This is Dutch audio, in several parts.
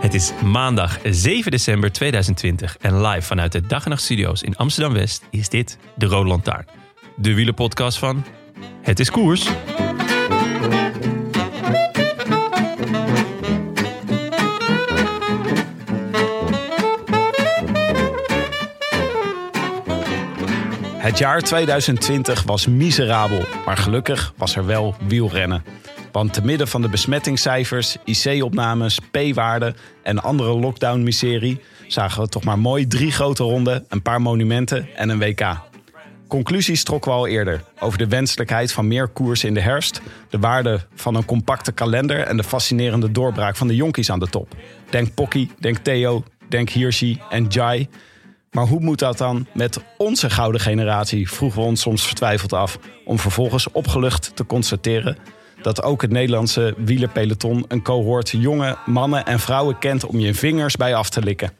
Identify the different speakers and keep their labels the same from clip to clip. Speaker 1: Het is maandag 7 december 2020 en live vanuit de Dag en Nacht Studio's in Amsterdam-West is dit De Rode Lantaarn. De wielerpodcast van Het is Koers.
Speaker 2: Het jaar 2020 was miserabel, maar gelukkig was er wel wielrennen. Want te midden van de besmettingscijfers, IC-opnames, P-waarden en andere lockdown-miserie zagen we toch maar mooi drie grote ronden, een paar monumenten en een WK. Conclusies trokken we al eerder over de wenselijkheid van meer koers in de herfst, de waarde van een compacte kalender en de fascinerende doorbraak van de jonkies aan de top. Denk Pocky, denk Theo, denk Hirschi en Jai. Maar hoe moet dat dan met onze gouden generatie? Vroegen we ons soms vertwijfeld af. Om vervolgens opgelucht te constateren dat ook het Nederlandse wielerpeloton een cohort jonge mannen en vrouwen kent om je vingers bij af te likken.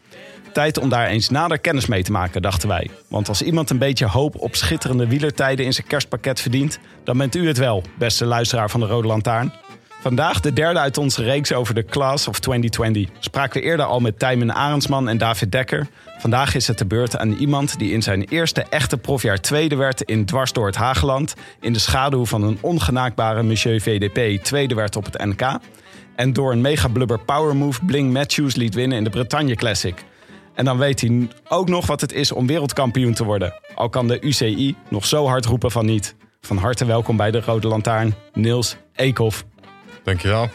Speaker 2: Tijd om daar eens nader kennis mee te maken, dachten wij. Want als iemand een beetje hoop op schitterende wielertijden in zijn kerstpakket verdient, dan bent u het wel, beste luisteraar van de Rode Lantaarn. Vandaag de derde uit onze reeks over de Class of 2020. Spraken we eerder al met Tijmen Arendsman en David Dekker. Vandaag is het de beurt aan iemand die in zijn eerste echte profjaar tweede werd in Dwars door het Hageland. In de schaduw van een ongenaakbare Monsieur VDP tweede werd op het NK. En door een mega blubber power move Bling Matthews liet winnen in de Bretagne Classic. En dan weet hij ook nog wat het is om wereldkampioen te worden. Al kan de UCI nog zo hard roepen van niet. Van harte welkom bij de Rode Lantaarn, Niels Eekhoff.
Speaker 3: Dankjewel.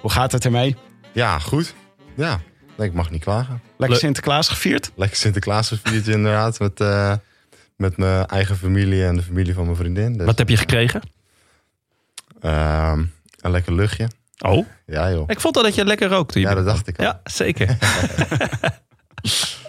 Speaker 2: Hoe gaat het ermee?
Speaker 3: Ja, goed. Ja, nee, ik mag niet klagen.
Speaker 2: Lekker
Speaker 1: Le-
Speaker 2: Sinterklaas gevierd?
Speaker 3: Lekker Sinterklaas gevierd inderdaad met, eh, met mijn eigen familie en de familie van mijn vriendin. Dus,
Speaker 1: Wat heb je gekregen?
Speaker 3: ehm, een lekker luchtje.
Speaker 1: Oh,
Speaker 3: Ja joh.
Speaker 1: ik vond al dat je lekker rookte.
Speaker 3: Ja, dat dacht ik al.
Speaker 1: Ja, zeker.
Speaker 3: Dus,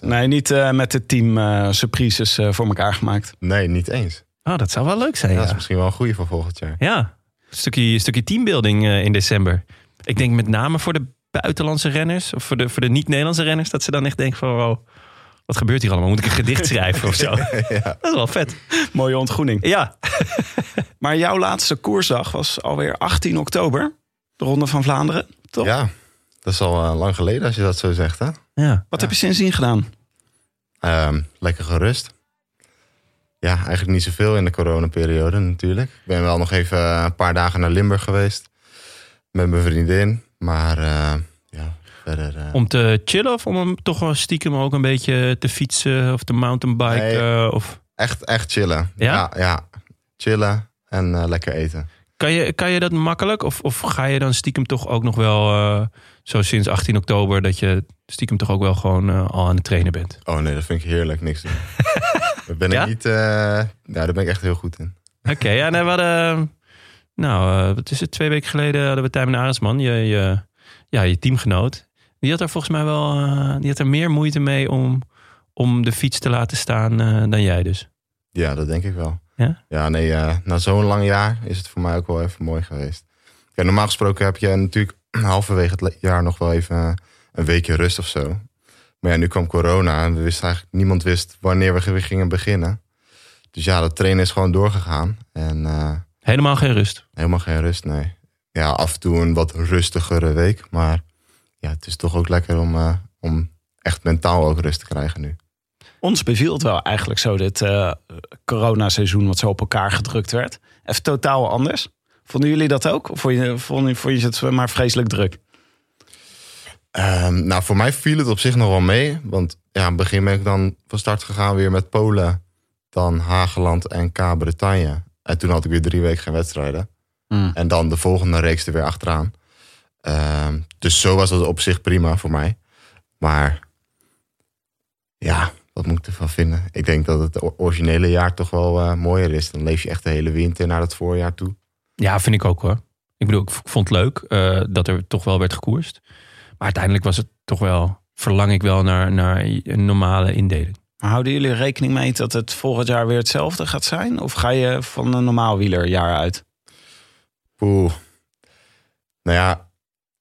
Speaker 3: eh,
Speaker 2: Nee, niet eh, met het team eh, surprises eh, voor elkaar gemaakt.
Speaker 3: nee, niet eens.
Speaker 1: Oh, dat zou wel leuk zijn.
Speaker 3: Ja,
Speaker 1: Ja,
Speaker 3: Dat is misschien wel een goede voor volgend jaar.
Speaker 1: ja. Stukje, stukje teambuilding eh, in december. Ik denk met name voor de buitenlandse renners of voor de, voor de niet-Nederlandse renners, dat ze dan echt denken van wow, wat gebeurt hier allemaal? Moet ik een gedicht schrijven of zo? Dat is wel vet.
Speaker 2: Mooie ontgroening.
Speaker 1: Ja,
Speaker 2: Maar jouw laatste koersdag was alweer 18 oktober. De Ronde van Vlaanderen, toch?
Speaker 3: Ja, dat is al eh, lang geleden als je dat zo zegt hè.
Speaker 1: ja.
Speaker 2: Wat heb je sindsdien gedaan?
Speaker 3: Ehm, lekker gerust. Ja, eigenlijk niet zoveel in de coronaperiode natuurlijk. Ik ben wel nog even eh, een paar dagen naar Limburg geweest. Met mijn vriendin. Maar eh, ja, verder... eh,
Speaker 1: Om te chillen of om hem toch wel stiekem ook een beetje te fietsen of te mountainbiken?
Speaker 3: Nee.
Speaker 1: eh, of...
Speaker 3: Echt, echt chillen.
Speaker 1: Ja?
Speaker 3: Ja, ja. chillen en eh, lekker eten.
Speaker 1: kan, je, kan je dat makkelijk? Of, of ga je dan stiekem toch ook nog wel, eh, zo sinds 18 oktober, dat je stiekem toch ook wel gewoon eh, al aan het trainen bent?
Speaker 3: Oh nee, dat vind ik heerlijk, niks doen. daar ben ik
Speaker 1: Ja?
Speaker 3: niet... eh, nou, daar ben ik echt heel goed in.
Speaker 1: Oké, ja, nee, we hadden, nou, eh, wat is het, twee weken geleden hadden we Tijmen Arendsman, je, je, ja, je teamgenoot. Die had er volgens mij wel, eh, die had er meer moeite mee om, om de fiets te laten staan eh, dan jij dus.
Speaker 3: Ja, dat denk ik wel.
Speaker 1: Ja?
Speaker 3: nee, eh, na zo'n lang jaar is het voor mij ook wel even mooi geweest. Kijk, normaal gesproken heb je natuurlijk halverwege het le- jaar nog wel even eh, een weekje rust of zo. Maar ja, nu kwam corona en we wisten eigenlijk, niemand wist wanneer we ge- gingen beginnen. Dus ja, dat trainen is gewoon doorgegaan. En eh,
Speaker 1: Helemaal geen rust.
Speaker 3: Helemaal geen rust, nee. Ja, af en toe een wat rustigere week. Maar ja, het is toch ook lekker om, eh, om echt mentaal ook rust te krijgen nu.
Speaker 2: Ons beviel het wel eigenlijk zo, dit eh coronaseizoen wat zo op elkaar gedrukt werd. Even totaal anders. Vonden jullie dat ook? Of vond je, vond, vond je het maar vreselijk druk?
Speaker 3: Ehm, nou, voor mij viel het op zich nog wel mee. Want ja, in het begin ben ik dan van start gegaan weer met Polen. Dan Hageland en K-Bretagne. En toen had ik weer drie weken geen wedstrijden. En dan de volgende reeks er weer achteraan. Eh, Ehm, dus zo was dat op zich prima voor mij. Maar ja, wat moet ik ervan vinden? Ik denk dat het o- originele jaar toch wel eh, mooier is. Dan leef je echt de hele winter naar het voorjaar toe.
Speaker 1: Ja, vind ik ook hoor. Ik bedoel, ik v- vond het leuk eh, dat er toch wel werd gekoerst. Maar uiteindelijk was het toch wel, verlang ik wel naar, naar een normale indeling.
Speaker 2: Maar houden jullie rekening mee dat het volgend jaar weer hetzelfde gaat zijn? Of ga je van een normaal wielerjaar uit?
Speaker 3: Poeh. Nou ja,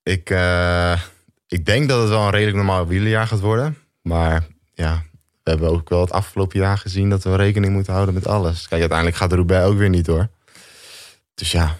Speaker 3: ik, eh, ik denk dat het wel een redelijk normaal wielerjaar gaat worden. Maar ja, we hebben ook wel het afgelopen jaar gezien dat we rekening moeten houden met alles. Kijk, uiteindelijk gaat de Roubaix ook weer niet door. Dus ja,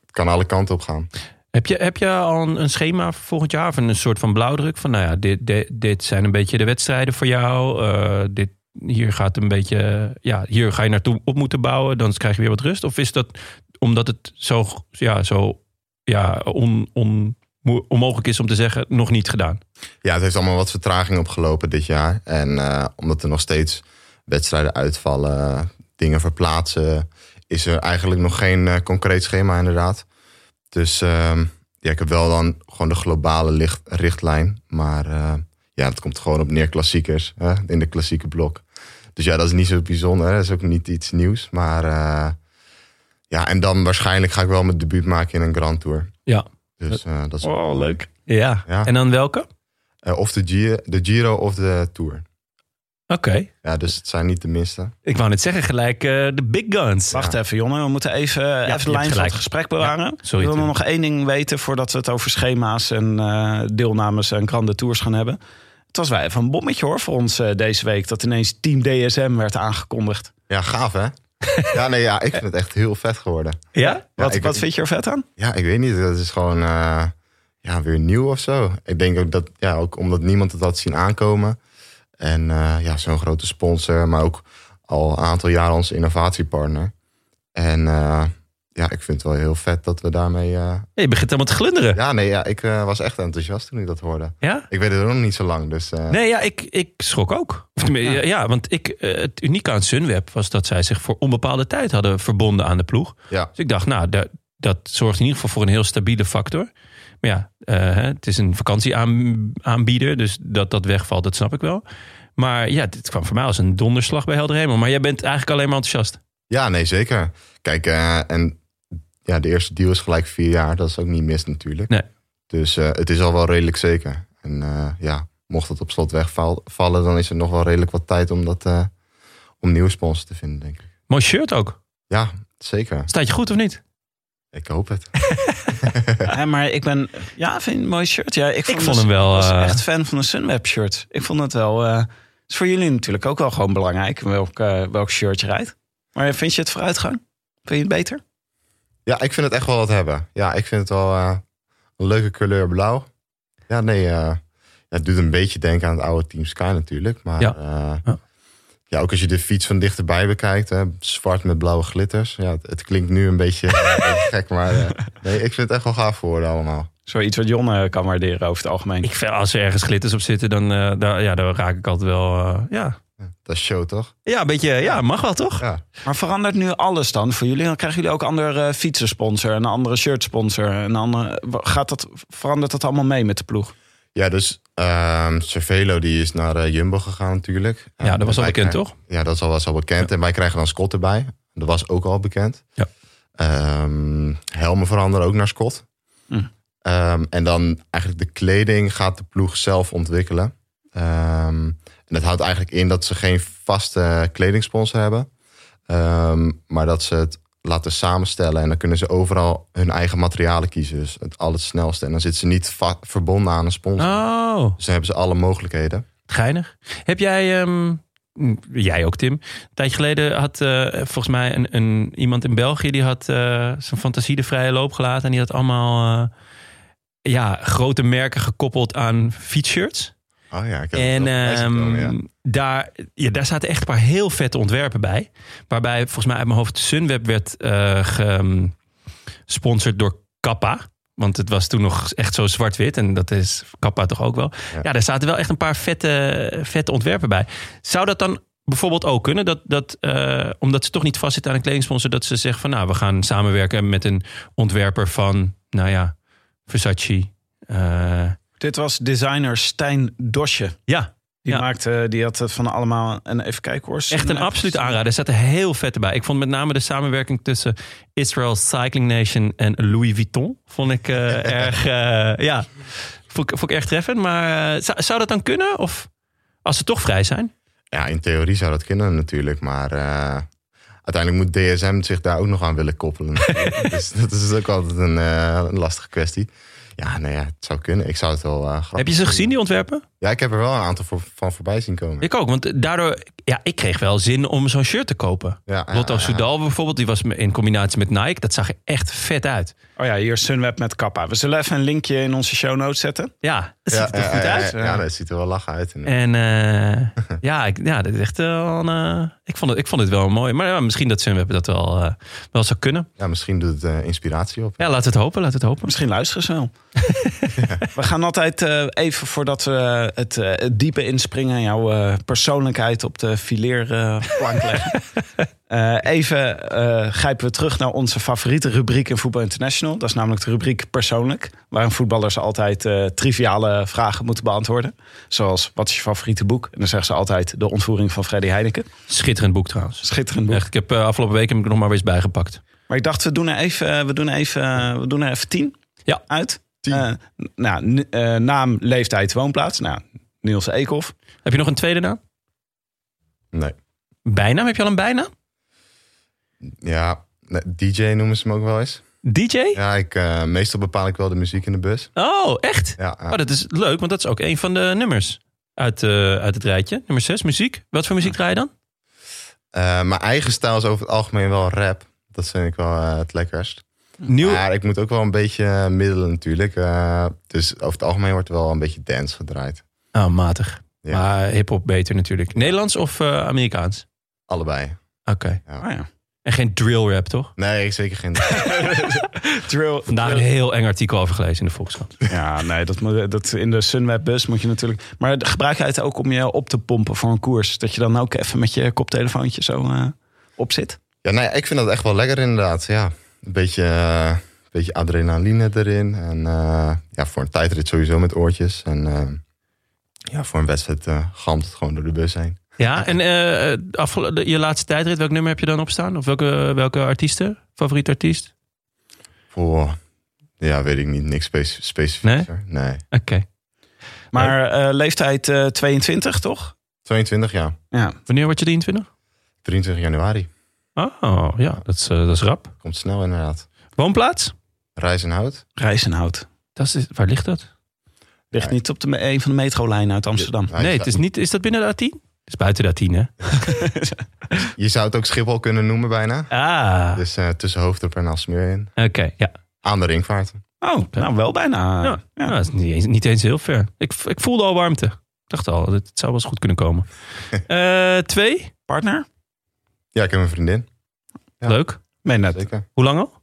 Speaker 3: het kan alle kanten op gaan.
Speaker 1: Heb je, heb je al een, een schema voor volgend jaar? Of een soort van blauwdruk? Van nou ja, dit, dit, dit zijn een beetje de wedstrijden voor jou. Eh, dit, hier gaat een beetje, ja, hier ga je naartoe op moeten bouwen. Dan krijg je weer wat rust. Of is dat omdat het zo, ja, zo ja, on, on, mo- onmogelijk is om te zeggen, nog niet gedaan?
Speaker 3: Ja, het heeft allemaal wat vertraging opgelopen dit jaar. En eh, omdat er nog steeds wedstrijden uitvallen, dingen verplaatsen, is er eigenlijk nog geen eh, concreet schema inderdaad. Dus ehm, ja, ik heb wel dan gewoon de globale licht, richtlijn. Maar eh, ja, het komt gewoon op neer klassiekers hè, in de klassieke blok. Dus ja, dat is niet zo bijzonder. hè. Dat is ook niet iets nieuws. Maar eh, ja, en dan waarschijnlijk ga ik wel mijn debuut maken in een Grand Tour.
Speaker 1: Ja.
Speaker 3: Dus eh, dat is
Speaker 2: Oh, leuk.
Speaker 1: Ja.
Speaker 3: Ja.
Speaker 1: En dan welke? Oké.
Speaker 3: Eh, of de Giro, de Giro of de Tour. Ja, dus het zijn niet de minste.
Speaker 1: Ik wou net zeggen, gelijk eh, de big guns.
Speaker 2: Wacht even, Jonne. We moeten even,
Speaker 1: je
Speaker 2: even
Speaker 1: hebt
Speaker 2: de lijn van
Speaker 1: gelijk.
Speaker 2: het gesprek bewaren.
Speaker 1: sorry,
Speaker 2: ik wil
Speaker 1: Tim.
Speaker 2: nog één ding weten voordat we het over schema's en eh, deelnames en grande tours gaan hebben. Het was wel even een bommetje hoor voor ons eh, deze week. Dat ineens Team DSM werd aangekondigd.
Speaker 3: Ja, gaaf hè? ja, nee, ja, ik vind het echt heel vet geworden.
Speaker 1: Ja?
Speaker 3: Ja,
Speaker 2: wat
Speaker 3: ik-
Speaker 2: wat vind je er vet aan?
Speaker 3: Ja, ik weet niet. Dat is gewoon eh, ja, weer nieuw of zo. Ik denk ook dat, ja, ook omdat niemand het had zien aankomen. En eh, ja, zo'n grote sponsor, maar ook al een aantal jaar onze innovatiepartner. En eh, ja, ik vind het wel heel vet dat we daarmee. eh,
Speaker 1: Je begint helemaal te glunderen. Ja?
Speaker 3: Ja, nee, ja, ik eh, was echt enthousiast toen ik dat hoorde. Ik weet het ook nog niet zo lang, dus. eh,
Speaker 1: Nee, ja, ik, ik schrok ook. Of tenminste, ja. ja, want ik, eh, het unieke aan Sunweb was dat zij zich voor onbepaalde tijd hadden verbonden aan de ploeg.
Speaker 3: Ja.
Speaker 1: Dus ik dacht, nou, dat, dat zorgt in ieder geval voor een heel stabiele factor. Maar ja, eh, hè, het is een vakantieaanbieder, dus dat dat wegvalt, dat snap ik wel. Maar ja, dit kwam voor mij als een donderslag bij Helder Hemel. Maar jij bent eigenlijk alleen maar enthousiast.
Speaker 3: Ja, nee, zeker. Kijk, eh, en ja, de eerste deal is gelijk vier jaar. Dat is ook niet mis natuurlijk.
Speaker 1: Nee.
Speaker 3: Dus eh, het is al wel redelijk zeker. En eh, ja, mocht het op slot wegvallen, dan is er nog wel redelijk wat tijd om, dat, eh, om nieuwe sponsors te vinden, denk ik.
Speaker 1: Mooi shirt ook.
Speaker 3: Ja, zeker.
Speaker 1: Staat je goed of niet?
Speaker 3: Ik hoop het.
Speaker 2: Ja, maar ik ben... Ja, vind je een mooi shirt? Ja, ik vond,
Speaker 1: vond hem wel,
Speaker 2: Ik was
Speaker 1: eh,
Speaker 2: echt fan van een Sunweb shirt. Ik vond het wel... eh is voor jullie natuurlijk ook wel gewoon belangrijk welk, eh, welk shirt je rijdt. Maar vind je het vooruitgang? Vind je het beter?
Speaker 3: Ja, ik vind het echt wel wat hebben. Ja, ik vind het wel eh, een leuke kleur blauw. Ja, nee, eh, ja, het doet een beetje denken aan het oude Team Sky natuurlijk. Maar
Speaker 1: Ja.
Speaker 3: ja,
Speaker 1: Ja.
Speaker 3: ja. ook als je de fiets van dichterbij bekijkt, hè, zwart met blauwe glitters. Ja, het, het klinkt nu een beetje, eh, een beetje gek, maar eh, nee, ik vind het echt wel gaaf worden allemaal.
Speaker 2: Zoiets wat Jon eh, kan waarderen over het algemeen.
Speaker 1: Ik vind, als er ergens glitters op zitten, dan eh, daar, ja, daar raak ik altijd wel... eh, ja.
Speaker 3: Dat is show, toch?
Speaker 1: ja, een beetje... Ja, mag wel, toch?
Speaker 3: Ja.
Speaker 2: Maar verandert nu alles dan voor jullie? Dan krijgen jullie ook een andere eh, fietsensponsor, een andere shirtsponsor. Een andere, gaat dat, verandert dat allemaal mee met de ploeg?
Speaker 3: Ja, dus ehm Cervelo die is naar eh, Jumbo gegaan natuurlijk.
Speaker 1: Ja, dat was al
Speaker 3: Wij
Speaker 1: bekend,
Speaker 3: krijgen-
Speaker 1: toch?
Speaker 3: Ja, dat is al, was al bekend. En wij krijgen dan Scott erbij. Dat was ook al bekend.
Speaker 1: Ja.
Speaker 3: Ehm, helmen veranderen ook naar Scott.
Speaker 2: Hm.
Speaker 3: Ehm, en dan eigenlijk de kleding gaat de ploeg zelf ontwikkelen. Ehm, en dat houdt eigenlijk in dat ze geen vaste eh, kledingsponsor hebben. Ehm, maar dat ze het laten samenstellen. En dan kunnen ze overal hun eigen materialen kiezen. Dus het, al het snelste. En dan zitten ze niet va- verbonden aan een sponsor.
Speaker 1: Oh,
Speaker 3: Dus dan hebben ze alle mogelijkheden.
Speaker 1: geinig. Heb jij, ehm, mm, jij ook Tim, een tijdje geleden had eh, volgens mij een, een, iemand in België... die had eh, zijn fantasie de vrije loop gelaten... en die had allemaal eh, ja, grote merken gekoppeld aan fietsshirts.
Speaker 3: Oh ja, ik heb het
Speaker 1: En
Speaker 3: wel voorbij zien komen, ja.
Speaker 1: ehm, daar, ja, daar zaten echt een paar heel vette ontwerpen bij. Waarbij volgens mij uit mijn hoofd Sunweb werd eh gesponsord door Kappa. Want het was toen nog echt zo zwart-wit. En dat is Kappa toch ook wel. Ja,
Speaker 3: Ja.
Speaker 1: daar zaten wel echt een paar vette, vette ontwerpen bij. Zou dat dan bijvoorbeeld ook kunnen? Dat, dat, eh, omdat ze toch niet vastzitten aan een kledingsponsor. Dat ze zeggen van nou, we gaan samenwerken met een ontwerper van... Nou ja, Versace. eh,
Speaker 2: Dit was designer Stijn Dosje.
Speaker 1: ja,
Speaker 2: Die,
Speaker 1: Ja.
Speaker 2: maakte, die had het van allemaal een even kijken hoor.
Speaker 1: echt een absoluut aanrader. Er zaten heel vette bij. Ik vond met name de samenwerking tussen Israel Cycling Nation en Louis Vuitton. Vond ik eh, erg, eh, ja, vond, ik- vond ik erg treffend. Maar eh, zou, zou dat dan kunnen? Of als ze toch vrij zijn?
Speaker 3: Ja, in theorie zou dat kunnen natuurlijk, maar eh, uiteindelijk moet DSM zich daar ook nog aan willen koppelen. dus dat is ook altijd een, eh, een lastige kwestie. Ja, nou ja, het zou kunnen. Ik zou het wel eh, grappig
Speaker 1: Heb je ze
Speaker 3: vinden.
Speaker 1: gezien, die ontwerpen?
Speaker 3: Ja, ik heb er wel een aantal voor- van voorbij zien komen.
Speaker 1: Ik ook, want daardoor... Ja, ik kreeg wel zin om zo'n shirt te kopen.
Speaker 3: Ja, ja,
Speaker 1: Lotto
Speaker 3: ja.
Speaker 1: Soudal bijvoorbeeld, die was in combinatie met Nike. Dat zag er echt vet uit.
Speaker 2: Oh ja, hier Sunweb met Kappa. We zullen even een linkje in onze show notes zetten.
Speaker 1: Ja, dat ziet
Speaker 3: ja,
Speaker 1: er toch
Speaker 3: ja,
Speaker 1: goed
Speaker 3: ja,
Speaker 1: uit? eh.
Speaker 3: Ja, ja, dat ziet er wel lachen uit. En,
Speaker 1: En eh, ja, ik, ja, dat is echt wel een, eh, ik, vond het, ik vond het wel mooi. Maar ja, misschien dat Sunweb dat wel, eh, wel zou kunnen.
Speaker 3: ja, misschien doet het eh, inspiratie op.
Speaker 1: Ja, laten we het hopen, laten we het hopen.
Speaker 2: Misschien luisteren ze wel. We gaan altijd eh, even voordat we het, eh, het diepe inspringen... jouw eh, persoonlijkheid op de fileerplank leggen. Eh, even eh, grijpen we terug naar onze favoriete rubriek in Voetbal International. Dat is namelijk de rubriek persoonlijk. Waarin voetballers altijd eh, triviale vragen moeten beantwoorden. Zoals, wat is je favoriete boek? En dan zeggen ze altijd de ontvoering van Freddy Heineken.
Speaker 1: Schitterend boek trouwens.
Speaker 2: Schitterend boek.
Speaker 1: Echt, ik heb eh, afgelopen week heb ik er nog maar weer eens bijgepakt.
Speaker 2: Maar ik dacht, we doen er even, we doen er even, we doen er even tien
Speaker 1: Ja.
Speaker 2: uit. Eh, n- nou, n- eh, naam, leeftijd, woonplaats. Nou, Niels Eekhoff.
Speaker 1: Heb je nog een tweede naam?
Speaker 3: Nee.
Speaker 1: Bijnaam? Heb je al een bijnaam?
Speaker 3: Ja, nee, DJ noemen ze hem ook wel eens.
Speaker 1: DJ?
Speaker 3: Ja, ik, eh, meestal bepaal ik wel de muziek in de bus.
Speaker 1: Oh, echt?
Speaker 3: Ja, eh, ja.
Speaker 1: Oh, dat is leuk, want dat is ook een van de nummers uit, eh, uit het rijtje. Nummer 6, muziek. Wat voor muziek draai je dan?
Speaker 3: Eh, mijn eigen stijl is over het algemeen wel rap. Dat vind ik wel eh, het lekkerst.
Speaker 1: Nieuw.
Speaker 3: Maar ik moet ook wel een beetje eh, middelen natuurlijk. Eh, dus over het algemeen wordt er wel een beetje dance gedraaid.
Speaker 1: Oh, matig.
Speaker 3: Ja.
Speaker 1: Maar hip-hop beter natuurlijk. Nederlands of eh, Amerikaans?
Speaker 3: Allebei.
Speaker 1: Oké.
Speaker 2: Oh ja.
Speaker 1: En geen drill rap, toch?
Speaker 3: Nee, ik zeker geen.
Speaker 2: Drill.
Speaker 1: Vandaag een heel eng artikel over gelezen in de Volkskrant.
Speaker 2: Ja, nee, dat, moet- dat in de Sunweb bus moet je natuurlijk... Maar gebruik je het ook om je op te pompen voor een koers? Dat je dan ook even met je koptelefoontje zo eh, op zit?
Speaker 3: ja, nee, ik vind dat echt wel lekker inderdaad. Ja, een beetje, eh, een beetje adrenaline erin. En eh, ja, voor een tijdrit sowieso met oortjes. En eh, ja, voor een wedstrijd eh galmt het gewoon door de bus heen.
Speaker 1: Ja, en eh, eh, afgelo- de- je laatste tijdrit, welk nummer heb je dan opstaan? Of welke, welke artiesten? Favoriet artiest?
Speaker 3: Voor, ja, weet ik niet. Niks spe- specifieks. hoor. nee.
Speaker 1: Oké.
Speaker 2: Maar eh, leeftijd eh, 22, toch?
Speaker 3: 22 jaar.
Speaker 2: Ja.
Speaker 1: Wanneer word je 23?
Speaker 3: 23 januari.
Speaker 1: Oh, ja, dat is, eh, dat is rap.
Speaker 3: Komt snel inderdaad.
Speaker 1: Woonplaats?
Speaker 3: Rijzenhout.
Speaker 2: Reizenhout.
Speaker 1: Dat is, waar ligt dat?
Speaker 2: Ligt niet op de, me- een van de metrolijnen uit Amsterdam.
Speaker 3: Ja, je
Speaker 1: Nee,
Speaker 3: zou-
Speaker 1: het is, niet, is dat binnen de A10? Het is buiten de A10, hè?
Speaker 3: Je zou het ook Schiphol kunnen noemen bijna.
Speaker 1: Ah,
Speaker 3: Dus eh, tussen Hoofddorp en Alsmeer in.
Speaker 1: oké. ja.
Speaker 3: Aan de ringvaart.
Speaker 2: Oh, nou wel bijna.
Speaker 1: Ja, Nou, dat is niet eens, niet eens heel ver. Ik, ik voelde al warmte. Ik dacht al, het zou wel eens goed kunnen komen. Eh, twee?
Speaker 2: Partner?
Speaker 3: Ja, ik heb een vriendin. Ja.
Speaker 1: Leuk.
Speaker 2: Nee, net.
Speaker 3: Zeker.
Speaker 1: Hoe lang al?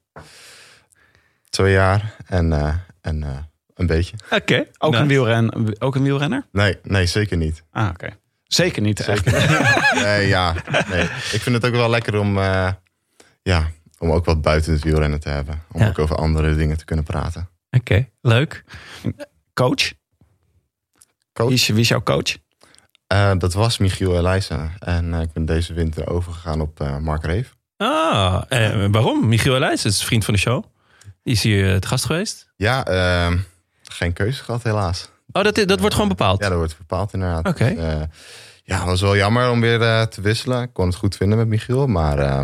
Speaker 3: Twee jaar en, eh, en eh, een beetje.
Speaker 1: Oké.
Speaker 2: Ook,
Speaker 1: Nou,
Speaker 2: een wielren, ook een wielrenner?
Speaker 3: Nee, nee zeker niet.
Speaker 2: Ah, oké. Zeker niet.
Speaker 3: Zeker niet. Nee, ja. Nee. Ik vind het ook wel lekker om, eh, ja, om ook wat buiten het wielrennen te hebben. Om
Speaker 1: Ja.
Speaker 3: ook over andere dingen te kunnen praten.
Speaker 1: Oké, leuk.
Speaker 2: Coach?
Speaker 3: Coach?
Speaker 2: Wie is, wie is jouw coach?
Speaker 3: Eh, dat was Michiel Elijzen. En eh, ik ben deze winter overgegaan op eh, Mark Reef.
Speaker 1: Ah, eh, waarom? Michiel Elijs is vriend van de show. Die is hier het gast geweest.
Speaker 3: Ja, ehm, geen keuze gehad helaas.
Speaker 1: Oh, dat, dat wordt gewoon bepaald.
Speaker 3: Ja, dat wordt bepaald inderdaad.
Speaker 1: Oké.
Speaker 3: Dus, eh, ja, het was wel jammer om weer eh, te wisselen. Ik kon het goed vinden met Michiel, maar eh,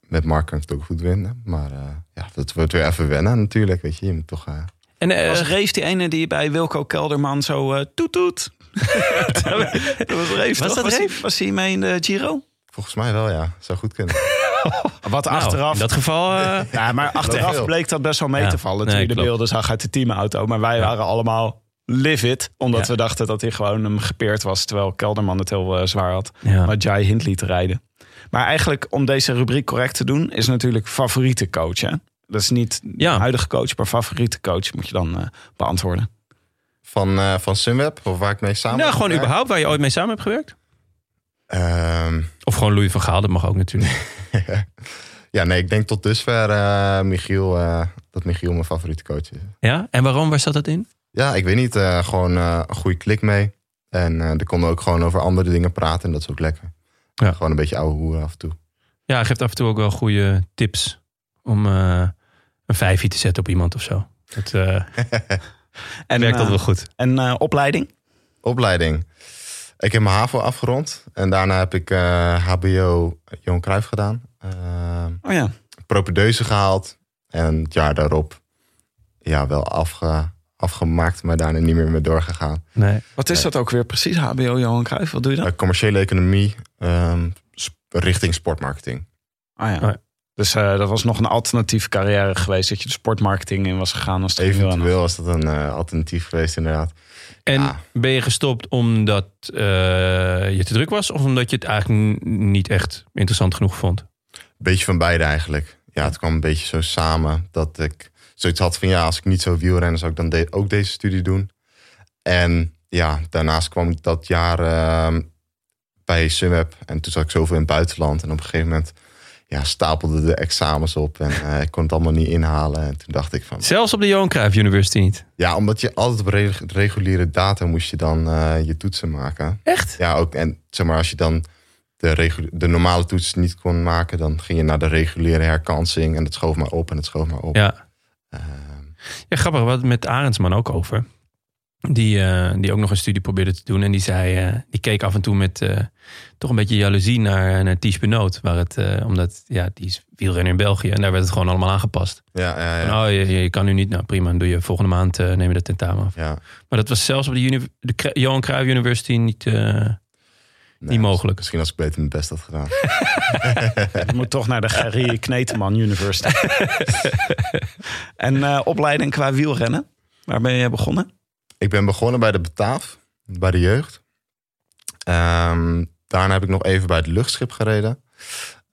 Speaker 3: met Mark kan ik het ook goed vinden. Maar eh, ja, dat wordt weer even wennen natuurlijk, weet je. Je moet toch... eh,
Speaker 1: En eh,
Speaker 2: Was Reef die ene die bij Wilco Kelderman zo eh toet toet? dat was Reef,
Speaker 1: Was
Speaker 2: toch?
Speaker 1: dat
Speaker 2: was,
Speaker 1: Reef?
Speaker 2: was hij mee in de Giro?
Speaker 3: volgens mij wel, ja. Zou goed kunnen.
Speaker 2: Wat
Speaker 1: nou, in dat geval... eh,
Speaker 2: Ja, maar achteraf
Speaker 3: veel.
Speaker 2: bleek dat best wel mee
Speaker 1: Ja.
Speaker 2: te
Speaker 1: Nee,
Speaker 2: vallen. toen je de
Speaker 1: klopt.
Speaker 2: beelden zag uit de teamauto. Maar wij waren allemaal livid. Omdat
Speaker 1: Ja.
Speaker 2: we dachten dat hij gewoon hem gepeerd was. Terwijl Kelderman het heel eh, zwaar had.
Speaker 1: ja.
Speaker 2: maar Jai Hindley te rijden. Maar eigenlijk om deze rubriek correct te doen, is natuurlijk favoriete coach. Hè? Dat is niet
Speaker 1: Ja.
Speaker 2: de huidige coach, maar favoriete coach moet je dan eh, beantwoorden.
Speaker 3: Van, eh, van Sunweb, of waar ik mee samen...
Speaker 1: nou, gewoon
Speaker 3: werk?
Speaker 1: überhaupt waar je ooit mee samen hebt gewerkt.
Speaker 3: Ehm,
Speaker 1: Of gewoon Louis van Gaal, dat mag ook natuurlijk.
Speaker 3: Ja, nee, ik denk tot dusver eh, Michiel, eh, dat Michiel mijn favoriete coach is.
Speaker 1: Ja? En waarom? Waar zat dat in?
Speaker 3: Ja, ik weet niet. eh, gewoon eh, een goede klik mee. En eh er kon ook gewoon over andere dingen praten. En dat is ook lekker.
Speaker 1: Ja.
Speaker 3: Gewoon een beetje ouwe hoeren af en toe.
Speaker 1: Ja, hij geeft af en toe ook wel goede tips om eh, een vijfje te zetten op iemand of zo. Dat eh,
Speaker 2: En,
Speaker 1: werkt dat
Speaker 2: eh,
Speaker 1: wel goed.
Speaker 2: En eh, opleiding?
Speaker 3: Opleiding. Ik heb mijn HAVO afgerond. En daarna heb ik eh, HBO Johan Cruijff gedaan. Eh,
Speaker 2: Oh ja.
Speaker 3: propedeuse gehaald. En het jaar daarop ja, wel afge, afgemaakt. Maar daarna niet meer mee doorgegaan.
Speaker 1: Nee.
Speaker 2: Wat is dat ook weer precies, HBO Johan Cruijff? Wat doe je dan?
Speaker 3: Eh, commerciële economie ehm, sp- richting sportmarketing.
Speaker 2: Ah ja.
Speaker 1: Oh ja.
Speaker 2: Dus eh, dat was nog een alternatieve carrière geweest. Dat je de sportmarketing in was gegaan als Nou, het wielrennen.
Speaker 3: Eventueel was dat een eh, alternatief geweest inderdaad.
Speaker 1: En
Speaker 3: Ja.
Speaker 1: ben je gestopt omdat eh, je te druk was? Of omdat je het eigenlijk n- niet echt interessant genoeg vond?
Speaker 3: Beetje van beide eigenlijk. Ja, het kwam een beetje zo samen dat ik zoiets had van ja, als ik niet zou wielrennen zou ik dan de- ook deze studie doen. En ja, daarnaast kwam ik dat jaar ehm, bij Sunweb en toen zat ik zoveel in het buitenland. En op een gegeven moment ja, stapelden de examens op en eh, ik kon het allemaal niet inhalen. En toen dacht ik van
Speaker 1: Zelfs op de Johan Cruijff University niet.
Speaker 3: ja, omdat je altijd op reg- reguliere data moest je dan eh, je toetsen maken.
Speaker 1: Echt?
Speaker 3: Ja, ook. En zeg maar, als je dan de, regu- de normale toets niet kon maken, dan ging je naar de reguliere herkansing. En het schoof maar op en het schoof maar op.
Speaker 1: Ja.
Speaker 3: Ehm,
Speaker 1: ja, grappig. Wat met Arendsman ook over. Die, eh, die ook nog een studie probeerde te doen. En die zei, eh, die keek af en toe met eh, toch een beetje jaloezie naar, naar Ties Benoot. Waar het, eh, omdat, ja, die is wielrenner in België. En daar werd het gewoon allemaal aangepast.
Speaker 3: ja, ja, ja.
Speaker 1: Van, oh, je, je kan nu niet. Nou, prima. Dan doe je volgende maand, eh neem je de tentamen af.
Speaker 3: Ja,
Speaker 1: Maar dat was zelfs op de, uni- de Cru- Johan Cruijff University niet... eh,
Speaker 3: nee,
Speaker 1: Niet mogelijk.
Speaker 3: Misschien als ik beter mijn best had gedaan.
Speaker 2: Je moet toch naar de Gerrie Kneteman University. en eh, opleiding qua wielrennen? Waar ben je begonnen?
Speaker 3: ik ben begonnen bij de Bataaf, bij de jeugd. Ehm, daarna heb ik nog even bij het luchtschip gereden.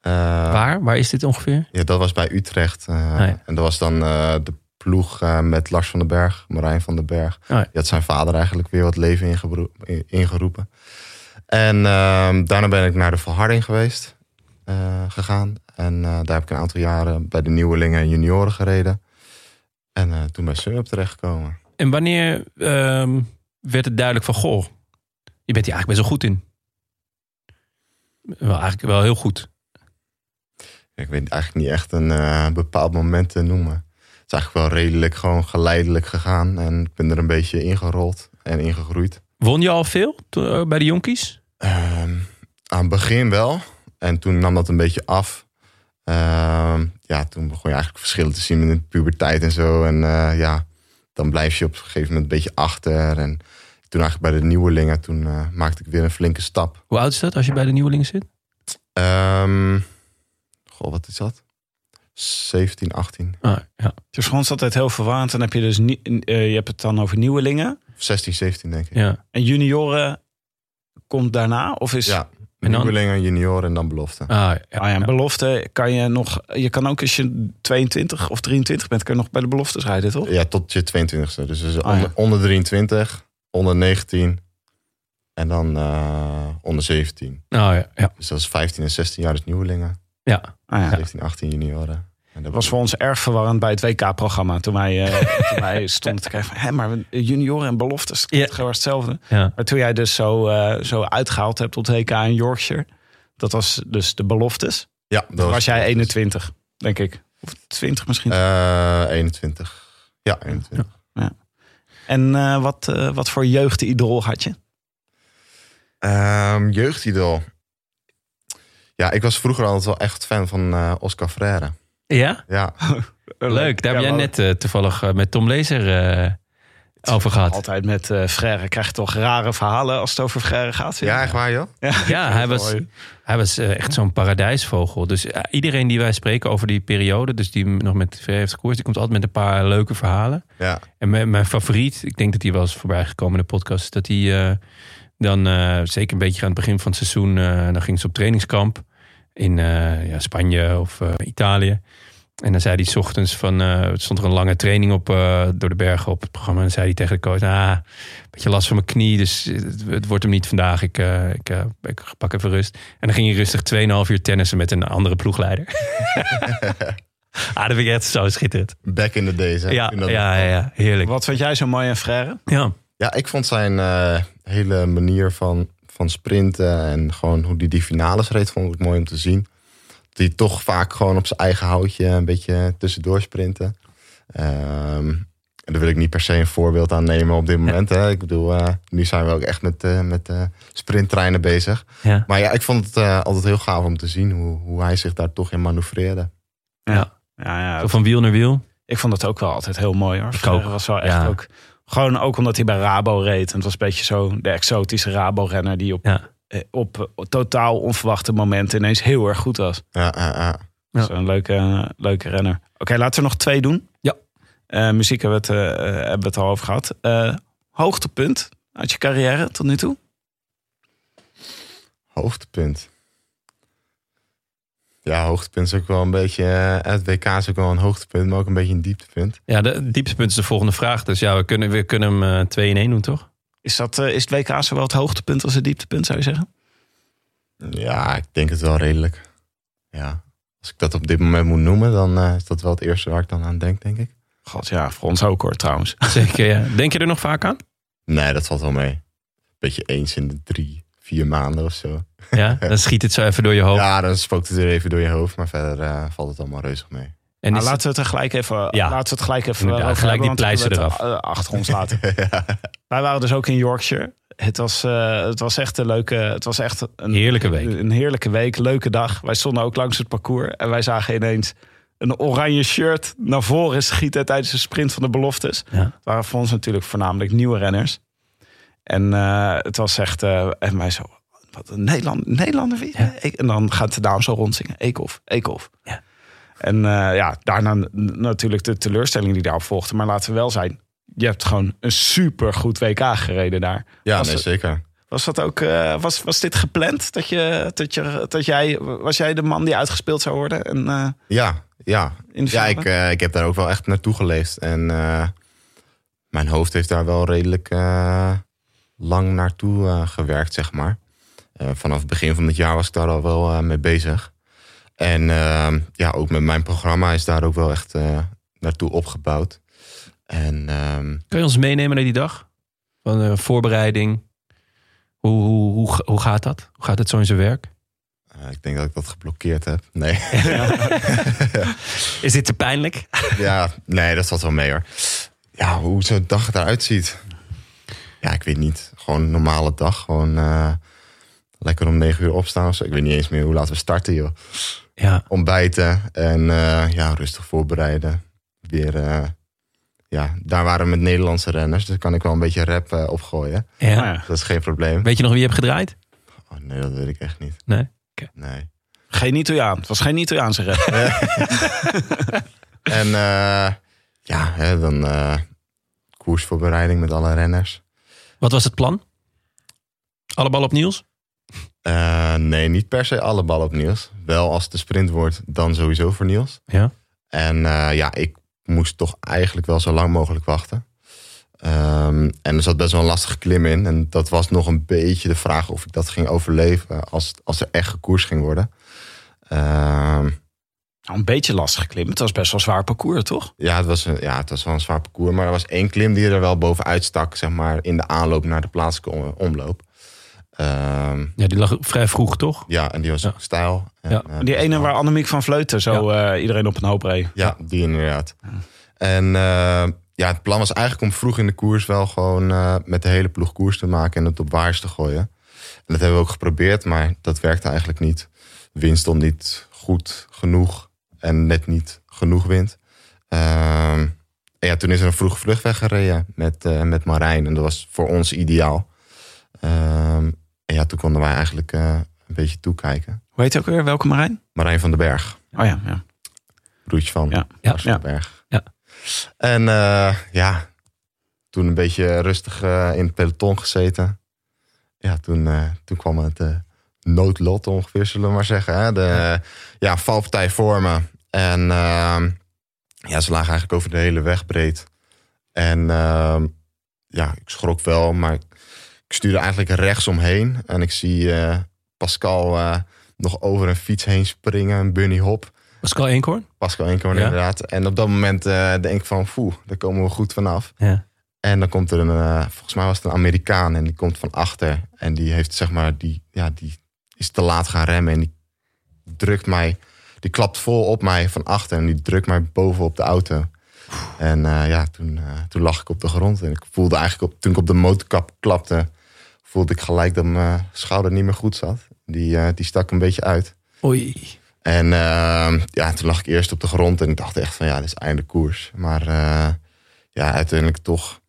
Speaker 3: Ehm,
Speaker 1: Waar? Waar is dit ongeveer?
Speaker 3: Ja, dat was bij Utrecht. eh,
Speaker 1: Ah, ja.
Speaker 3: En dat was dan eh, de ploeg eh, met Lars van den Berg, Marijn van den Berg.
Speaker 1: Ah, ja.
Speaker 3: Die had zijn vader eigenlijk weer wat leven ingebro- in- ingeroepen. En ehm, daarna ben ik naar de verharding geweest eh, gegaan. En eh, daar heb ik een aantal jaren bij de nieuwelingen en junioren gereden. En eh, toen bij Sunweb terechtgekomen.
Speaker 1: En wanneer ehm, werd het duidelijk van, goh, je bent hier eigenlijk best wel goed in. Wel, eigenlijk wel heel goed.
Speaker 3: Ik weet eigenlijk niet echt een eh, bepaald moment te noemen. Het is eigenlijk wel redelijk gewoon geleidelijk gegaan. En ik ben er een beetje ingerold en ingegroeid.
Speaker 1: Won je al veel to- eh, bij de jonkies?
Speaker 3: Ehm, aan het begin wel. En toen nam dat een beetje af. Ehm, ja, toen begon je eigenlijk verschillen te zien in de puberteit en zo. En eh, ja, dan blijf je op een gegeven moment een beetje achter. En toen eigenlijk bij de nieuwelingen, toen eh, maakte ik weer een flinke stap.
Speaker 1: Hoe oud is dat als je bij de nieuwelingen zit?
Speaker 3: Ehm, goh, wat is dat? 17, 18,
Speaker 1: Ah, ja.
Speaker 2: Dus voor ons altijd heel verwarrend. Dan heb je dus nie- eh, je hebt het dan over nieuwelingen.
Speaker 3: of 16, 17 denk ik.
Speaker 1: ja.
Speaker 2: En junioren komt daarna? Of is
Speaker 3: Ja,
Speaker 1: En dan-
Speaker 3: nieuwelingen, junioren en dan belofte.
Speaker 1: Ah, ja.
Speaker 2: Ah ja,
Speaker 1: ja.
Speaker 2: belofte kan je nog. Je kan ook als je 22 of 23 bent, kan je nog bij de beloftes rijden, toch?
Speaker 3: Ja, tot je 22e. Dus, dus
Speaker 2: Ah,
Speaker 3: onder,
Speaker 2: ja.
Speaker 3: onder 23, onder 19 en dan eh, onder 17.
Speaker 1: Ah, ja. ja.
Speaker 3: Dus dat is 15 en 16 jaar, dus nieuwelingen.
Speaker 1: ja.
Speaker 2: Ah ja.
Speaker 3: 17, 18 junioren. En dat
Speaker 2: Dat was voor ons erg verwarrend bij het WK-programma. Toen wij, eh, toen wij stonden te kijken van, hé, maar junioren en beloftes, het
Speaker 1: Ja.
Speaker 2: is gewoon hetzelfde.
Speaker 1: Ja.
Speaker 2: Maar toen jij dus zo, eh, zo uitgehaald hebt tot WK in Yorkshire, dat was dus de beloftes.
Speaker 3: ja, dat
Speaker 2: Toen was jij
Speaker 3: dus,
Speaker 2: 21, denk ik. Of 20 misschien.
Speaker 3: eh, 21. Ja, 21.
Speaker 2: En eh, wat, eh, wat voor jeugdidool had je?
Speaker 3: Ehm, jeugdidol. Ja, ik was vroeger altijd wel echt fan van eh, Oscar Freire.
Speaker 1: Ja?
Speaker 3: Ja,
Speaker 2: Ah,
Speaker 1: Leuk. Daar heb
Speaker 2: Ja,
Speaker 1: jij
Speaker 2: we
Speaker 1: net eh, toevallig eh, met Tom Lezer eh, over gehad.
Speaker 2: Altijd met eh Frère krijg je toch rare verhalen als het over Frère gaat. vind je?
Speaker 3: ja echt waar joh?
Speaker 1: Ja, hij was,
Speaker 2: Mooi.
Speaker 1: hij was eh, echt zo'n paradijsvogel. Dus eh, iedereen die wij spreken over die periode, dus die nog met ver heeft gekoerst, die komt altijd met een paar leuke verhalen.
Speaker 3: Ja,
Speaker 1: En mijn, mijn favoriet, ik denk dat die wel eens voorbij is gekomen in de podcast, is dat hij eh, dan eh, zeker een beetje aan het begin van het seizoen, eh, dan ging ze op trainingskamp in eh, ja, Spanje of eh, Italië. En dan zei hij 's ochtends van, eh, het stond er een lange training op eh, door de bergen op het programma. En dan zei hij tegen de coach, ah, een beetje last van mijn knie, dus het, het wordt hem niet vandaag. Ik, eh, ik, eh, ik pak even rust. En dan ging hij rustig 2,5 uur tennissen met een andere ploegleider. ah, dat vind ik echt zo schitterend.
Speaker 3: Back in the days. Hè?
Speaker 1: Ja, ja,
Speaker 3: Inderdaad.
Speaker 1: ja, ja, heerlijk.
Speaker 2: Wat vond jij zo mooi aan Frère?
Speaker 1: Ja,
Speaker 3: Ja, ik vond zijn eh, hele manier van, van sprinten en gewoon hoe hij die finales reed, vond ik mooi om te zien. Dat hij toch vaak gewoon op zijn eigen houtje een beetje tussendoor sprinten. Ehm, en daar wil ik niet per se een voorbeeld aan nemen op dit moment. Hè. Ik bedoel, eh, nu zijn we ook echt met, eh, met eh, sprinttreinen bezig.
Speaker 1: ja.
Speaker 3: Maar ja, ik vond het eh, altijd heel gaaf om te zien hoe, hoe hij zich daar toch in manoeuvreerde.
Speaker 2: Ja, ja,
Speaker 1: Zo van wiel naar wiel.
Speaker 2: Ik vond het ook wel altijd heel mooi hoor.
Speaker 1: Ik
Speaker 2: Frère
Speaker 1: ook.
Speaker 2: was wel echt
Speaker 1: Ja.
Speaker 2: ook. Gewoon ook omdat hij bij Rabo reed. En het was een beetje zo de exotische Rabo-renner die op,
Speaker 1: Ja.
Speaker 2: eh, op eh, totaal onverwachte momenten ineens heel erg goed was.
Speaker 3: Ja, ja, ja.
Speaker 1: Ja.
Speaker 2: Zo'n leuke, leuke renner. Oké, laten we nog twee doen.
Speaker 1: Ja.
Speaker 2: Eh, muziek hebben we, het, eh, eh, hebben we het al over gehad. Eh, hoogtepunt uit je carrière tot nu toe?
Speaker 3: Hoogtepunt. Ja, hoogtepunt is ook wel een beetje. eh, Het WK is ook wel een hoogtepunt, maar ook een beetje een dieptepunt.
Speaker 1: Ja, de diepste punt is de volgende vraag. Dus ja, we kunnen, we kunnen hem eh, twee in één doen, toch?
Speaker 2: Is, dat, eh, is het WK zowel het hoogtepunt als het dieptepunt, zou je zeggen?
Speaker 3: Ja, ik denk het wel redelijk. Ja. Als ik dat op dit moment moet noemen, dan eh, is dat wel het eerste waar ik dan aan denk, denk ik.
Speaker 2: God ja, voor ons ook hoor trouwens.
Speaker 1: Zeker, ja. Denk je er nog vaak aan?
Speaker 3: Nee, dat valt wel mee. Beetje eens in de drie, vier maanden of zo.
Speaker 1: Ja, dan schiet het zo even door je hoofd.
Speaker 3: Ja, dan spookt het weer even door je hoofd, maar verder eh, valt het allemaal reuze mee.
Speaker 1: En
Speaker 2: Maar
Speaker 1: is
Speaker 2: laten we het er gelijk even,
Speaker 1: Ja.
Speaker 2: laten we het gelijk even
Speaker 1: Inderdaad,
Speaker 2: over
Speaker 1: gelijk die
Speaker 2: hebben, want we
Speaker 1: pleister
Speaker 2: hebben het, eh, achter ons laten.
Speaker 3: ja.
Speaker 2: Wij waren dus ook in Yorkshire. Het was, eh, het was echt een leuke, het was echt een,
Speaker 1: Heerlijke week.
Speaker 2: een heerlijke week, leuke dag. Wij stonden ook langs het parcours en wij zagen ineens een oranje shirt naar voren schieten tijdens de sprint van de beloftes.
Speaker 1: Ja.
Speaker 2: Het waren voor ons natuurlijk voornamelijk nieuwe renners. En eh, het was echt, eh, en wij zo, wat een Nederland, Nederlander wie? Ik- En dan gaat de naam zo rondzingen, Eekhoff, Eekhoff.
Speaker 1: Ja.
Speaker 2: En eh, ja, daarna n- natuurlijk de teleurstelling die daarop volgde. Maar laten we wel zijn, je hebt gewoon een supergoed WK gereden daar.
Speaker 3: ja,
Speaker 2: Was
Speaker 3: nee,
Speaker 2: het-
Speaker 3: zeker.
Speaker 2: Was dat ook, eh, was, was dit gepland? Dat je, dat je, dat jij, was jij de man die uitgespeeld zou worden? En, eh,
Speaker 3: Ja, ja.
Speaker 2: in de
Speaker 3: Ja,
Speaker 2: finale?
Speaker 3: ik, eh, ik heb daar ook wel echt naartoe geleefd. En eh, mijn hoofd heeft daar wel redelijk eh, lang naartoe eh, gewerkt, zeg maar. Eh, vanaf het begin van het jaar was ik daar al wel eh, mee bezig. En eh, ja, ook met mijn programma is daar ook wel echt eh, naartoe opgebouwd. En ehm,
Speaker 1: Kun je ons meenemen naar die dag? Van eh, voorbereiding. Hoe, hoe, hoe, ga- hoe gaat dat? Hoe gaat het zo in zijn werk?
Speaker 3: eh, ik denk dat ik dat geblokkeerd heb. Nee.
Speaker 1: Is dit te pijnlijk?
Speaker 3: Ja, nee, dat valt wel mee hoor. Ja, hoe zo'n dag eruit ziet. Ja, ik weet niet. Gewoon een normale dag. Gewoon eh, lekker om negen uur opstaan. of zo. Ik weet niet eens meer hoe laten we starten, joh.
Speaker 1: Ja,
Speaker 3: Ontbijten en eh, ja, rustig voorbereiden. Weer, eh, ja, daar waren we met Nederlandse renners. Dus daar kan ik wel een beetje rap eh, opgooien.
Speaker 1: ja.
Speaker 2: Nou ja,
Speaker 3: Dat is geen probleem.
Speaker 1: Weet je nog wie je hebt gedraaid?
Speaker 3: Oh, nee, dat weet ik echt niet.
Speaker 1: Nee? Oké.
Speaker 3: Nee.
Speaker 2: geen Italiaan. Het was geen Italiaanse red.
Speaker 3: En eh, ja, hè, dan eh, koersvoorbereiding met alle renners.
Speaker 1: Wat was het plan? Alle bal op Niels?
Speaker 3: Eh, nee, niet per se alle ballen op Niels. Wel als het de sprint wordt, dan sowieso voor Niels.
Speaker 1: Ja.
Speaker 3: En eh, ja, ik moest toch eigenlijk wel zo lang mogelijk wachten. Ehm, en er zat best wel een lastige klim in. En dat was nog een beetje de vraag of ik dat ging overleven als, als er echt gekoers ging worden. Ehm,
Speaker 2: Nou, een beetje lastig geklimmen. Het was best wel zwaar parcours, toch?
Speaker 3: ja, het was een, ja, het was wel een zwaar parcours. Maar er was één klim die er wel bovenuit stak, zeg maar, in de aanloop naar de plaatselijke om- omloop. Ehm,
Speaker 1: Ja, die lag vrij vroeg, toch?
Speaker 3: ja, en die was
Speaker 1: Ja.
Speaker 3: ook stijl. En,
Speaker 1: Ja.
Speaker 3: eh,
Speaker 2: Die
Speaker 3: best
Speaker 2: ene
Speaker 3: wel-
Speaker 2: waar Annemiek van Vleuten zo eh, iedereen op een hoop reed.
Speaker 3: Ja, die inderdaad. En eh, ja, het plan was eigenlijk om vroeg in de koers wel gewoon eh, met de hele ploeg koers te maken en het op waars te gooien. En dat hebben we ook geprobeerd, maar dat werkte eigenlijk niet. Wind stond niet goed genoeg en net niet genoeg wind. Ehm, en ja, toen is er een vroege vlucht weggereden met, eh, met Marijn en dat was voor ons ideaal. Ehm, en ja, toen konden wij eigenlijk eh, een beetje toekijken.
Speaker 2: Hoe heet hij ook weer? Welke Marijn?
Speaker 3: Marijn van den Berg.
Speaker 2: Oh ja, ja.
Speaker 3: Roetje van
Speaker 2: Ja.
Speaker 1: Ja.
Speaker 3: Arsenberg.
Speaker 1: Ja.
Speaker 3: En eh, ja, toen een beetje rustig eh, in het peloton gezeten. Ja, toen, eh, toen kwam het eh, noodlot ongeveer, zullen we maar zeggen. Hè? De eh, ja, valpartij voor me. En ehm, ja, ze lagen eigenlijk over de hele weg breed. En ehm, ja, ik schrok wel, maar ik ik stuurde eigenlijk rechts omheen. En ik zie eh, Pascal eh, nog over een fiets heen springen, een bunny hop.
Speaker 1: Pascal Eenkhoorn?
Speaker 3: Pascal Inkoorn
Speaker 1: Ja.
Speaker 3: inderdaad. En op dat moment eh, denk ik van, foe, daar komen we goed vanaf.
Speaker 1: Ja.
Speaker 3: En dan komt er een, eh, volgens mij was het een Amerikaan en die komt van achter. En die heeft zeg maar, die, ja, die is te laat gaan remmen en die drukt mij, die klapt vol op mij van achter en die drukt mij boven op de auto. En eh, ja, toen, eh, toen lag ik op de grond en ik voelde eigenlijk, op, toen ik op de motorkap klapte, voelde ik gelijk dat mijn schouder niet meer goed zat. Die, eh, die stak een beetje uit.
Speaker 1: Oei.
Speaker 3: En ehm, ja, toen lag ik eerst op de grond en ik dacht echt van ja, dit is einde koers. Maar eh, ja, uiteindelijk toch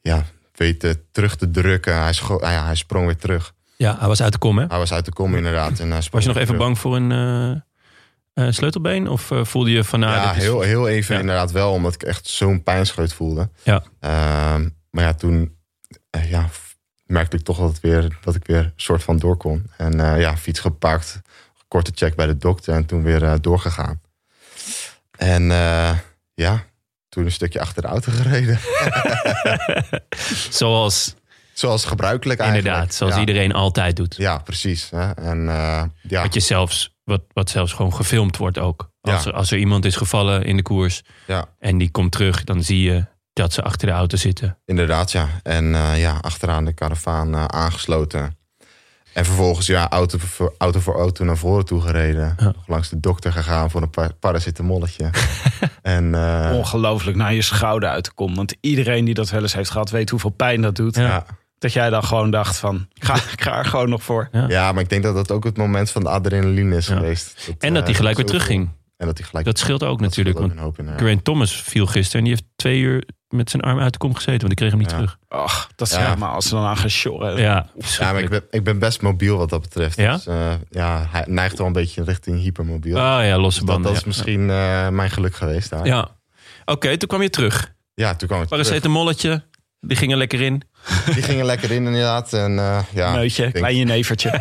Speaker 3: ja, weten terug te drukken. Hij, scho- ah ja, hij sprong weer terug.
Speaker 1: Ja, hij was uit de kom, hè?
Speaker 3: Hij was uit de kom inderdaad. En hij
Speaker 1: Was
Speaker 3: sprong
Speaker 1: je nog
Speaker 3: weer
Speaker 1: even
Speaker 3: terug.
Speaker 1: bang voor een eh, eh, sleutelbeen? Of eh, voelde je van... nou,
Speaker 3: ja,
Speaker 1: dit is-
Speaker 3: heel, heel even
Speaker 1: Ja.
Speaker 3: inderdaad wel, omdat ik echt zo'n pijnscheut voelde.
Speaker 1: Ja.
Speaker 3: Ehm, maar ja, toen eh, ja, f- merkte ik toch dat, het weer, dat ik weer soort van door kon. En eh, ja, fiets gepakt, korte check bij de dokter en toen weer eh, doorgegaan. En eh, ja, toen een stukje achter de auto gereden.
Speaker 1: Zoals,
Speaker 3: Zoals gebruikelijk eigenlijk.
Speaker 1: inderdaad, zoals
Speaker 3: ja.
Speaker 1: iedereen altijd doet.
Speaker 3: Ja, precies. Hè? En eh, ja,
Speaker 1: Wat, je zelfs, wat, wat zelfs gewoon gefilmd wordt ook. Als,
Speaker 3: Ja.
Speaker 1: er, als er iemand is gevallen in de koers
Speaker 3: Ja.
Speaker 1: en die komt terug, dan zie je dat ze achter de auto zitten.
Speaker 3: Inderdaad, ja. En eh, ja, achteraan de karavaan eh, aangesloten. En vervolgens ja, auto voor, auto voor auto naar voren toe gereden.
Speaker 1: Ja.
Speaker 3: Nog langs de dokter gegaan voor een pa- paracetamolletje. en eh,
Speaker 1: Oh,
Speaker 2: Ongelooflijk, naar je schouder uit te komen. Want iedereen die dat wel eens heeft gehad, weet hoeveel pijn dat doet.
Speaker 1: Ja.
Speaker 3: ja.
Speaker 2: Dat jij dan gewoon dacht van, ik ga, ik ga er gewoon nog voor.
Speaker 3: Ja, maar ik denk dat dat ook het moment van de adrenaline is
Speaker 1: Ja.
Speaker 3: geweest.
Speaker 1: En dat
Speaker 3: eh,
Speaker 1: hij gelijk weer
Speaker 3: zoveel-
Speaker 1: terugging.
Speaker 3: En dat hij gelijk
Speaker 1: Dat scheelt ook natuurlijk. Want
Speaker 3: scheelt ook een hoop eh, inderdaad.
Speaker 1: Grant Thomas viel gisteren en die heeft twee uur met zijn arm uit de kom gezeten, want ik kreeg hem niet
Speaker 3: Ja.
Speaker 1: terug.
Speaker 2: Ach, dat is
Speaker 3: Ja.
Speaker 2: maar als ze dan aan gaan sjorren.
Speaker 1: Ja,
Speaker 3: Ja, maar ik ben, ik ben best mobiel wat dat betreft.
Speaker 1: Ja?
Speaker 3: Dus, eh, ja, hij neigt wel een beetje richting hypermobiel.
Speaker 1: Ah ja, losse
Speaker 3: Dus dat,
Speaker 1: banden.
Speaker 3: dat is
Speaker 1: ja.
Speaker 3: misschien eh, mijn geluk geweest daar. Ja,
Speaker 1: Ja. Oké, toen kwam je terug.
Speaker 3: toen kwam het terug.
Speaker 1: Paracetamolletje, die ging er lekker in.
Speaker 3: Die gingen lekker in inderdaad. En eh, ja,
Speaker 2: Neutje,
Speaker 3: ik denk-
Speaker 2: klein jenevertje.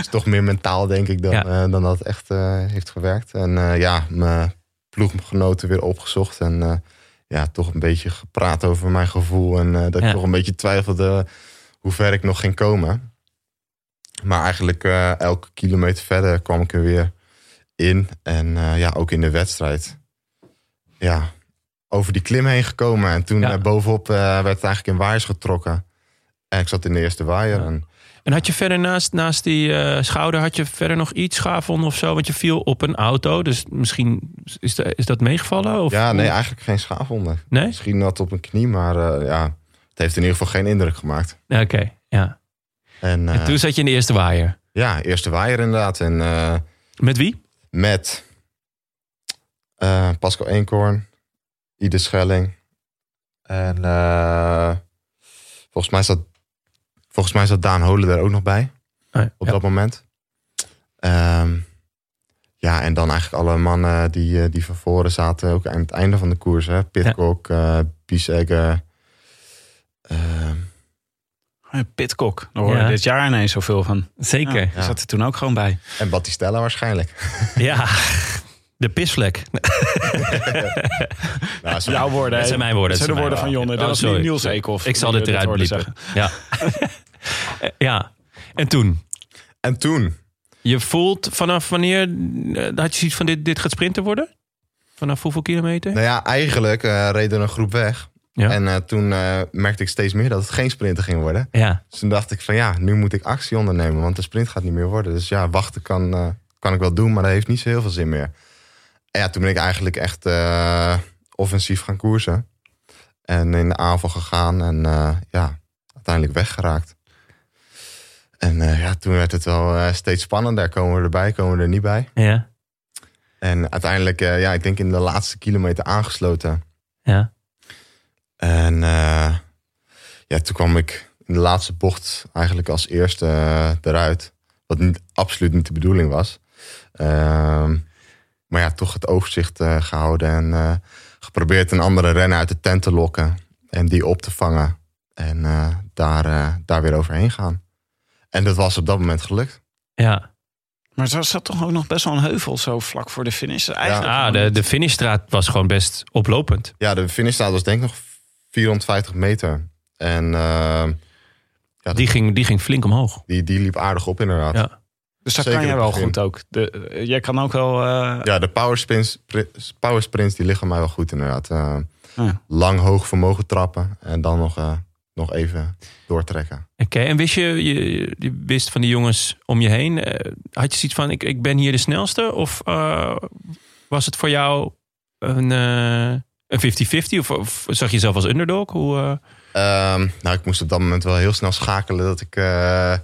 Speaker 3: is toch meer mentaal, denk ik, dan,
Speaker 1: Ja.
Speaker 3: eh, dan dat het echt eh, heeft gewerkt. En eh, ja, mijn ploeggenoten weer opgezocht. En eh, ja, toch een beetje gepraat over mijn gevoel. En eh, dat
Speaker 1: Ja.
Speaker 3: ik toch een beetje twijfelde hoe ver ik nog ging komen. Maar eigenlijk eh, elke kilometer verder kwam ik er weer in. En eh, ja, ook in de wedstrijd. Ja, over die klim heen gekomen. En toen
Speaker 1: Ja.
Speaker 3: eh, bovenop eh, werd het eigenlijk in waaiers getrokken. En ik zat in de eerste waaier.
Speaker 1: Ja.
Speaker 3: En
Speaker 1: En had je verder naast, naast die eh, schouder, had je verder nog iets schaafwonden of zo? Want je viel op een auto, dus misschien is, de- is dat meegevallen? Of,
Speaker 3: ja, nee, eigenlijk geen schaafwonden.
Speaker 1: Nee?
Speaker 3: Misschien nat op mijn knie, maar eh, ja, het heeft in ieder geval geen indruk gemaakt.
Speaker 1: Oké, ja.
Speaker 3: En, eh,
Speaker 1: En toen zat je in de eerste waaier.
Speaker 3: ja, eerste waaier inderdaad. En eh,
Speaker 1: Met wie?
Speaker 3: met eh, Pascal Eenkhoorn, Ide Schelling. En eh, volgens, mij zat, volgens mij zat Daan Holen er ook nog bij
Speaker 1: Oh, ja.
Speaker 3: op dat moment. Ehm, ja, en dan eigenlijk alle mannen die, eh, die van voren zaten, ook aan het einde van de koers. Hè? Pitcock, eh Biesegger. ehm,
Speaker 2: Pitcock, daar hoorde
Speaker 1: Ja.
Speaker 2: dit jaar ineens zoveel van. Ja,
Speaker 1: Zeker.
Speaker 2: die zat er toen ook gewoon bij.
Speaker 3: En Battistella waarschijnlijk.
Speaker 1: Ja. De pisvlek.
Speaker 3: Nou, zo-
Speaker 2: Jouw woorden.
Speaker 1: Dat zijn
Speaker 2: hè?
Speaker 1: mijn woorden.
Speaker 2: Dat zijn de
Speaker 1: mijn
Speaker 2: woorden van Jonne.
Speaker 1: Oh,
Speaker 2: Dat was
Speaker 1: sorry.
Speaker 2: niet Niels Eekhoff.
Speaker 1: Ik zal
Speaker 2: die
Speaker 1: dit
Speaker 2: dit
Speaker 1: eruit
Speaker 2: hoorde
Speaker 1: bliepen. Ja. ja. En toen?
Speaker 3: En toen,
Speaker 1: Je voelt vanaf wanneer... eh, Had je zoiets van dit, dit gaat sprinten worden? Vanaf hoeveel kilometer?
Speaker 3: nou ja, eigenlijk eh reed er een groep weg.
Speaker 1: Ja.
Speaker 3: En eh, toen eh, merkte ik steeds meer dat het geen sprinten ging worden.
Speaker 1: Ja.
Speaker 3: Dus toen dacht ik van ja, nu moet ik actie ondernemen, want de sprint gaat niet meer worden. Dus ja, wachten kan, eh, kan ik wel doen, maar dat heeft niet zo heel veel zin meer. En ja, toen ben ik eigenlijk echt eh, offensief gaan koersen. En in de aanval gegaan en eh, ja, uiteindelijk weggeraakt. En eh, ja, toen werd het wel eh, steeds spannender. Komen we erbij, komen we er niet bij.
Speaker 1: Ja.
Speaker 3: En uiteindelijk, eh, ja, ik denk in de laatste kilometer aangesloten.
Speaker 1: Ja.
Speaker 3: En eh, ja, toen kwam ik in de laatste bocht eigenlijk als eerste eh, eruit. Wat niet, absoluut niet de bedoeling was. Ehm, maar ja, toch het overzicht eh, gehouden en eh, geprobeerd een andere renner uit de tent te lokken. En die op te vangen. En eh, daar, eh, daar weer overheen gaan. En dat was op dat moment gelukt.
Speaker 1: ja.
Speaker 2: Maar het was dat toch ook nog best wel een heuvel zo vlak voor de finish? Eigenlijk
Speaker 1: Ah, de, de finishstraat was gewoon best oplopend.
Speaker 3: Ja, de finishstraat was denk ik nog 450 meter. En eh, Ja,
Speaker 1: Die ging, die ging flink omhoog.
Speaker 3: die, die liep aardig op inderdaad.
Speaker 1: Ja.
Speaker 3: Ja,
Speaker 2: dus dat
Speaker 3: zeker
Speaker 2: kan jij
Speaker 3: het
Speaker 2: wel
Speaker 3: begin.
Speaker 2: goed ook. De, eh, jij kan ook wel... eh,
Speaker 3: de powersprints, pri- powersprints die liggen mij wel goed inderdaad. Eh,
Speaker 2: Ja.
Speaker 3: Lang hoog vermogen trappen en dan nog, eh, nog even doortrekken.
Speaker 1: Oké, en wist je, je, je wist van die jongens om je heen, eh, had je zoiets van, ik, ik ben hier de snelste? Of eh, was het voor jou een eh, een 50-50? Of, of zag je jezelf als underdog? Hoe, eh,
Speaker 3: Ehm, nou, ik moest op dat moment wel heel snel schakelen dat ik eh,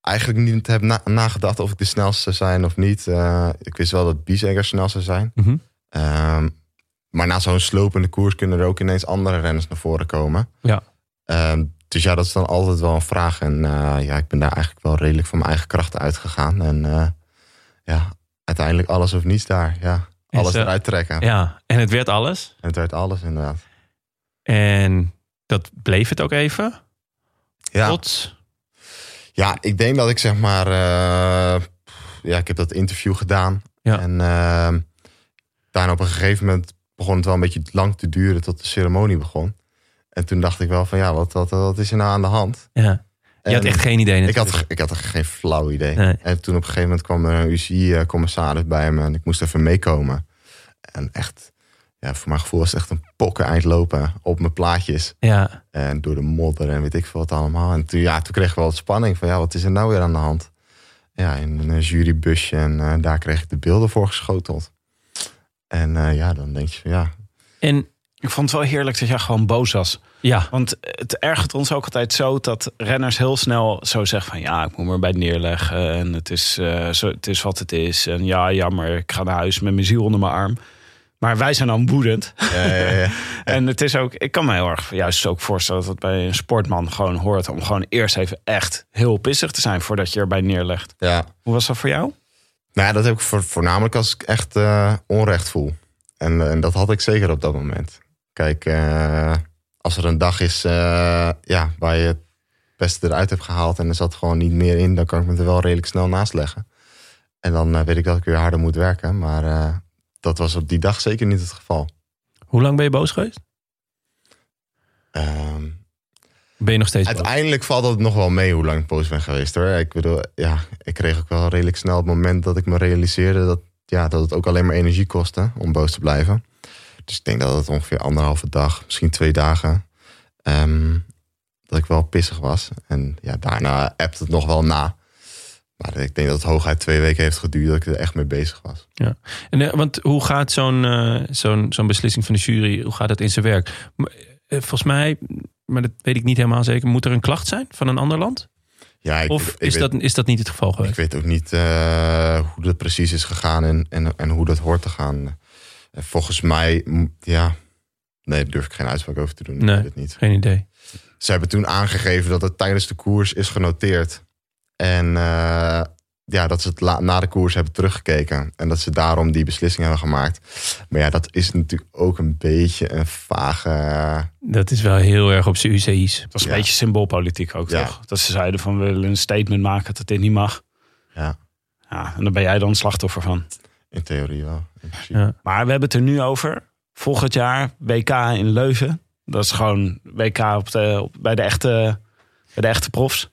Speaker 3: eigenlijk niet heb na- nagedacht of ik de snelste zou zijn of niet. Eh, ik wist wel dat Biesegger snel zou zijn.
Speaker 1: mhm.
Speaker 3: Ehm, maar na zo'n slopende koers kunnen er ook ineens andere renners naar voren komen.
Speaker 1: Ja.
Speaker 3: Ehm, dus ja, dat is dan altijd wel een vraag. En eh, ja, ik ben daar eigenlijk wel redelijk van mijn eigen krachten uitgegaan. En eh, ja, uiteindelijk alles of niets daar. Ja,
Speaker 1: En
Speaker 3: alles
Speaker 1: zo-
Speaker 3: eruit trekken.
Speaker 1: eh, Ja, en het werd alles.
Speaker 3: En het werd alles inderdaad.
Speaker 1: En dat bleef het ook even.
Speaker 3: Ja.
Speaker 1: Tot,
Speaker 3: Ja, ik denk dat ik zeg maar. eh, pff, ja, ik heb dat interview gedaan.
Speaker 1: Ja.
Speaker 3: En ehm, daarna op een gegeven moment begon het wel een beetje lang te duren tot de ceremonie begon. En toen dacht ik wel van ja, wat, wat, wat is er nou aan de hand?
Speaker 1: ja. Je had
Speaker 3: En
Speaker 1: echt geen idee
Speaker 3: ik, had,
Speaker 1: natuurlijk.
Speaker 3: ge- ik had er geen flauw idee.
Speaker 1: Nee.
Speaker 3: En toen op een gegeven moment kwam er een UCI-commissaris bij me en ik moest even meekomen. En echt, ja, voor mijn gevoel was het echt een pokken eind lopen op mijn plaatjes.
Speaker 1: Ja,
Speaker 3: En door de modder en weet ik veel wat allemaal. En toen, ja, toen kreeg ik wel wat spanning van ja, wat is er nou weer aan de hand? Ja, in een jurybusje en eh, daar kreeg ik de beelden voor geschoteld. En eh, ja, dan denk je van ja,
Speaker 1: en
Speaker 2: Ik vond het wel heerlijk dat jij gewoon boos was.
Speaker 1: ja,
Speaker 2: Want het ergert ons ook altijd zo dat renners heel snel zo zeggen van... ja, ik moet me erbij neerleggen en het is, eh, zo, het is wat het is. En ja, jammer, ik ga naar huis met mijn ziel onder mijn arm. Maar wij zijn dan woedend.
Speaker 3: eh, ja, ja,
Speaker 2: En het is ook, ik kan me heel erg juist ook voorstellen dat het bij een sportman gewoon hoort... om gewoon eerst even echt heel pissig te zijn voordat je erbij neerlegt.
Speaker 3: ja.
Speaker 2: Hoe was dat voor jou?
Speaker 3: Nou ja, dat heb ik voor, voornamelijk als ik echt eh, onrecht voel. En, eh, en dat had ik zeker op dat moment. Kijk, eh, als er een dag is eh, ja, waar je het beste eruit hebt gehaald en er zat gewoon niet meer in, dan kan ik me er wel redelijk snel naast leggen. En dan eh, weet ik dat ik weer harder moet werken. Maar eh, dat was op die dag zeker niet het geval.
Speaker 1: hoe lang ben je boos geweest?
Speaker 3: Ehm,
Speaker 1: Ben je nog steeds boos?
Speaker 3: uiteindelijk valt het nog wel mee hoe lang ik boos ben geweest hoor. Ik bedoel, ja, ik kreeg ook wel redelijk snel het moment dat ik me realiseerde dat, ja, dat het ook alleen maar energie kostte om boos te blijven. Dus ik denk dat het ongeveer anderhalve dag, misschien twee dagen, ehm, dat ik wel pissig was. En ja, daarna appt het nog wel na. Maar ik denk dat het hooguit twee weken heeft geduurd dat ik er echt mee bezig was.
Speaker 1: En, eh, want hoe gaat zo'n eh, zo'n zo'n beslissing van de jury, hoe gaat dat in zijn werk? M- eh, Volgens mij, maar dat weet ik niet helemaal zeker, moet er een klacht zijn van een ander land?
Speaker 3: Ja, ik,
Speaker 1: of
Speaker 3: ik
Speaker 1: is,
Speaker 3: weet-
Speaker 1: dat, is dat niet het geval
Speaker 3: Ik
Speaker 1: geweest?
Speaker 3: weet ook niet eh, hoe dat precies is gegaan en, en, en hoe dat hoort te gaan. En volgens mij, mm, ja. Nee, daar durf ik geen uitspraak over te doen. Ik
Speaker 1: Nee.
Speaker 3: weet het niet.
Speaker 1: Geen idee.
Speaker 3: Ze hebben toen aangegeven dat het tijdens de koers is genoteerd. En eh, ja, dat ze het la- na de koers hebben teruggekeken. En dat ze daarom die beslissing hebben gemaakt. Maar ja, dat is natuurlijk ook een beetje een vage. eh,
Speaker 1: Dat is wel heel erg op zijn UCI's.
Speaker 2: Dat was
Speaker 3: Ja.
Speaker 2: een beetje symboolpolitiek ook,
Speaker 3: Ja.
Speaker 2: toch? Dat ze zeiden van, we willen een statement maken dat dit niet mag.
Speaker 3: ja,
Speaker 2: Ja, en daar ben jij dan slachtoffer van.
Speaker 3: in theorie wel. In principe.
Speaker 1: Ja.
Speaker 2: Maar we hebben het er nu over. Volgend jaar WK in Leuven. Dat is gewoon WK op de, op- bij, de echte, bij de echte profs.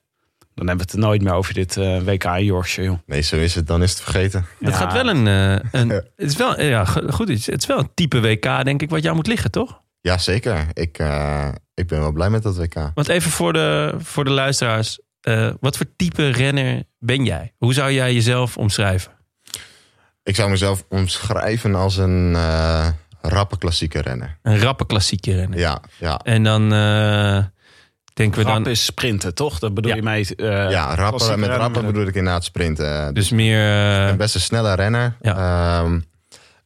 Speaker 2: Dan hebben we het er nooit meer over dit eh, WK in Yorkshire, joh.
Speaker 3: Nee, zo is het. Dan is het vergeten.
Speaker 1: Het
Speaker 2: Ja.
Speaker 1: gaat wel een, eh, een
Speaker 3: Ja.
Speaker 1: het is wel, eh, ja, go- goed, iets. het is wel een type WK denk ik wat jou moet liggen, toch?
Speaker 3: Jazeker. Ik, eh, ik ben wel blij met dat WK.
Speaker 1: Want even voor de, voor de luisteraars, eh, wat voor type renner ben jij? Hoe zou jij jezelf omschrijven?
Speaker 3: Ik zou mezelf omschrijven als een eh, rappe klassieke renner.
Speaker 1: Een rappe klassieke renner.
Speaker 3: Ja, ja,
Speaker 1: En dan eh, denken we
Speaker 2: Rap
Speaker 1: dan.
Speaker 2: is sprinten, toch? Dat bedoel
Speaker 1: Ja.
Speaker 2: je mee. eh,
Speaker 3: ja rappen,
Speaker 2: klassieke
Speaker 3: met
Speaker 2: renner,
Speaker 3: rappen
Speaker 2: maar-
Speaker 3: bedoel ik inderdaad sprinten. Dus
Speaker 1: Dus meer. eh,
Speaker 3: een best een snelle renner. Ehm,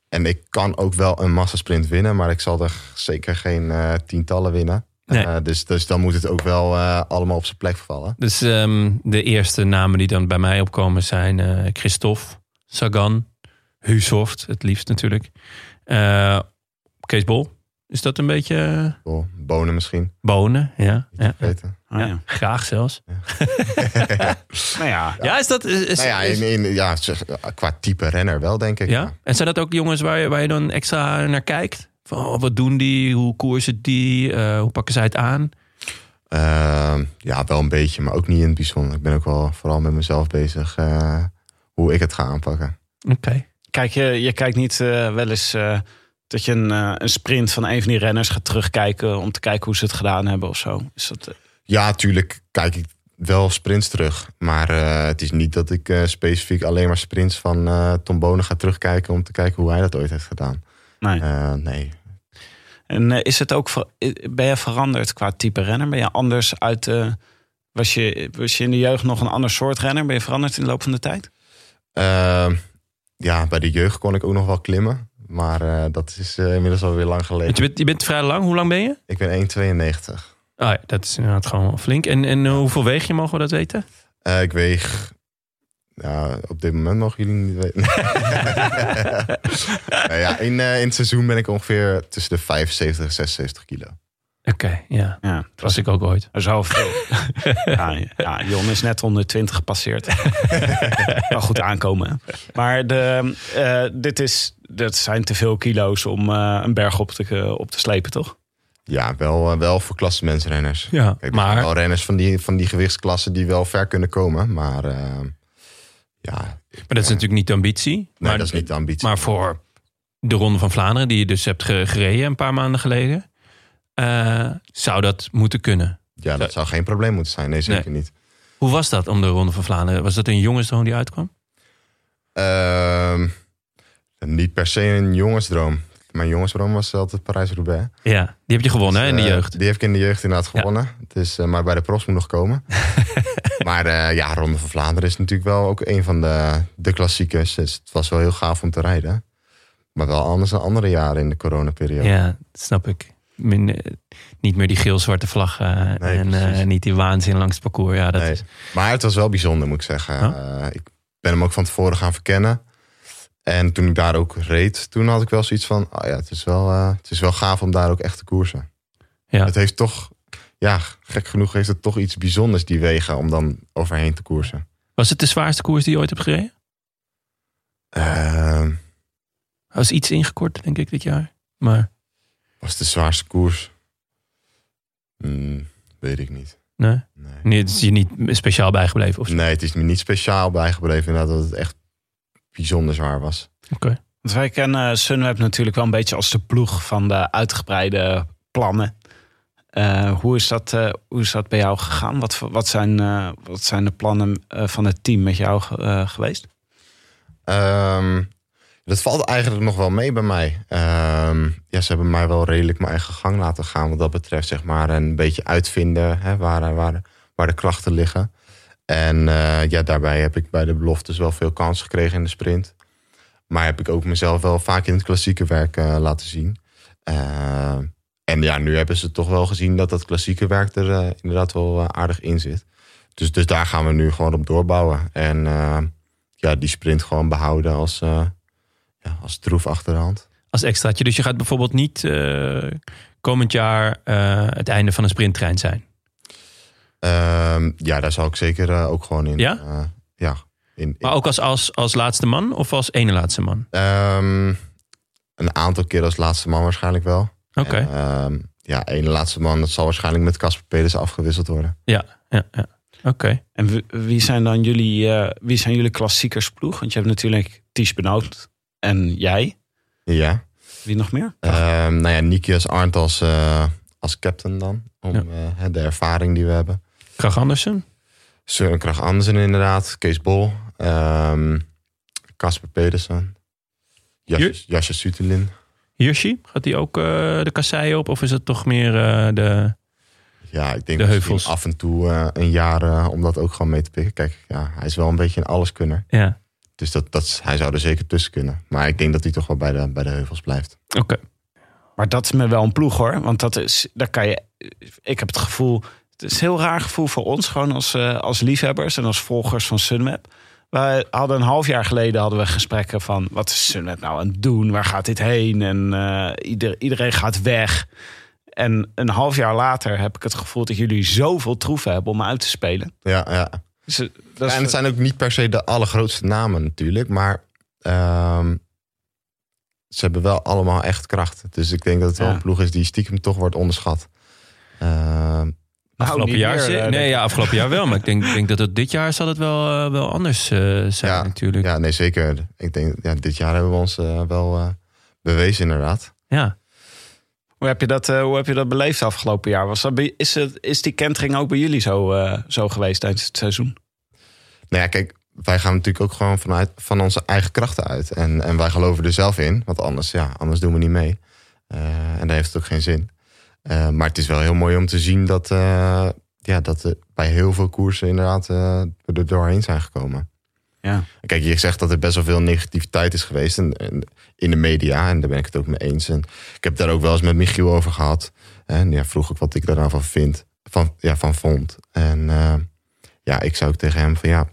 Speaker 3: en ik kan ook wel een massasprint winnen, maar ik zal er zeker geen eh, tientallen winnen.
Speaker 1: Nee.
Speaker 3: Eh, dus, dus dan moet het ook wel eh, allemaal op zijn plek vallen.
Speaker 1: dus ehm, de eerste namen die dan bij mij opkomen zijn eh, Christophe, Sagan, Husoft, het liefst natuurlijk. Eh Kees Bol Is dat een beetje eh,
Speaker 3: Cool. Bonen misschien,
Speaker 1: bonen? Ja, ja.
Speaker 3: weten.
Speaker 2: Ah,
Speaker 1: Ja,
Speaker 2: ja.
Speaker 1: graag zelfs.
Speaker 2: Nou ja,
Speaker 1: Ja, is dat... Is, is-
Speaker 3: Nou ja,
Speaker 1: is-
Speaker 3: in, in, ja, zeg, qua type renner wel, denk ik.
Speaker 1: ja? En zijn dat ook jongens waar je, waar je dan extra naar kijkt? Van, oh, wat doen die? Hoe koersen die? Eh, hoe pakken zij het aan?
Speaker 3: Ehm, ja, wel een beetje, maar ook niet in het bijzonder. Ik ben ook wel vooral met mezelf bezig eh, hoe ik het ga aanpakken.
Speaker 1: Oké.
Speaker 2: Kijk, je, je kijkt niet eh, wel eens eh, dat je een, eh, een sprint van een van die renners gaat terugkijken om te kijken hoe ze het gedaan hebben of zo. Is dat, eh,
Speaker 3: Ja, tuurlijk kijk ik wel sprints terug. Maar eh, het is niet dat ik eh, specifiek alleen maar sprints van eh Tom Bonen ga terugkijken... om te kijken hoe hij dat ooit heeft gedaan.
Speaker 2: nee.
Speaker 3: Eh, nee,
Speaker 2: En eh, is het ook ver- eh, ben je veranderd qua type renner? Ben je anders uit de. Was je, was je in de jeugd nog een ander soort renner? Ben je veranderd in de loop van de tijd?
Speaker 3: Ehm, ja, bij de jeugd kon ik ook nog wel klimmen. Maar eh, dat is eh, inmiddels alweer lang
Speaker 1: Want
Speaker 3: geleden.
Speaker 1: je bent, je bent vrij lang. Hoe lang ben je?
Speaker 3: Ik ben 1,92.
Speaker 1: Ah, ja, dat is inderdaad gewoon wel flink. En, en eh, hoeveel weeg je, mogen we dat weten?
Speaker 3: Eh, ik weeg... Ja, op dit moment mogen jullie niet weten. nou ja, in, eh, in het seizoen ben ik ongeveer tussen de 75 en 76 kilo.
Speaker 1: Oké, ja.
Speaker 2: Ja,
Speaker 1: Dat was ik ook ooit.
Speaker 2: Zo veel. ja, ja, Jon is net 120 gepasseerd. Wel goed aankomen. hè? Maar de, eh, dit is, dat zijn te veel kilo's om eh, een berg op te, eh, op te slepen, toch?
Speaker 3: Ja, wel, eh, wel voor klassementsrenners.
Speaker 1: Ja,
Speaker 3: Kijk, er zijn
Speaker 1: maar
Speaker 3: wel renners van die, van die gewichtsklassen die wel ver kunnen komen. Maar eh, ja,
Speaker 1: Maar dat is natuurlijk niet de ambitie.
Speaker 3: nee,
Speaker 1: maar,
Speaker 3: dat is niet de ambitie.
Speaker 1: maar voor de Ronde van Vlaanderen, die je dus hebt ge- gereden een paar maanden geleden, eh, zou dat moeten kunnen.
Speaker 3: ja, dat zou geen probleem moeten zijn. Nee, zeker niet.
Speaker 1: Hoe was dat om de Ronde van Vlaanderen? Was dat een jongensdroom die uitkwam?
Speaker 3: Ehm, niet per se een jongensdroom. Mijn jongensdroom was altijd Parijs-Roubaix.
Speaker 1: Ja, die heb je gewonnen hè, in de
Speaker 3: Eh,
Speaker 1: jeugd.
Speaker 3: die heb ik in de jeugd inderdaad
Speaker 1: Ja.
Speaker 3: gewonnen. Dus, eh, maar bij de profs moet nog komen. maar eh, ja, Ronde van Vlaanderen is natuurlijk wel ook een van de, de klassiekers. Dus het was wel heel gaaf om te rijden. Maar wel anders dan andere jaren in de coronaperiode.
Speaker 1: Ja, dat snap ik. Min- eh, niet meer die geel-zwarte vlag eh,
Speaker 3: Nee,
Speaker 1: en
Speaker 3: precies.
Speaker 1: eh, niet die waanzin langs het parcours. Ja, dat
Speaker 3: Nee.
Speaker 1: is,
Speaker 3: Maar het was wel bijzonder, moet ik zeggen.
Speaker 1: Ja.
Speaker 3: Eh, ik ben hem ook van tevoren gaan verkennen. En toen ik daar ook reed, toen had ik wel zoiets van... ah ja, het, is wel, eh, het is wel gaaf om daar ook echt te koersen.
Speaker 1: Ja.
Speaker 3: Het heeft toch... Ja, gek genoeg heeft het toch iets bijzonders, die wegen, om dan overheen te koersen.
Speaker 1: Was het de zwaarste koers die je ooit hebt gereden?
Speaker 3: Ehm,
Speaker 1: Er was iets ingekort, denk ik, dit jaar. Maar
Speaker 3: was de zwaarste koers? Hmm, weet ik niet.
Speaker 1: nee,
Speaker 3: Nee.
Speaker 1: nee het is je niet speciaal bijgebleven of zo.
Speaker 3: nee, het is me niet speciaal bijgebleven inderdaad dat het echt bijzonder zwaar was.
Speaker 2: Want wij kennen Sunweb natuurlijk wel een beetje als de ploeg van de uitgebreide plannen. Eh, hoe, is dat, eh, hoe is dat bij jou gegaan? Wat, voor- wat, zijn, eh, wat zijn de plannen eh, van het team met jou eh, geweest?
Speaker 3: Ehm, dat valt eigenlijk nog wel mee bij mij. Ehm, ja, ze hebben mij wel redelijk mijn eigen gang laten gaan wat dat betreft, zeg maar. En een beetje uitvinden hè, waar, waar, waar de krachten liggen. En eh, ja, daarbij heb ik bij de beloftes wel veel kans gekregen in de sprint. Maar heb ik ook mezelf wel vaak in het klassieke werk eh, laten zien. Ehm, en ja, nu hebben ze toch wel gezien dat dat klassieke werk er eh, inderdaad wel eh, aardig in zit. Dus, dus daar gaan we nu gewoon op doorbouwen. En ehm, ja, die sprint gewoon behouden als, eh, ja, als troef achter de hand.
Speaker 1: Als extraatje. Dus je gaat bijvoorbeeld niet eh, komend jaar eh, het einde van een sprinttrein zijn.
Speaker 3: Ehm, ja, daar zal ik zeker eh, ook gewoon in.
Speaker 1: Ja?
Speaker 3: eh, ja. In, in-
Speaker 1: Maar ook als, als, als laatste man of als ene laatste man?
Speaker 3: Ehm, een aantal keer als laatste man waarschijnlijk wel.
Speaker 1: Oké,
Speaker 3: En, ehm, ja, één laatste man, dat zal waarschijnlijk met Casper Pedersen afgewisseld worden.
Speaker 1: ja, ja. oké.
Speaker 2: En wie- wie zijn dan jullie, eh, wie zijn jullie klassiekersploeg? Want je hebt natuurlijk Ties Benoot en jij.
Speaker 3: Ja.
Speaker 2: Wie nog meer?
Speaker 3: Ehm nou ja, Niki als Arndt als, eh, als captain dan. Om
Speaker 1: Ja.
Speaker 3: eh, de ervaring die we hebben.
Speaker 1: Krach Andersen?
Speaker 3: Søren Krag Andersen inderdaad. Kees Bol. ehm, Casper Pedersen. Jasje, Jasje Sutelin.
Speaker 1: Hirschi? Gaat die ook eh, de kasseien op? Of is het toch meer eh, de...
Speaker 3: Ja, ik denk
Speaker 1: De
Speaker 3: misschien
Speaker 1: heuvels.
Speaker 3: af en toe eh, een jaar eh, om dat ook gewoon mee te pikken. Kijk, ja, hij is wel een beetje een alleskunner.
Speaker 1: Ja,
Speaker 3: Dus dat, dat, is- hij zou er zeker tussen kunnen. Maar ik denk dat hij toch wel bij de, bij de heuvels blijft.
Speaker 1: oké.
Speaker 2: Maar dat is me wel een ploeg hoor. Want dat is, daar kan je. Ik heb het gevoel. Het is een heel raar gevoel voor ons, gewoon als, eh, als liefhebbers en als volgers van Sunmap. We hadden een half jaar geleden hadden we gesprekken van... wat is Sunnet nou aan het doen? Waar gaat dit heen? En eh, ieder, iedereen gaat weg. En een half jaar later heb ik het gevoel dat jullie zoveel troeven hebben om uit te spelen.
Speaker 3: Ja, ja.
Speaker 2: Dus, eh, dat is,
Speaker 3: en het zijn ook niet per se de allergrootste namen natuurlijk, maar ehm, ze hebben wel allemaal echt kracht. Dus ik denk dat het wel
Speaker 2: Ja.
Speaker 3: een ploeg is die stiekem toch wordt onderschat. Ehm,
Speaker 2: nou,
Speaker 1: afgelopen
Speaker 2: niet
Speaker 1: jaar,
Speaker 2: meer,
Speaker 1: zi-
Speaker 2: eh,
Speaker 1: nee, ja, afgelopen jaar wel. Maar ik denk, ik denk dat het dit jaar zal het wel, eh, wel anders eh, zijn
Speaker 3: Ja,
Speaker 1: natuurlijk. Ja.
Speaker 3: ja, nee zeker. Ik denk, ja, dit jaar hebben we ons eh, wel eh, bewezen inderdaad.
Speaker 2: Hoe heb, je dat, eh, hoe heb je dat beleefd afgelopen jaar? Was dat, bij- is, het, is die kentering ook bij jullie zo, eh, zo geweest tijdens het seizoen?
Speaker 3: Nou ja, kijk, wij gaan natuurlijk ook gewoon vanuit van onze eigen krachten uit. En, en wij geloven er zelf in, want anders, ja, anders doen we niet mee. Eh, en dan heeft het ook geen zin. Eh, maar het is wel heel mooi om te zien dat, eh, ja, dat er bij heel veel koersen inderdaad eh, we er doorheen zijn gekomen.
Speaker 2: Ja.
Speaker 3: Kijk, je zegt dat er best wel veel negativiteit is geweest en, en in de media. En daar ben ik het ook mee eens. En ik heb daar ook wel eens met Michiel over gehad. En ja, vroeg ik wat ik daar nou van vind. Van, ja, van vond. En eh, ja, ik zou ook tegen hem van ja.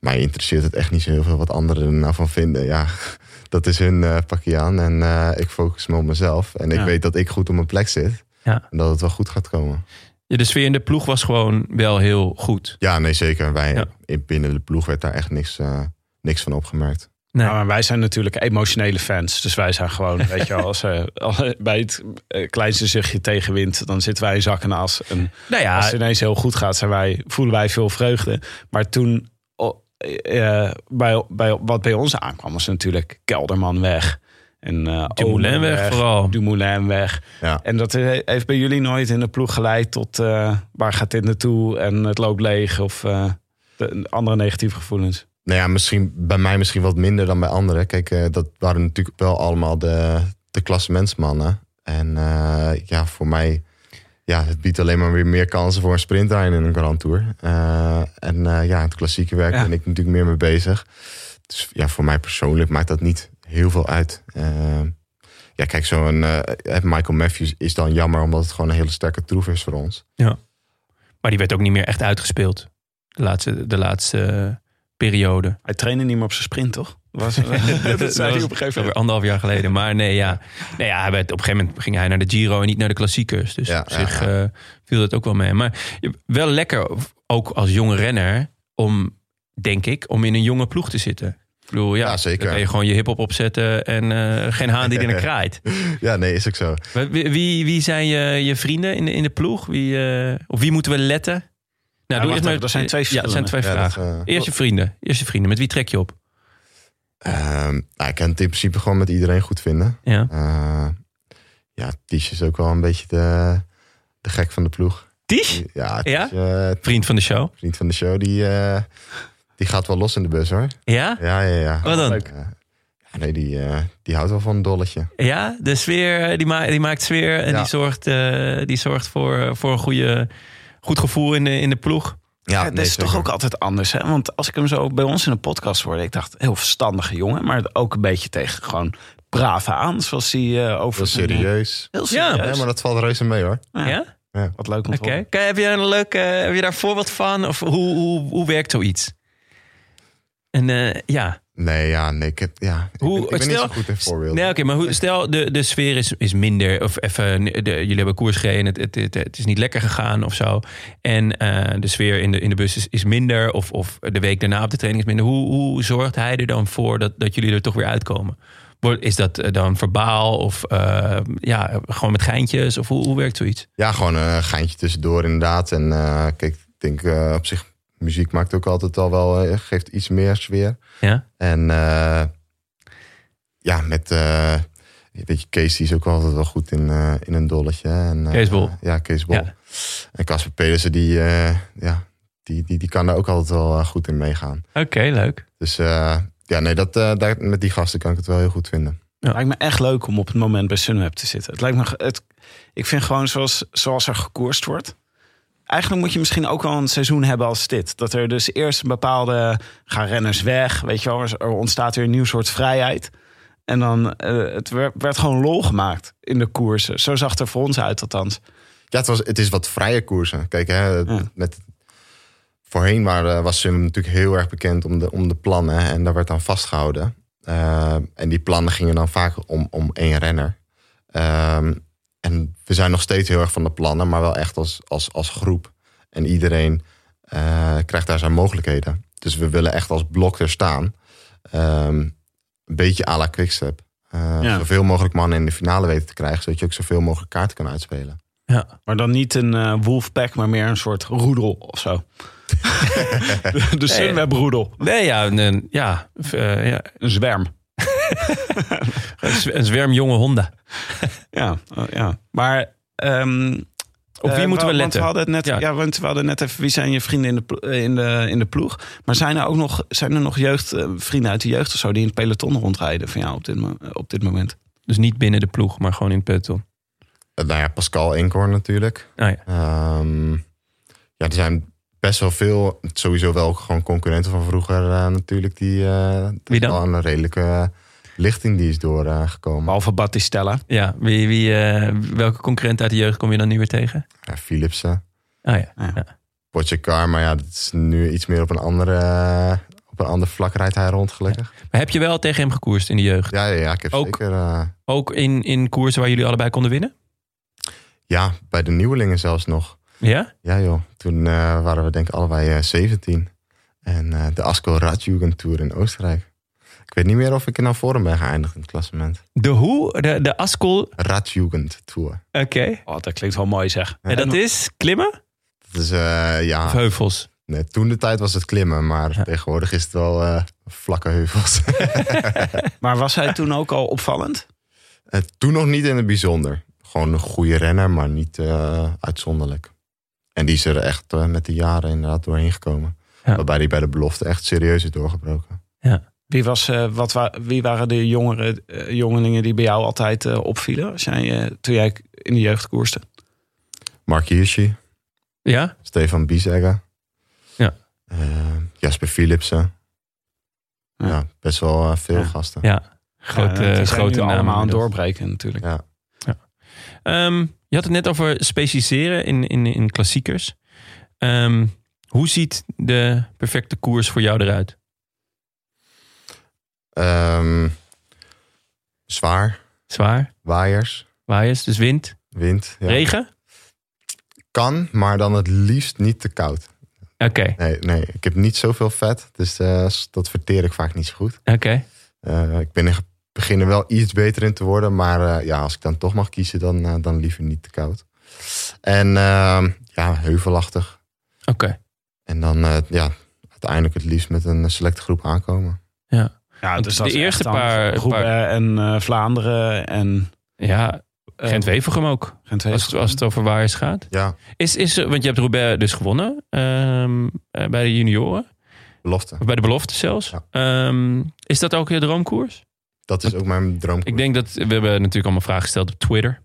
Speaker 3: Mij interesseert het echt niet zo heel veel wat anderen er nou van vinden. Ja, dat is hun eh pakje aan. En eh, ik focus me op mezelf. En ik
Speaker 2: Ja.
Speaker 3: weet dat ik goed op mijn plek zit.
Speaker 1: Ja.
Speaker 3: En dat het wel goed gaat komen.
Speaker 1: de sfeer in de ploeg was gewoon wel heel goed.
Speaker 3: Ja, nee, zeker. Wij
Speaker 1: Ja.
Speaker 3: in- binnen de ploeg werd daar echt niks, eh, niks van opgemerkt.
Speaker 1: Nee.
Speaker 2: Ja, maar Nou, wij zijn natuurlijk emotionele fans. Dus wij zijn gewoon, weet je wel, als eh, al- bij het eh, kleinste zuchtje tegenwind, dan zitten wij in zak en as. En
Speaker 1: Nou ja,
Speaker 2: als het ineens heel goed gaat, zijn wij, voelen wij veel vreugde. Maar toen, oh, eh, bij, bij, wat bij ons aankwam, was natuurlijk Kelderman weg. En eh
Speaker 1: Dumoulin
Speaker 2: Omen
Speaker 1: weg vooral.
Speaker 2: Dumoulin weg.
Speaker 3: Ja.
Speaker 2: En dat he- heeft bij jullie nooit in de ploeg geleid tot eh, waar gaat dit naartoe en het loopt leeg of eh, de- andere negatieve gevoelens.
Speaker 3: Nou ja, misschien, bij mij misschien wat minder dan bij anderen. Kijk, eh, dat waren natuurlijk wel allemaal de, de klassementsmannen. En eh, ja, voor mij, ja, het biedt alleen maar weer meer kansen voor een sprintrijden in een Grand Tour. Eh, en eh, ja, het klassieke werk
Speaker 2: Ja.
Speaker 3: ben ik natuurlijk meer mee bezig. Dus ja, voor mij persoonlijk maakt dat niet heel veel uit. Eh, ja, kijk, zo'n eh, Michael Matthews is dan jammer omdat het gewoon een hele sterke troef is voor ons.
Speaker 1: maar die werd ook niet meer echt uitgespeeld. De laatste, de laatste eh, periode.
Speaker 2: Hij trainde niet meer op zijn sprint, toch? Was, dat zei hij
Speaker 1: was
Speaker 2: op een gegeven
Speaker 1: Weer
Speaker 2: moment.
Speaker 1: anderhalf jaar geleden. Maar nee, ja. Nee, ja hij werd, op een gegeven moment ging hij naar de Giro en niet naar de klassiekers. Dus
Speaker 3: Ja,
Speaker 1: op
Speaker 3: ja,
Speaker 1: zich
Speaker 3: ja.
Speaker 1: eh, viel dat ook wel mee. Maar je- wel lekker, ook als jonge renner, om, denk ik, om in een jonge ploeg te zitten. Ik bedoel, ja,
Speaker 3: Ja, zeker.
Speaker 1: Dan kan je gewoon je hip-hop opzetten en eh, geen haan die er kraait.
Speaker 3: Ja, nee, is ook zo.
Speaker 1: Wie, wie, wie zijn je, je vrienden in de, in de ploeg? Wie, eh, op wie moeten we letten? Nou,
Speaker 2: wacht
Speaker 1: eerst
Speaker 2: even, er zijn twee
Speaker 1: ja, er zijn
Speaker 2: verschillende.
Speaker 1: twee
Speaker 3: Ja, dat,
Speaker 1: vragen.
Speaker 3: eh,
Speaker 1: Eerst je vrienden. Eerst je vrienden. Met wie trek je op?
Speaker 3: Ehm, nou, ik kan het in principe gewoon met iedereen goed vinden.
Speaker 1: Ja.
Speaker 3: Eh, ja, Ties is ook wel een beetje de, de gek van de ploeg.
Speaker 1: Ties?
Speaker 3: Ja,
Speaker 1: Ja?
Speaker 3: Ties, eh,
Speaker 1: Vriend van de show.
Speaker 3: vriend van de show, die, eh, die gaat wel los in de bus hoor.
Speaker 1: Ja?
Speaker 3: Ja, ja, ja.
Speaker 1: Wat dan?
Speaker 3: Eh, ja, nee, die, eh, die houdt wel van een dolletje.
Speaker 1: Ja, de sfeer, eh, die, ma die maakt sfeer en
Speaker 3: Ja.
Speaker 1: die zorgt, eh, die zorgt voor, eh, voor een goede, goed gevoel in de, in de ploeg.
Speaker 3: Ja,
Speaker 2: Ja, dat is toch ook altijd anders, hè? Want als ik hem zo bij ons in een podcast hoorde, ik dacht, heel verstandige jongen, maar ook een beetje tegen gewoon brave aan, zoals hij eh, over...
Speaker 3: Heel
Speaker 2: zijn-
Speaker 3: serieus.
Speaker 2: Heel serieus.
Speaker 3: Ja, maar dat valt reuze mee hoor.
Speaker 1: Ja?
Speaker 2: Ja.
Speaker 3: Ja.
Speaker 2: Wat leuk om te
Speaker 1: Oké.
Speaker 2: horen.
Speaker 1: Kan- Heb je een leuk, eh, heb je daar voorbeeld van? Of hoe, hoe, hoe werkt zoiets? En eh, ja,
Speaker 3: Nee, ja, nee, ik, heb, ja, ik
Speaker 1: Hoe-
Speaker 3: ben, ik ben niet
Speaker 1: stel-
Speaker 3: zo goed in voorbeelden.
Speaker 1: nee, oké, maar hoe, stel de, de sfeer is, is minder. Of even, de, jullie hebben koers gereden, het, het, het, het is niet lekker gegaan of zo. En eh, de sfeer in de, in de bus is, is minder. Of, of de week daarna op de training is minder. Hoe, hoe zorgt hij er dan voor dat, dat jullie er toch weer uitkomen? Wordt- Is dat eh, dan verbaal of eh, ja, gewoon met geintjes? Of hoe, hoe werkt zoiets?
Speaker 3: Ja, gewoon een eh, geintje tussendoor inderdaad. En eh, kijk, ik denk eh, op zich, muziek maakt ook altijd al wel, eh, geeft iets meer sfeer.
Speaker 1: Ja?
Speaker 3: En eh, ja, met, eh weet je, Kees die is ook altijd wel goed in, eh, in een dolletje. En, eh,
Speaker 1: Kees Bol.
Speaker 3: ja, Kees Bol.
Speaker 1: Ja.
Speaker 3: En Casper Pedersen, die, eh, ja, die, die, die kan daar ook altijd wel eh, goed in meegaan.
Speaker 1: Oké, leuk.
Speaker 3: Dus eh, ja, nee, dat, eh, daar, met die gasten kan ik het wel heel goed vinden.
Speaker 1: Ja.
Speaker 2: Het lijkt me echt leuk om op het moment bij Sunweb te zitten. Het lijkt me, ge- het, ik vind gewoon zoals, zoals er gekoerst wordt. Eigenlijk moet je misschien ook wel een seizoen hebben als dit. Dat er dus eerst een bepaalde. gaan renners weg. Weet je wel, er er ontstaat weer een nieuw soort vrijheid. En dan. eh, het werd, werd gewoon lol gemaakt in de koersen. Zo zag het er voor ons uit, althans.
Speaker 3: Ja, het, was, het is wat vrije koersen. Kijk, hè,
Speaker 2: Ja.
Speaker 3: met, voor Voorheen waren, was Sim natuurlijk heel erg bekend om de, om de plannen en daar werd aan vastgehouden. Ehm, en die plannen gingen dan vaak om, om één renner. Ehm, en we zijn nog steeds heel erg van de plannen, maar wel echt als, als, als groep. En iedereen eh, krijgt daar zijn mogelijkheden. Dus we willen echt als blok er staan. Ehm, een beetje à la Quickstep. Eh,
Speaker 2: Ja.
Speaker 3: Zoveel mogelijk mannen in de finale weten te krijgen, zodat je ook zoveel mogelijk kaarten kan uitspelen.
Speaker 2: Maar dan niet een eh, wolfpack, maar meer een soort roedel of zo. de de Sunweb roedel.
Speaker 1: Nee, ja, een, ja, v- eh, ja,
Speaker 2: Een zwerm.
Speaker 1: een zw- een zwerm jonge honden.
Speaker 2: Ja, eh, ja. maar... ehm,
Speaker 1: Op wie
Speaker 2: eh,
Speaker 1: moeten we
Speaker 2: want
Speaker 1: letten?
Speaker 2: We hadden, het net, ja.
Speaker 1: Ja.
Speaker 2: want we hadden net even wie zijn je vrienden in de, plo- eh, in de, in de ploeg. Maar zijn er ook nog, zijn er nog jeugd, eh, vrienden uit de jeugd of zo die in het peloton rondrijden van jou op dit, mo- eh, op dit moment?
Speaker 1: Dus niet binnen de ploeg, maar gewoon in het peloton.
Speaker 3: Eh, Nou ja, Pascal Enkhorn natuurlijk.
Speaker 1: Ah ja.
Speaker 3: Ehm, ja, er zijn best wel veel, sowieso wel gewoon concurrenten van vroeger eh, natuurlijk. Die, eh, er
Speaker 1: Wie
Speaker 3: is
Speaker 1: dan?
Speaker 3: wel een redelijke eh, lichting die is doorgekomen.
Speaker 2: Behalve Battistella.
Speaker 1: Ja, wie, wie, eh, welke concurrent uit de jeugd kom je dan nu weer tegen?
Speaker 3: ja, Philipsen,
Speaker 1: Ah ja.
Speaker 2: Ja.
Speaker 3: Pogacar, maar ja, dat is nu iets meer op een andere... eh, op een ander vlak rijdt hij rond, gelukkig.
Speaker 1: Maar heb je wel tegen hem gekoerst in de jeugd?
Speaker 3: Ja, ja, ja ik heb
Speaker 1: Ook-
Speaker 3: zeker... eh,
Speaker 1: Ook in, in koersen waar jullie allebei konden winnen?
Speaker 3: ja, bij de nieuwelingen zelfs nog.
Speaker 1: Ja?
Speaker 3: Ja joh, toen eh, waren we denk ik allebei eh, 17. En eh, de Asco Radjugend Tour in Oostenrijk. Ik weet niet meer of ik in nou vorm ben geëindigd in het klassement.
Speaker 1: De hoe? De, de Ascol? Oké.
Speaker 3: Radjugend Tour.
Speaker 2: Oh, dat klinkt wel mooi zeg.
Speaker 1: En dat is klimmen?
Speaker 3: Dat is, eh,
Speaker 1: Of
Speaker 3: ja,
Speaker 1: heuvels?
Speaker 3: nee, toen de tijd was het klimmen, maar
Speaker 1: Ja.
Speaker 3: tegenwoordig is het wel eh, vlakke heuvels.
Speaker 2: Maar was hij toen ook al opvallend?
Speaker 3: Eh, toen nog niet in het bijzonder. Gewoon een goede renner, maar niet eh, uitzonderlijk. En die is er echt eh, met de jaren inderdaad doorheen gekomen.
Speaker 1: Ja.
Speaker 3: Waarbij die bij de belofte echt serieus is doorgebroken.
Speaker 2: Wie, was, eh, wat wa- wie waren de jongere, eh, jongelingen die bij jou altijd eh, opvielen als jij, eh, toen jij in de jeugd koerste?
Speaker 3: Mark Hirschi,
Speaker 1: Ja?
Speaker 3: Stefan Biesegger.
Speaker 1: Ja.
Speaker 3: Eh, Jasper Philipsen.
Speaker 2: Ja.
Speaker 3: Ja. best wel eh, veel
Speaker 2: Ja.
Speaker 3: gasten.
Speaker 1: Ja. Grote,
Speaker 2: Ja, die zijn
Speaker 1: eh, grote
Speaker 2: nu
Speaker 1: namen.
Speaker 2: allemaal aan het
Speaker 1: inmiddels.
Speaker 2: doorbreken natuurlijk.
Speaker 3: Ja.
Speaker 1: Ehm, je had het net over specialiseren in, in, in klassiekers. Ehm, hoe ziet de perfecte koers voor jou eruit?
Speaker 3: Ehm, zwaar,
Speaker 1: Zwaar,
Speaker 3: waaiers,
Speaker 1: waaiers, dus wind,
Speaker 3: wind. Ja.
Speaker 1: regen?
Speaker 3: Kan, maar dan het liefst niet te koud.
Speaker 1: Oké,
Speaker 3: Nee, nee ik heb niet zoveel vet, dus eh, s- dat verteer ik vaak niet zo goed.
Speaker 1: oké.
Speaker 3: Eh, ik ben er, begin er wel iets beter in te worden, maar eh, ja, als ik dan toch mag kiezen, dan, eh, dan liever niet te koud. En ehm, ja, heuvelachtig.
Speaker 1: Oké.
Speaker 3: En dan eh, ja, uiteindelijk het liefst met een selecte groep aankomen.
Speaker 2: Ja,
Speaker 1: Want
Speaker 2: dus
Speaker 1: de
Speaker 2: dat is
Speaker 1: eerste
Speaker 2: echt dan
Speaker 1: paar-
Speaker 2: Groepen
Speaker 1: paar-
Speaker 2: en eh, Vlaanderen en
Speaker 1: Ja,
Speaker 2: eh,
Speaker 1: Gent-Wevergem ook. Als het,
Speaker 2: Gent-Wevergem.
Speaker 1: als het over waaiers gaat.
Speaker 3: Ja,
Speaker 1: Is, is, er- want je hebt Roubaix dus gewonnen ehm, eh, bij de junioren,
Speaker 3: belofte.
Speaker 1: of bij de belofte zelfs.
Speaker 3: Ja.
Speaker 1: Ehm, is dat ook je droomkoers?
Speaker 3: Dat is ook mijn droom.
Speaker 1: Ik denk dat we hebben natuurlijk allemaal vragen gesteld op Twitter.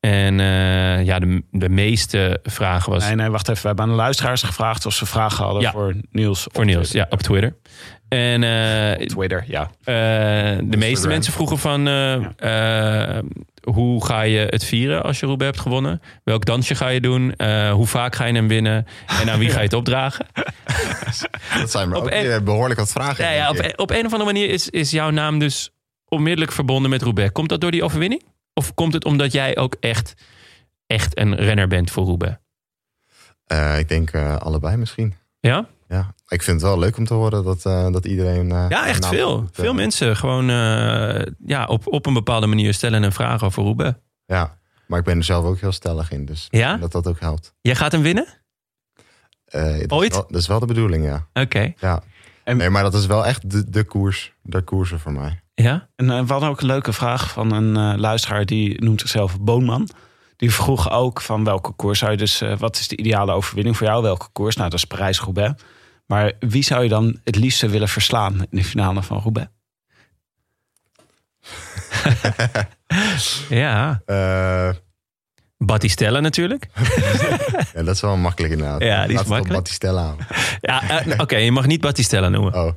Speaker 1: En eh, ja, de, de meeste vragen was
Speaker 2: Nee, nee, wacht even. We hebben aan de luisteraars gevraagd of ze vragen hadden
Speaker 1: Ja.
Speaker 2: voor Niels. op
Speaker 1: voor Niels,
Speaker 2: Twitter.
Speaker 1: ja, op Twitter. En eh,
Speaker 2: Twitter, ja.
Speaker 1: eh, de meeste
Speaker 3: Instagram.
Speaker 1: mensen vroegen van eh, eh, hoe ga je het vieren als je Roubaix hebt gewonnen? Welk dansje ga je doen? Eh, hoe vaak ga je hem winnen? En aan wie ga je het opdragen?
Speaker 3: Dat zijn maar
Speaker 1: Op
Speaker 3: ook
Speaker 1: een-
Speaker 3: weer behoorlijk wat vragen.
Speaker 1: Ja, ja,
Speaker 3: denk ik.
Speaker 1: op, op een of andere manier is, is jouw naam dus onmiddellijk verbonden met Roubaix. Komt dat door die overwinning? Of komt het omdat jij ook echt, echt een renner bent voor Roubaix?
Speaker 3: Eh, ik denk eh, allebei misschien.
Speaker 1: Ja?
Speaker 3: Ja. Ik vind het wel leuk om te horen dat, eh, dat iedereen... eh,
Speaker 1: Ja, echt
Speaker 3: naam-
Speaker 1: veel.
Speaker 3: goed, eh,
Speaker 1: Veel mensen gewoon eh, ja, op, op een bepaalde manier stellen een vraag over Roubaix.
Speaker 3: Ja, maar ik ben er zelf ook heel stellig in, dus
Speaker 1: Ja?
Speaker 3: dat dat ook helpt.
Speaker 1: Jij gaat hem winnen?
Speaker 3: Eh, dat is
Speaker 1: Ooit?
Speaker 3: wel- dat is wel de bedoeling, ja.
Speaker 1: Oké.
Speaker 3: Ja.
Speaker 2: En-
Speaker 3: nee, maar dat is wel echt de, de koers. De koersen voor mij.
Speaker 1: Ja?
Speaker 2: En eh, we hadden ook een leuke vraag van een eh, luisteraar. Die noemt zichzelf Boonman. Die vroeg ook van welke koers zou je dus... eh, wat is de ideale overwinning voor jou? Welke koers? Nou, dat is Parijs-Roubaix. Maar wie zou je dan het liefste willen verslaan in de finale van Roubaix?
Speaker 1: Ja.
Speaker 3: Eh,
Speaker 1: Battistella natuurlijk.
Speaker 3: ja, dat is wel makkelijk inderdaad.
Speaker 1: Ja, die is
Speaker 3: Laten we het op
Speaker 1: makkelijk.
Speaker 3: Battistella houden.
Speaker 1: Ja, eh, Oké, je mag niet Battistella noemen.
Speaker 3: Oh.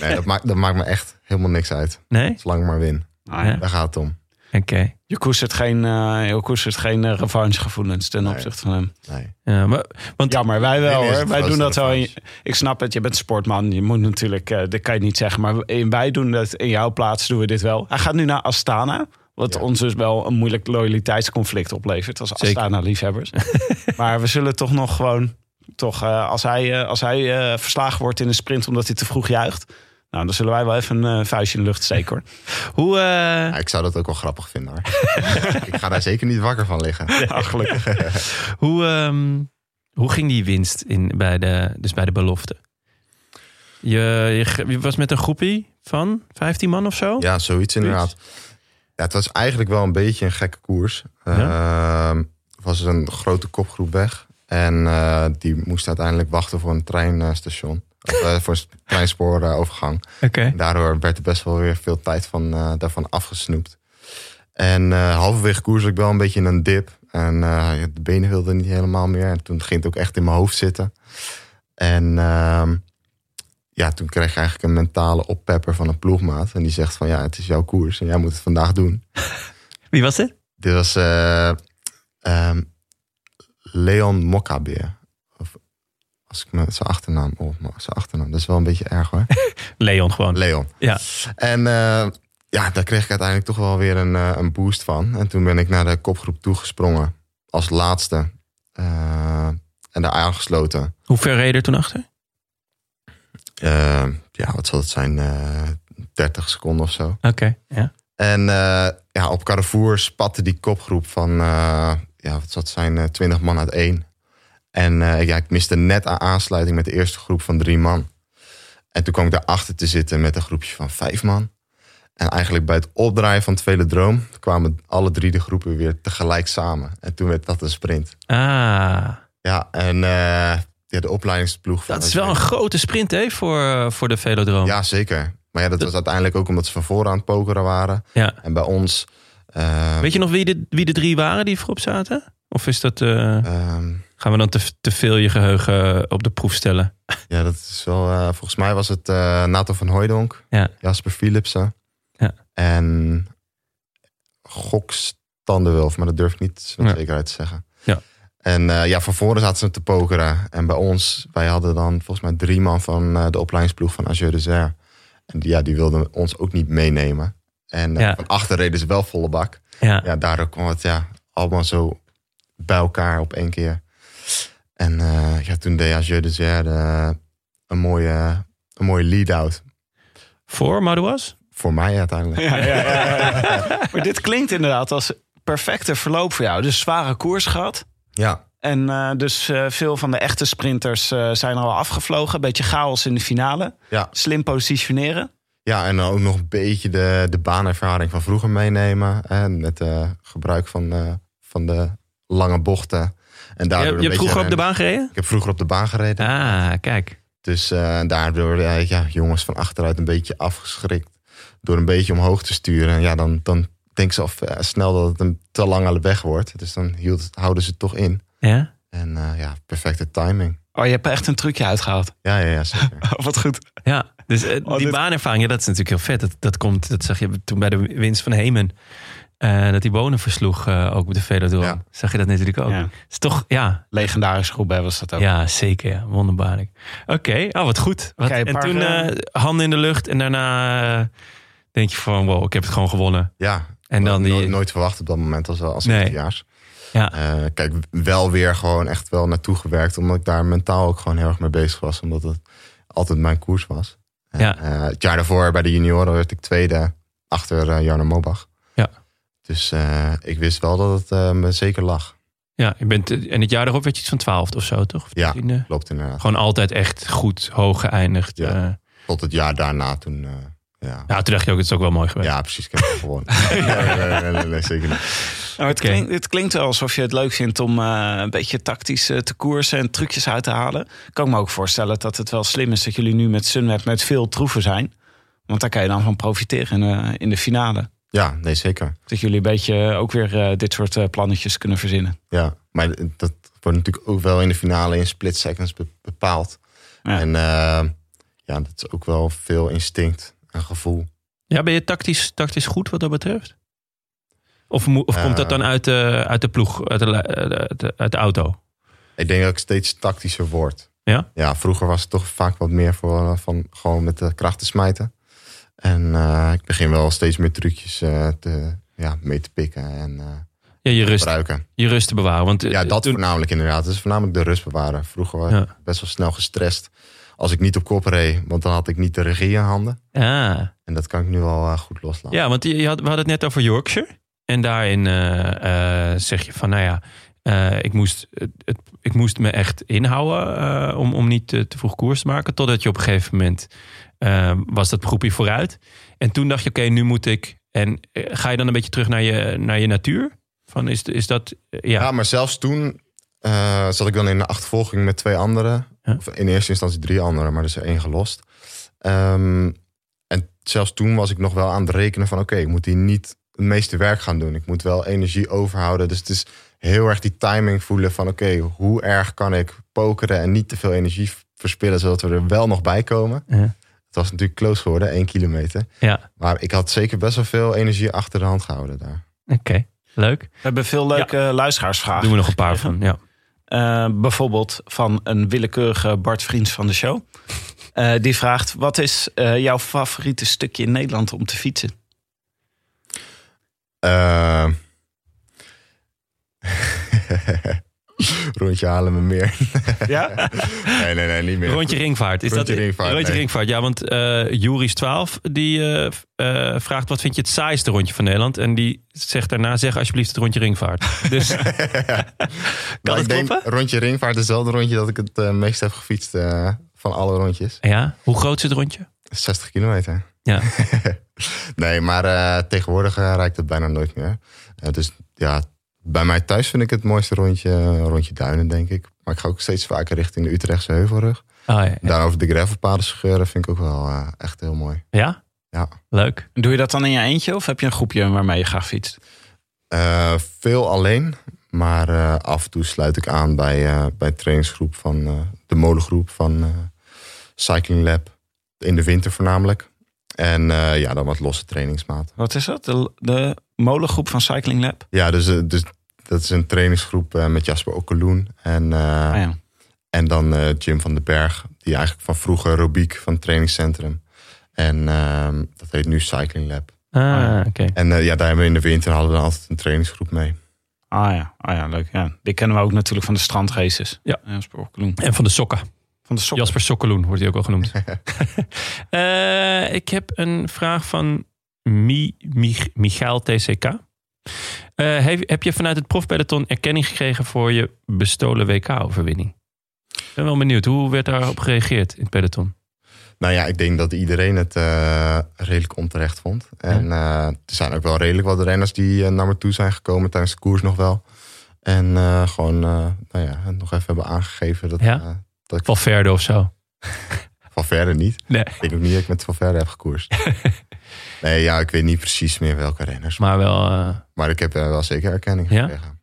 Speaker 3: Nee, dat maakt, dat maakt me echt helemaal niks uit.
Speaker 1: Nee?
Speaker 3: Zolang ik maar win.
Speaker 2: Ah, ja.
Speaker 3: Daar gaat het om.
Speaker 1: Oké.
Speaker 2: Je koestert geen, eh, je koestert geen eh, revanchegevoelens ten
Speaker 3: Nee.
Speaker 2: opzichte van hem.
Speaker 3: Nee.
Speaker 1: Ja, maar, want
Speaker 2: Jammer, wij
Speaker 3: Nee,
Speaker 2: wel
Speaker 3: nee, is
Speaker 2: hoor.
Speaker 3: het
Speaker 2: Wij
Speaker 3: grootste
Speaker 2: doen dat wel. in-
Speaker 3: revanche.
Speaker 2: Ik snap het, je bent sportman. Je moet natuurlijk, eh dat kan je niet zeggen. Maar in- wij doen dat, in jouw plaats doen we dit wel. Hij gaat nu naar Astana. Wat
Speaker 3: Ja.
Speaker 2: ons dus wel een moeilijk loyaliteitsconflict oplevert. Als
Speaker 1: Zeker.
Speaker 2: Astana-liefhebbers. maar we zullen toch nog gewoon... Toch, eh, als hij, eh, als hij eh, verslagen wordt in een sprint omdat hij te vroeg juicht... Nou, dan zullen wij wel even een eh, vuistje in de lucht steken hoor.
Speaker 1: hoe... eh,
Speaker 3: Ja, ik zou dat ook wel grappig vinden hoor. ik ga daar zeker niet wakker van liggen.
Speaker 2: Ach, gelukkig.
Speaker 1: Hoe, ehm, hoe ging die winst in, bij, de, dus bij de belofte? Je, je, ge- je was met een groepie van 15 man of zo?
Speaker 3: Ja, zoiets inderdaad. Ja, het was eigenlijk wel een beetje een gekke koers. Ehm, er was een grote kopgroep weg. En eh, die moest uiteindelijk wachten voor een treinstation. Of, eh, voor een eh, treinspoorovergang.
Speaker 1: Oké.
Speaker 3: En Daardoor werd er best wel weer veel tijd van, eh, daarvan afgesnoept. En eh, halverwege koers was ik wel een beetje in een dip. En eh, ja, de benen wilden niet helemaal meer. En toen ging het ook echt in mijn hoofd zitten. En ehm, ja, toen kreeg ik eigenlijk een mentale oppepper van een ploegmaat. En die zegt van ja, het is jouw koers en jij moet het vandaag doen.
Speaker 1: Wie was dit?
Speaker 3: Dit was eh, ehm, Leon Mokkabeer. Of als ik me zijn achternaam op, zijn achternaam. Dat is wel een beetje erg hoor.
Speaker 1: Leon gewoon.
Speaker 3: Leon.
Speaker 1: Ja.
Speaker 3: En eh, ja, daar kreeg ik uiteindelijk toch wel weer een, eh, een boost van. En toen ben ik naar de kopgroep toegesprongen. Als laatste. Eh, en daar aangesloten.
Speaker 1: hoe ver reed je er toen achter?
Speaker 3: Eh, ja, wat zal het zijn? eh 30 seconden of zo.
Speaker 1: Oké. Ja.
Speaker 3: En eh, ja, op Carrefour spatte die kopgroep van, eh, ja, wat zal het zijn, eh, 20 man uit één. En eh, ja, ik miste net aan aansluiting met de eerste groep van drie man. En toen kwam ik daarachter te zitten met een groepje van vijf man. En eigenlijk bij het opdraaien van het velodroom kwamen alle drie de groepen weer tegelijk samen. En toen werd dat een sprint.
Speaker 1: Ah,
Speaker 3: Ja, en eh, ja, de opleidingsploeg van...
Speaker 1: dat is wel een grote sprint hè, voor, voor de velodroom.
Speaker 3: Ja, zeker. Maar ja, dat was uiteindelijk ook omdat ze van voren aan het pokeren waren.
Speaker 1: Ja.
Speaker 3: En bij ons... eh,
Speaker 1: Weet je nog wie de, wie de drie waren die voorop zaten? Of is dat, eh,
Speaker 3: ehm,
Speaker 1: gaan we dan te, te veel je geheugen eh, op de proef stellen?
Speaker 3: Ja, dat is wel. eh, volgens mij was het eh Nato van Hooijdonk,
Speaker 1: Ja.
Speaker 3: Jasper Philipsen
Speaker 1: Ja.
Speaker 3: en Goks Tandenwulf, maar dat durf ik niet met
Speaker 1: Ja.
Speaker 3: zekerheid te zeggen.
Speaker 1: Ja.
Speaker 3: En eh, ja, van voren zaten ze te pokeren. En bij ons, wij hadden dan volgens mij drie man van eh, de opleidingsploeg van Azure Desert. En die, ja, die wilden ons ook niet meenemen. En eh,
Speaker 1: Ja.
Speaker 3: van achter reden ze wel volle bak.
Speaker 1: Ja.
Speaker 3: Ja, daardoor kwam het ja, allemaal zo bij elkaar op één keer. En eh, ja, toen deed Ajeu Desert eh, een mooie, een mooie lead-out.
Speaker 1: Voor Madouas?
Speaker 3: Voor mij uiteindelijk.
Speaker 2: Ja, ja, ja, ja. maar dit klinkt inderdaad als perfecte verloop voor jou. Dus zware koers gehad.
Speaker 3: Ja,
Speaker 2: En eh, dus eh, veel van de echte sprinters eh, zijn al afgevlogen. Beetje chaos in de finale.
Speaker 3: Ja.
Speaker 2: Slim positioneren.
Speaker 3: ja en dan ook nog een beetje de, de baanervaring van vroeger meenemen. En met eh, gebruik van, eh, van de lange bochten. En
Speaker 1: Je,
Speaker 3: daardoor
Speaker 1: je
Speaker 3: een
Speaker 1: hebt
Speaker 3: beetje
Speaker 1: vroeger op de
Speaker 3: rennen.
Speaker 1: baan gereden?
Speaker 3: Ik heb vroeger op de baan gereden.
Speaker 1: Ah, kijk.
Speaker 3: Dus eh, daardoor eh, ja, jongens van achteruit een beetje afgeschrikt. Door een beetje omhoog te sturen. Ja, dan, dan denken ze al eh, snel dat het een te lange weg wordt. Dus dan hield, houden ze het toch in.
Speaker 1: Ja?
Speaker 3: En eh, ja, perfecte timing.
Speaker 2: Oh, je hebt echt een trucje uitgehaald.
Speaker 3: Ja, ja, ja zeker.
Speaker 2: Oh, Wat goed.
Speaker 1: Ja, dus eh,
Speaker 2: Oh,
Speaker 1: die
Speaker 2: dit-
Speaker 1: baanervaring, ja, dat is natuurlijk heel vet. Dat, dat, komt, dat zag je toen bij de winst van Hemen. eh, dat die bonen versloeg, eh, ook op de Velodroom.
Speaker 3: Ja.
Speaker 1: Zag je dat natuurlijk ook.
Speaker 2: Ja.
Speaker 1: is toch, ja,
Speaker 2: Legendarische groep hè, was dat ook.
Speaker 1: ja zeker. Ja, wonderbaarlijk. Oké, oh, wat goed. Wat,
Speaker 2: Oké, een
Speaker 1: en
Speaker 2: paar,
Speaker 1: toen
Speaker 2: eh,
Speaker 1: eh, handen in de lucht en daarna eh, denk je van, wow, ik heb het gewoon gewonnen.
Speaker 3: Ja,
Speaker 1: En dan
Speaker 3: no-
Speaker 1: die-
Speaker 3: nooit verwacht op dat moment als, als
Speaker 1: Nee.
Speaker 3: eerstejaars.
Speaker 1: Ja.
Speaker 3: Eh, kijk, wel weer gewoon echt wel naartoe gewerkt. Omdat ik daar mentaal ook gewoon heel erg mee bezig was. Omdat het altijd mijn koers was. En,
Speaker 1: Ja.
Speaker 3: eh, het jaar daarvoor bij de junioren werd ik tweede achter eh, Jarno Mobach.
Speaker 1: Ja.
Speaker 3: Dus eh, ik wist wel dat het eh, me zeker lag.
Speaker 1: Ja, je bent, eh, en het jaar daarop werd je iets van twaalfde of zo, toch? Of
Speaker 3: Ja.
Speaker 1: dertiende?
Speaker 3: Klopt inderdaad.
Speaker 1: Gewoon altijd echt goed hoog geëindigd.
Speaker 3: Ja.
Speaker 1: eh.
Speaker 3: Tot het jaar daarna toen... eh, ja.
Speaker 1: ja, toen dacht je ook, het is ook wel mooi geweest.
Speaker 3: ja, precies. Ik heb het gewonnen. nee, nee, nee, nee, nee, zeker niet.
Speaker 2: Nou, het,
Speaker 1: Oké.
Speaker 2: klinkt, het klinkt wel alsof je het leuk vindt om eh, een beetje tactisch eh, te koersen en trucjes uit te halen. Kan ik me ook voorstellen dat het wel slim is dat jullie nu met Sunweb met veel troeven zijn. Want daar kan je dan van profiteren in, eh, in de finale.
Speaker 3: Ja, nee, zeker.
Speaker 2: Dat jullie een beetje ook weer eh, dit soort eh, plannetjes kunnen verzinnen.
Speaker 3: Ja, maar dat wordt natuurlijk ook wel in de finale in split seconds be- bepaald.
Speaker 2: Ja.
Speaker 3: En eh, ja, dat is ook wel veel instinct en gevoel.
Speaker 1: Ja, ben je tactisch, tactisch goed wat dat betreft? Of, moe- of
Speaker 3: Ja.
Speaker 1: komt dat dan uit de, uit de ploeg, uit de, li- eh, uit de, uit de auto?
Speaker 3: Ik denk dat ik steeds tactischer word.
Speaker 1: Ja?
Speaker 3: Ja, vroeger was het toch vaak wat meer voor, eh, van gewoon met de krachten smijten. En eh, ik begin wel steeds meer trucjes eh, te, ja, mee te pikken en eh,
Speaker 1: Ja, je rust,
Speaker 3: gebruiken.
Speaker 1: je rust te bewaren. Want, eh,
Speaker 3: Ja, dat
Speaker 1: toen-
Speaker 3: voornamelijk inderdaad. Het is voornamelijk de rust bewaren. Vroeger was ik
Speaker 1: Ja.
Speaker 3: best wel snel gestrest als ik niet op kop reed, want dan had ik niet de regie in handen.
Speaker 1: Ah.
Speaker 3: En dat kan ik nu wel eh, goed loslaten.
Speaker 1: Ja, want je je had, we hadden het net over Yorkshire. En daarin eh, eh, zeg je van, nou ja, eh, ik, moest, het, het- ik moest me echt inhouden eh, om, om niet eh, te vroeg koers te maken. Totdat je op een gegeven moment eh, was dat groepje vooruit. En toen dacht je, oké, nu moet ik. En eh, ga je dan een beetje terug naar je, naar je natuur? Van is, is dat, eh, ja.
Speaker 3: Ja, maar zelfs toen eh, zat ik dan in de achtervolging met twee anderen.
Speaker 1: Ja.
Speaker 3: Of in eerste instantie drie anderen, maar er is er één gelost. Ehm, en zelfs toen was ik nog wel aan het rekenen van... oké, ik moet hier niet het meeste werk gaan doen. Ik moet wel energie overhouden. Dus het is heel erg die timing voelen van... oké, hoe erg kan ik pokeren en niet te veel energie verspillen... zodat we er wel nog bij komen.
Speaker 1: Ja.
Speaker 3: Het was natuurlijk close geworden, één kilometer.
Speaker 1: Ja.
Speaker 3: Maar ik had zeker best wel veel energie achter de hand gehouden daar.
Speaker 1: Oké, leuk.
Speaker 2: We hebben veel leuke eh, luisteraarsvragen.
Speaker 1: Doen we nog een paar van, ja.
Speaker 2: Eh, bijvoorbeeld van een willekeurige Bart Vriends van de show. Eh, die vraagt, wat is eh, jouw favoriete stukje in Nederland om te fietsen?
Speaker 3: Eh. Rondje halen me meer.
Speaker 2: Ja?
Speaker 3: Nee, nee, nee, niet meer.
Speaker 1: Rondje ringvaart. Is
Speaker 3: Rondje
Speaker 1: dat,
Speaker 3: ringvaart,
Speaker 1: Rondje
Speaker 3: nee.
Speaker 1: ringvaart, ja. Want eh Juris 12 die eh, v- eh, vraagt wat vind je het saaiste rondje van Nederland? En die zegt daarna zeg alsjeblieft het rondje ringvaart. Dus
Speaker 2: het
Speaker 3: Nou, ik denk,
Speaker 2: kloppen?
Speaker 3: Rondje ringvaart is wel het rondje dat ik het eh, meest heb gefietst eh, van alle rondjes.
Speaker 1: ja, hoe groot is het rondje?
Speaker 3: 60 kilometer.
Speaker 1: Ja.
Speaker 3: nee, maar eh, tegenwoordig eh, rijd ik dat bijna nooit meer. Eh, dus ja, bij mij thuis vind ik het mooiste rondje, eh, rondje duinen, denk ik. Maar ik ga ook steeds vaker richting de Utrechtse heuvelrug.
Speaker 1: Ah, ja.
Speaker 3: Daar over de gravelpaden scheuren vind ik ook wel eh, echt heel mooi.
Speaker 1: ja?
Speaker 3: Ja.
Speaker 1: Leuk.
Speaker 2: Doe je dat dan in je eentje of heb je een groepje waarmee je graag fietst?
Speaker 3: Eh, veel alleen, maar eh, af en toe sluit ik aan bij, eh, bij de trainingsgroep van eh, de molengroep van eh, Cycling Lab. In de winter voornamelijk. En eh, ja, dan wat losse trainingsmaat.
Speaker 2: Wat is dat? De, de molengroep van Cycling Lab?
Speaker 3: Ja, dus, eh, dus dat is een trainingsgroep eh, met Jasper Okeloen en, eh,
Speaker 2: Ah ja.
Speaker 3: en dan eh, Jim van den Berg. Die eigenlijk van vroeger Robiek van het trainingscentrum. En ehm, dat heet nu Cycling Lab.
Speaker 1: Ah, oké.
Speaker 3: En eh, ja, daar hebben we in de winter hadden we dan altijd een trainingsgroep mee.
Speaker 2: Ah ja, ah ja leuk. Ja. Die kennen we ook natuurlijk van de strandraces.
Speaker 1: Ja.
Speaker 2: Jasper Okkeloen.
Speaker 1: En van de sokken.
Speaker 2: Van de sok.
Speaker 1: Jasper Sokkeloen wordt hij ook al genoemd. Eh, ik heb een vraag van Mi, Mich- Michael TCK. Eh, heb, heb je vanuit het profpeloton erkenning gekregen voor je bestolen WK-overwinning? Ik ben wel benieuwd, hoe werd daarop gereageerd in het peloton?
Speaker 3: Nou ja, ik denk dat iedereen het eh, redelijk onterecht vond. En eh, er zijn ook wel redelijk wat renners die eh, naar me toe zijn gekomen tijdens de koers nog wel. En eh, gewoon eh, nou ja, nog even hebben aangegeven dat,
Speaker 1: Ja?
Speaker 3: eh, dat ik
Speaker 1: Valverde of zo?
Speaker 3: van verder niet.
Speaker 1: Nee.
Speaker 3: Ik denk ook niet dat ik met van verder heb gekoerst. nee, ja, ik weet niet precies meer welke renners. Maar,
Speaker 1: Maar wel, eh,
Speaker 3: ik heb eh, wel zeker erkenning
Speaker 1: Ja?
Speaker 3: gekregen.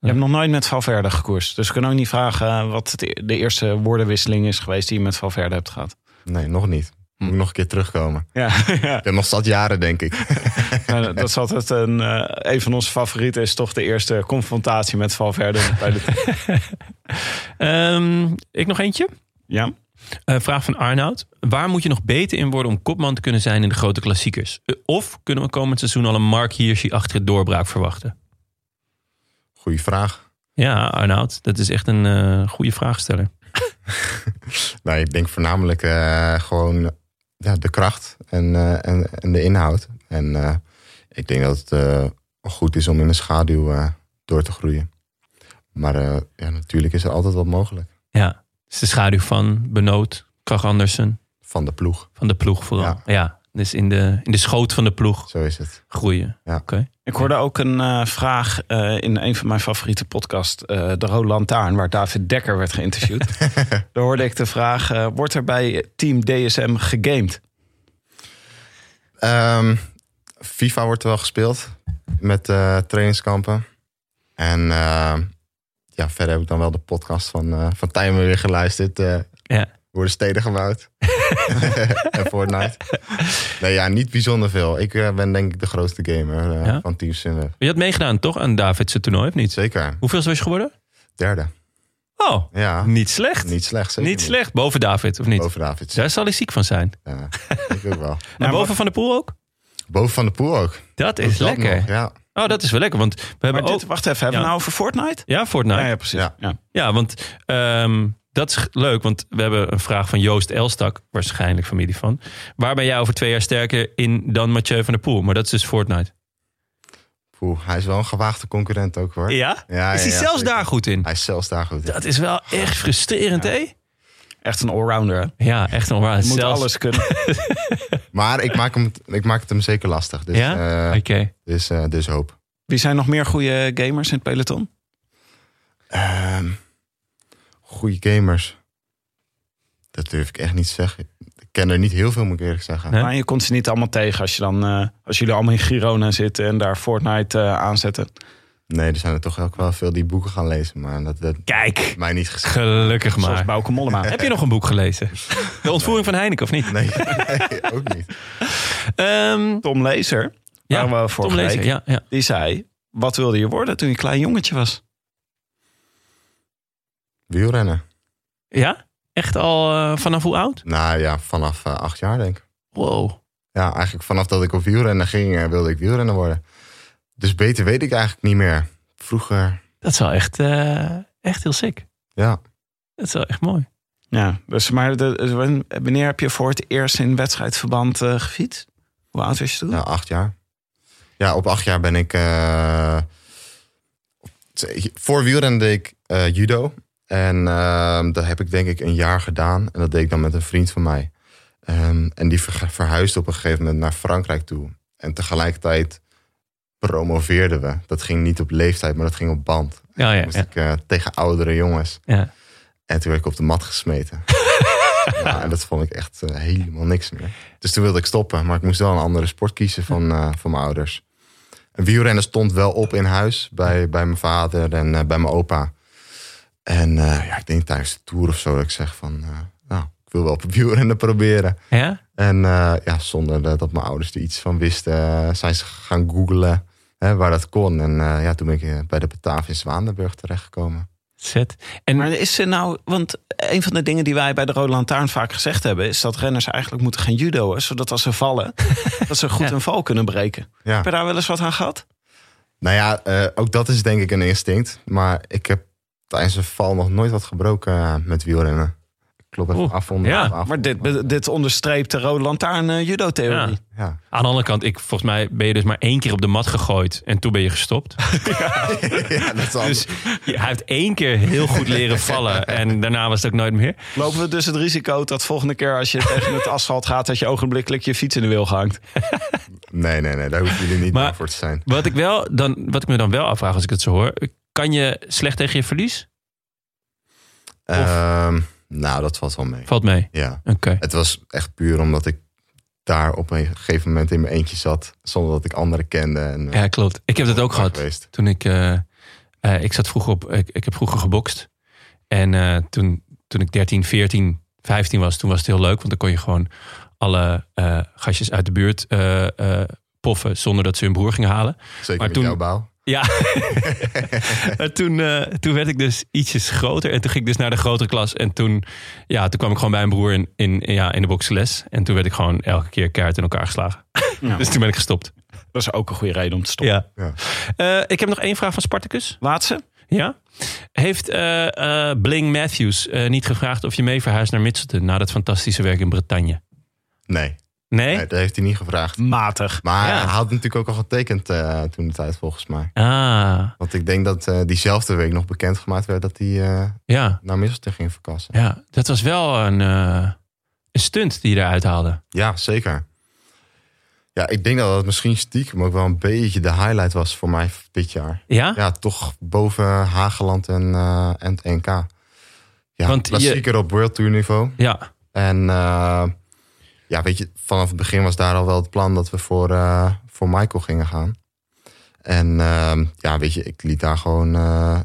Speaker 2: Je hebt nog nooit met Valverde gekoerst. Dus we kunnen ook niet vragen eh, wat het e- de eerste woordenwisseling is geweest die je met Valverde hebt gehad.
Speaker 3: Nee, nog niet.
Speaker 1: Hm.
Speaker 3: Moet ik nog een keer terugkomen.
Speaker 2: Ja, ja.
Speaker 3: Ik heb nog zat jaren, denk ik.
Speaker 2: Maar dat is altijd een, eh, een van onze favorieten. Is toch de eerste confrontatie met Valverde. Bij de,
Speaker 1: ehm, ik nog eentje.
Speaker 2: ja,
Speaker 1: Eh, vraag van Arnoud. Waar moet je nog beter in worden om kopman te kunnen zijn in de grote klassiekers? Eh, of kunnen we komend seizoen al een Mark Hirschi achter het doorbraak verwachten?
Speaker 3: Goeie vraag.
Speaker 1: Ja, Arnoud, dat is echt een eh, goede vraagsteller.
Speaker 3: Nou, ik denk voornamelijk eh, gewoon ja, de kracht en, eh, en, en de inhoud. En eh, ik denk dat het eh, goed is om in de schaduw eh, door te groeien. Maar eh, ja, natuurlijk is er altijd wat mogelijk.
Speaker 1: Ja, het is de schaduw van Benoot, Krach Andersen,
Speaker 3: Van de ploeg,
Speaker 1: van de ploeg vooral. Ja,
Speaker 3: Ja.
Speaker 1: dus in de, in de schoot van de ploeg
Speaker 3: zo is het.
Speaker 1: groeien.
Speaker 2: Ik hoorde ook een eh, vraag eh, in een van mijn favoriete podcasts, eh, De Rode Lantaarn, waar David Dekker werd geïnterviewd. Daar hoorde ik de vraag, eh, wordt er bij Team DSM gegamed?
Speaker 3: Ehm, FIFA wordt er wel gespeeld met eh, trainingskampen. En eh, ja, verder heb ik dan wel de podcast van, eh van Tijmen weer geluisterd. eh
Speaker 1: Ja.
Speaker 3: Worden steden gebouwd. en Fortnite. Nee, ja, niet bijzonder veel. Ik eh, ben denk ik de grootste gamer eh,
Speaker 1: Ja?
Speaker 3: van Team Sinweb.
Speaker 1: Je had meegedaan toch aan Davidse toernooi, of niet?
Speaker 3: Zeker.
Speaker 1: Hoeveel was je geworden?
Speaker 3: Derde.
Speaker 1: Oh,
Speaker 3: Ja,
Speaker 1: niet slecht. Niet,
Speaker 3: niet slecht. Zeker
Speaker 1: slecht. Boven David, of niet?
Speaker 3: Boven David.
Speaker 1: Daar zal hij ziek van zijn.
Speaker 3: Ja, ik ook wel.
Speaker 1: Maar boven Van de Poel ook?
Speaker 3: Boven van de pool ook.
Speaker 1: Dat is
Speaker 3: Dat
Speaker 1: lekker.
Speaker 3: nog, ja.
Speaker 1: Oh, dat is wel lekker. Want we
Speaker 2: Maar
Speaker 1: hebben ook...
Speaker 2: dit, wacht even, hebben we
Speaker 1: Oh. Ja.
Speaker 2: nou over Fortnite?
Speaker 1: Ja, Fortnite.
Speaker 2: Ja, ja, precies.
Speaker 3: Ja.
Speaker 2: Ja.
Speaker 1: Ja, want ehm, dat is g- leuk. Want we hebben een vraag van Joost Elstak. Waarschijnlijk familie van. Waar ben jij over twee jaar sterker in dan Mathieu van der Poel? Maar dat is dus Fortnite.
Speaker 3: Poeh, hij is wel een gewaagde concurrent ook hoor.
Speaker 1: Ja?
Speaker 3: Ja,
Speaker 1: is
Speaker 3: ja,
Speaker 1: hij
Speaker 3: ja,
Speaker 1: zelfs
Speaker 3: zeker.
Speaker 1: daar goed in?
Speaker 3: Hij is zelfs daar goed in.
Speaker 1: Dat is wel echt frustrerend, hè?
Speaker 2: Echt een allrounder. hè?
Speaker 1: Ja, echt onwaar.
Speaker 2: Je moet
Speaker 1: Zelfs...
Speaker 2: alles kunnen.
Speaker 3: Maar ik maak, hem, ik maak het hem zeker lastig. Dus,
Speaker 1: Ja?
Speaker 3: eh,
Speaker 1: Oké.
Speaker 3: dus, eh, dus hoop.
Speaker 2: Wie zijn nog meer goede gamers in het peloton?
Speaker 3: Ehm goede gamers. Dat durf ik echt niet te zeggen. Ik ken er niet heel veel, moet ik eerlijk zeggen.
Speaker 1: Nee?
Speaker 2: Maar je komt ze niet allemaal tegen als, je dan, eh, als jullie allemaal in Girona zitten en daar Fortnite eh, aanzetten.
Speaker 3: Nee, er zijn er toch ook wel veel die boeken gaan lezen. Maar dat, dat
Speaker 1: Kijk,
Speaker 3: mij niet gezegd.
Speaker 1: gelukkig
Speaker 2: Zoals
Speaker 1: maar.
Speaker 2: Bauke Mollema.
Speaker 1: Heb je nog een boek gelezen? De ontvoering van Heineken, of niet?
Speaker 3: Nee, nee, ook niet.
Speaker 1: Ehm,
Speaker 2: Tom Lezer,
Speaker 1: ja,
Speaker 2: waar we
Speaker 1: Tom
Speaker 2: vorige
Speaker 1: Lezer,
Speaker 2: week,
Speaker 1: ja, ja.
Speaker 2: die zei... Wat wilde je worden toen je een klein jongetje was?
Speaker 3: Wielrennen.
Speaker 1: Ja? Echt al eh, vanaf hoe oud?
Speaker 3: Nou ja, vanaf eh, acht jaar denk ik.
Speaker 1: Wow.
Speaker 3: Ja, eigenlijk vanaf dat ik op wielrennen ging, eh, wilde ik wielrenner worden. Dus beter weet ik eigenlijk niet meer. Vroeger,
Speaker 1: Dat is wel echt, eh, echt heel sick.
Speaker 3: ja.
Speaker 1: Dat is wel echt mooi.
Speaker 2: Ja, dus maar de, wanneer heb je voor het eerst in wedstrijdverband eh gefietst? Hoe oud was je toen?
Speaker 3: Ja, acht jaar. Ja, op acht jaar ben ik. eh, t- voor wielrennen deed ik eh, judo. En ehm, dat heb ik denk ik een jaar gedaan. En dat deed ik dan met een vriend van mij. Ehm, en die verge- verhuisde op een gegeven moment naar Frankrijk toe. En tegelijkertijd promoveerden we. Dat ging niet op leeftijd, maar dat ging op band.
Speaker 1: Ja, ja,
Speaker 3: Moest
Speaker 1: ja.
Speaker 3: ik eh, tegen oudere jongens.
Speaker 1: ja.
Speaker 3: En toen werd ik op de mat gesmeten. ja, en dat vond ik echt eh, helemaal niks meer. Dus toen wilde ik stoppen, maar ik moest wel een andere sport kiezen van, eh, van mijn ouders. En wielrennen stond wel op in huis bij, bij mijn vader en eh, bij mijn opa. En eh, ja, ik denk tijdens de tour of zo dat ik zeg van... eh, nou, ik wil wel op wielrennen proberen.
Speaker 1: Ja?
Speaker 3: En eh, ja, zonder eh, dat mijn ouders er iets van wisten... eh, zijn ze gaan googlen hè, waar dat kon. En eh, ja, toen ben ik eh, bij de Bataaf in Zwaandenburg terechtgekomen.
Speaker 1: Zet.
Speaker 2: Maar is er nou, want een van de dingen die wij bij de Rode Lantaarn vaak gezegd hebben, is dat renners eigenlijk moeten gaan judoën, zodat als ze vallen, dat ze goed een val kunnen breken.
Speaker 3: Ja.
Speaker 2: Heb je daar wel eens wat aan gehad?
Speaker 3: Nou ja, eh, ook dat is denk ik een instinct. Maar ik heb tijdens een val nog nooit wat gebroken eh, met wielrennen. Ik klop even
Speaker 1: Oeh,
Speaker 3: af onder.
Speaker 1: ja,
Speaker 3: af-
Speaker 2: Maar dit, dit onderstreept de Rode Lantaarn eh, judo-theorie.
Speaker 3: Ja.
Speaker 1: Aan de andere kant, ik, volgens mij ben je dus maar één keer op de mat gegooid en toen ben je gestopt.
Speaker 3: ja, dat is anders.
Speaker 1: Dus je- hij heeft één keer heel goed leren vallen en daarna was het ook nooit meer.
Speaker 2: Lopen we dus het risico dat volgende keer als je tegen het asfalt gaat, dat je ogenblikkelijk je fiets in de wil hangt?
Speaker 3: Nee, nee, nee, daar hoeven jullie niet
Speaker 1: Maar-
Speaker 3: bang voor te zijn.
Speaker 1: Wat ik, wel dan, wat ik me dan wel afvraag als ik het zo hoor, kan je slecht tegen je verlies?
Speaker 3: Ehm, nou, dat valt wel mee.
Speaker 1: Valt mee.
Speaker 3: Ja.
Speaker 1: Oké.
Speaker 3: Het was echt puur omdat ik daar op een gegeven moment in mijn eentje zat. Zonder dat ik anderen kende. En, eh,
Speaker 1: Ja, klopt. Ik heb dat ook
Speaker 3: daar
Speaker 1: gehad.
Speaker 3: Geweest.
Speaker 1: Toen ik, eh, eh, ik zat vroeger op, ik, ik heb vroeger gebokst. En eh, toen, toen ik 13, 14, 15 was, toen was het heel leuk. Want dan kon je gewoon alle eh, gastjes uit de buurt eh, eh, poffen zonder dat ze hun broer gingen halen.
Speaker 3: Zeker
Speaker 1: Maar
Speaker 3: met
Speaker 1: toen-
Speaker 3: jouw bouw.
Speaker 1: Ja, maar toen, eh, toen werd ik dus ietsjes groter. En toen ging ik dus naar de grotere klas. En toen, ja, toen kwam ik gewoon bij een broer in, in, ja, in de boxles. En toen werd ik gewoon elke keer kaart in elkaar geslagen.
Speaker 2: Ja.
Speaker 1: Dus toen ben ik gestopt.
Speaker 2: Dat is ook een goede reden om te stoppen.
Speaker 1: Ja.
Speaker 3: Ja.
Speaker 1: Eh, ik heb nog één vraag van Spartacus.
Speaker 2: Laatste?
Speaker 1: Ja? Heeft eh, eh, Bling Matthews eh, niet gevraagd of je mee verhuist naar Mitchelton... na dat fantastische werk in Bretagne?
Speaker 3: Nee,
Speaker 1: Nee?
Speaker 3: nee, dat heeft hij niet gevraagd.
Speaker 2: Matig.
Speaker 3: Maar
Speaker 1: Ja.
Speaker 3: hij had natuurlijk ook al getekend eh, toen de tijd volgens mij.
Speaker 1: Ah,
Speaker 3: Want ik denk dat eh, diezelfde week nog bekendgemaakt werd dat hij eh,
Speaker 1: ja.
Speaker 3: naar Misselten ging verkassen.
Speaker 1: Ja, dat was wel een, eh, een stunt die je eruit haalde.
Speaker 3: Ja, zeker. Ja, ik denk dat dat misschien stiekem ook wel een beetje de highlight was voor mij dit jaar.
Speaker 1: Ja?
Speaker 3: Ja, toch boven Hageland en, eh, en het NK. Ja,
Speaker 1: Want
Speaker 3: Want
Speaker 1: je-
Speaker 3: klassieker op World Tour niveau.
Speaker 1: Ja.
Speaker 3: En eh, ja, weet je, vanaf het begin was daar al wel het plan dat we voor, eh, voor Michael gingen gaan. En ehm, ja, weet je, ik liet daar gewoon eh,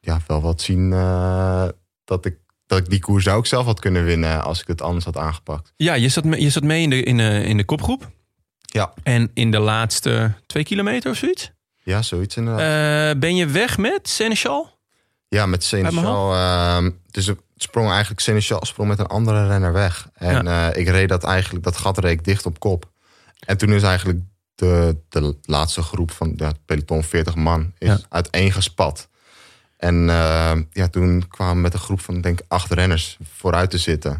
Speaker 3: ja, wel wat zien eh, dat ik dat ik die koers ook zelf had kunnen winnen als ik het anders had aangepakt.
Speaker 1: Ja, je zat, me- je zat mee in de, in, eh, in de kopgroep.
Speaker 3: Ja.
Speaker 1: En in de laatste twee kilometer of zoiets.
Speaker 3: Ja, zoiets inderdaad.
Speaker 1: eh, ben je weg met Seneschal?
Speaker 3: ja, met Seneschal. ehm, dus het sprong eigenlijk Seneschal sprong met een andere renner weg. En eh, ik reed dat eigenlijk, dat gat reed ik dicht op kop. En toen is eigenlijk de, de laatste groep van ja, het peloton 40 man is
Speaker 1: Ja.
Speaker 3: uiteengespat. En ehm, ja, toen kwamen we met een groep van denk ik acht renners vooruit te zitten.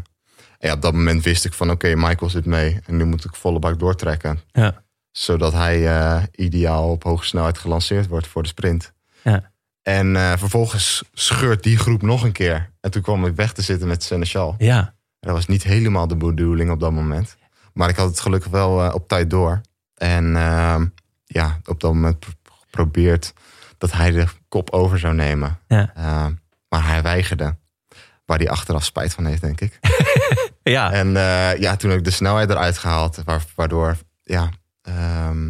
Speaker 3: En ja, op dat moment wist ik van oké, Michael zit mee. En nu moet ik volle bak doortrekken.
Speaker 1: Ja.
Speaker 3: Zodat hij eh, ideaal op hoge snelheid gelanceerd wordt voor de sprint.
Speaker 1: Ja.
Speaker 3: En eh, vervolgens scheurt die groep nog een keer. En toen kwam ik weg te zitten met Seneschal.
Speaker 1: Ja.
Speaker 3: Dat was niet helemaal de bedoeling op dat moment. Maar ik had het gelukkig wel eh, op tijd door. En ehm, ja, op dat moment pro- geprobeerd dat hij de kop over zou nemen.
Speaker 1: Ja.
Speaker 3: Ehm, maar hij weigerde. Waar hij achteraf spijt van heeft, denk ik.
Speaker 1: Ja.
Speaker 3: En eh, ja, toen heb ik de snelheid eruit gehaald. wa- Waardoor, ja, ehm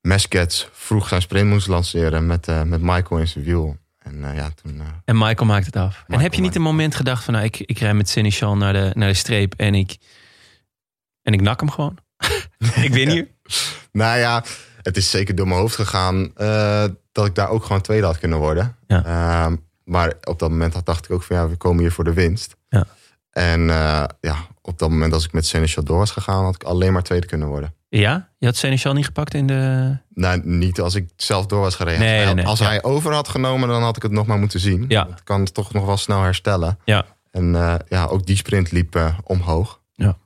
Speaker 3: Meskets vroeg zijn sprint moest lanceren met, eh, met Michael in zijn wiel. En eh, ja, toen... eh,
Speaker 1: En Michael maakt het af. en heb je niet
Speaker 3: maakt
Speaker 1: een moment gedacht van... Nou, ik, ik rij met Seneschal naar de, naar de streep en ik... En ik nak hem gewoon. ik win hier.
Speaker 3: Nou ja, het is zeker door mijn hoofd gegaan eh, dat ik daar ook gewoon tweede had kunnen worden.
Speaker 1: Ja.
Speaker 3: Ehm, maar op dat moment had- dacht ik ook van ja, we komen hier voor de winst.
Speaker 1: Ja.
Speaker 3: En eh, ja, op dat moment als ik met Seneschal door was gegaan, had ik alleen maar tweede kunnen worden.
Speaker 1: Ja? Je had Seneschal niet gepakt in de...
Speaker 3: Nou, niet als ik zelf door was gereden.
Speaker 1: Nee,
Speaker 3: Als hij-
Speaker 1: nee,
Speaker 3: als
Speaker 1: ja.
Speaker 3: hij over had genomen, dan had ik het nog maar moeten zien.
Speaker 1: Ja.
Speaker 3: Het kan toch nog wel snel herstellen.
Speaker 1: Ja.
Speaker 3: En eh, ja, ook die sprint liep eh, omhoog.
Speaker 1: Ja.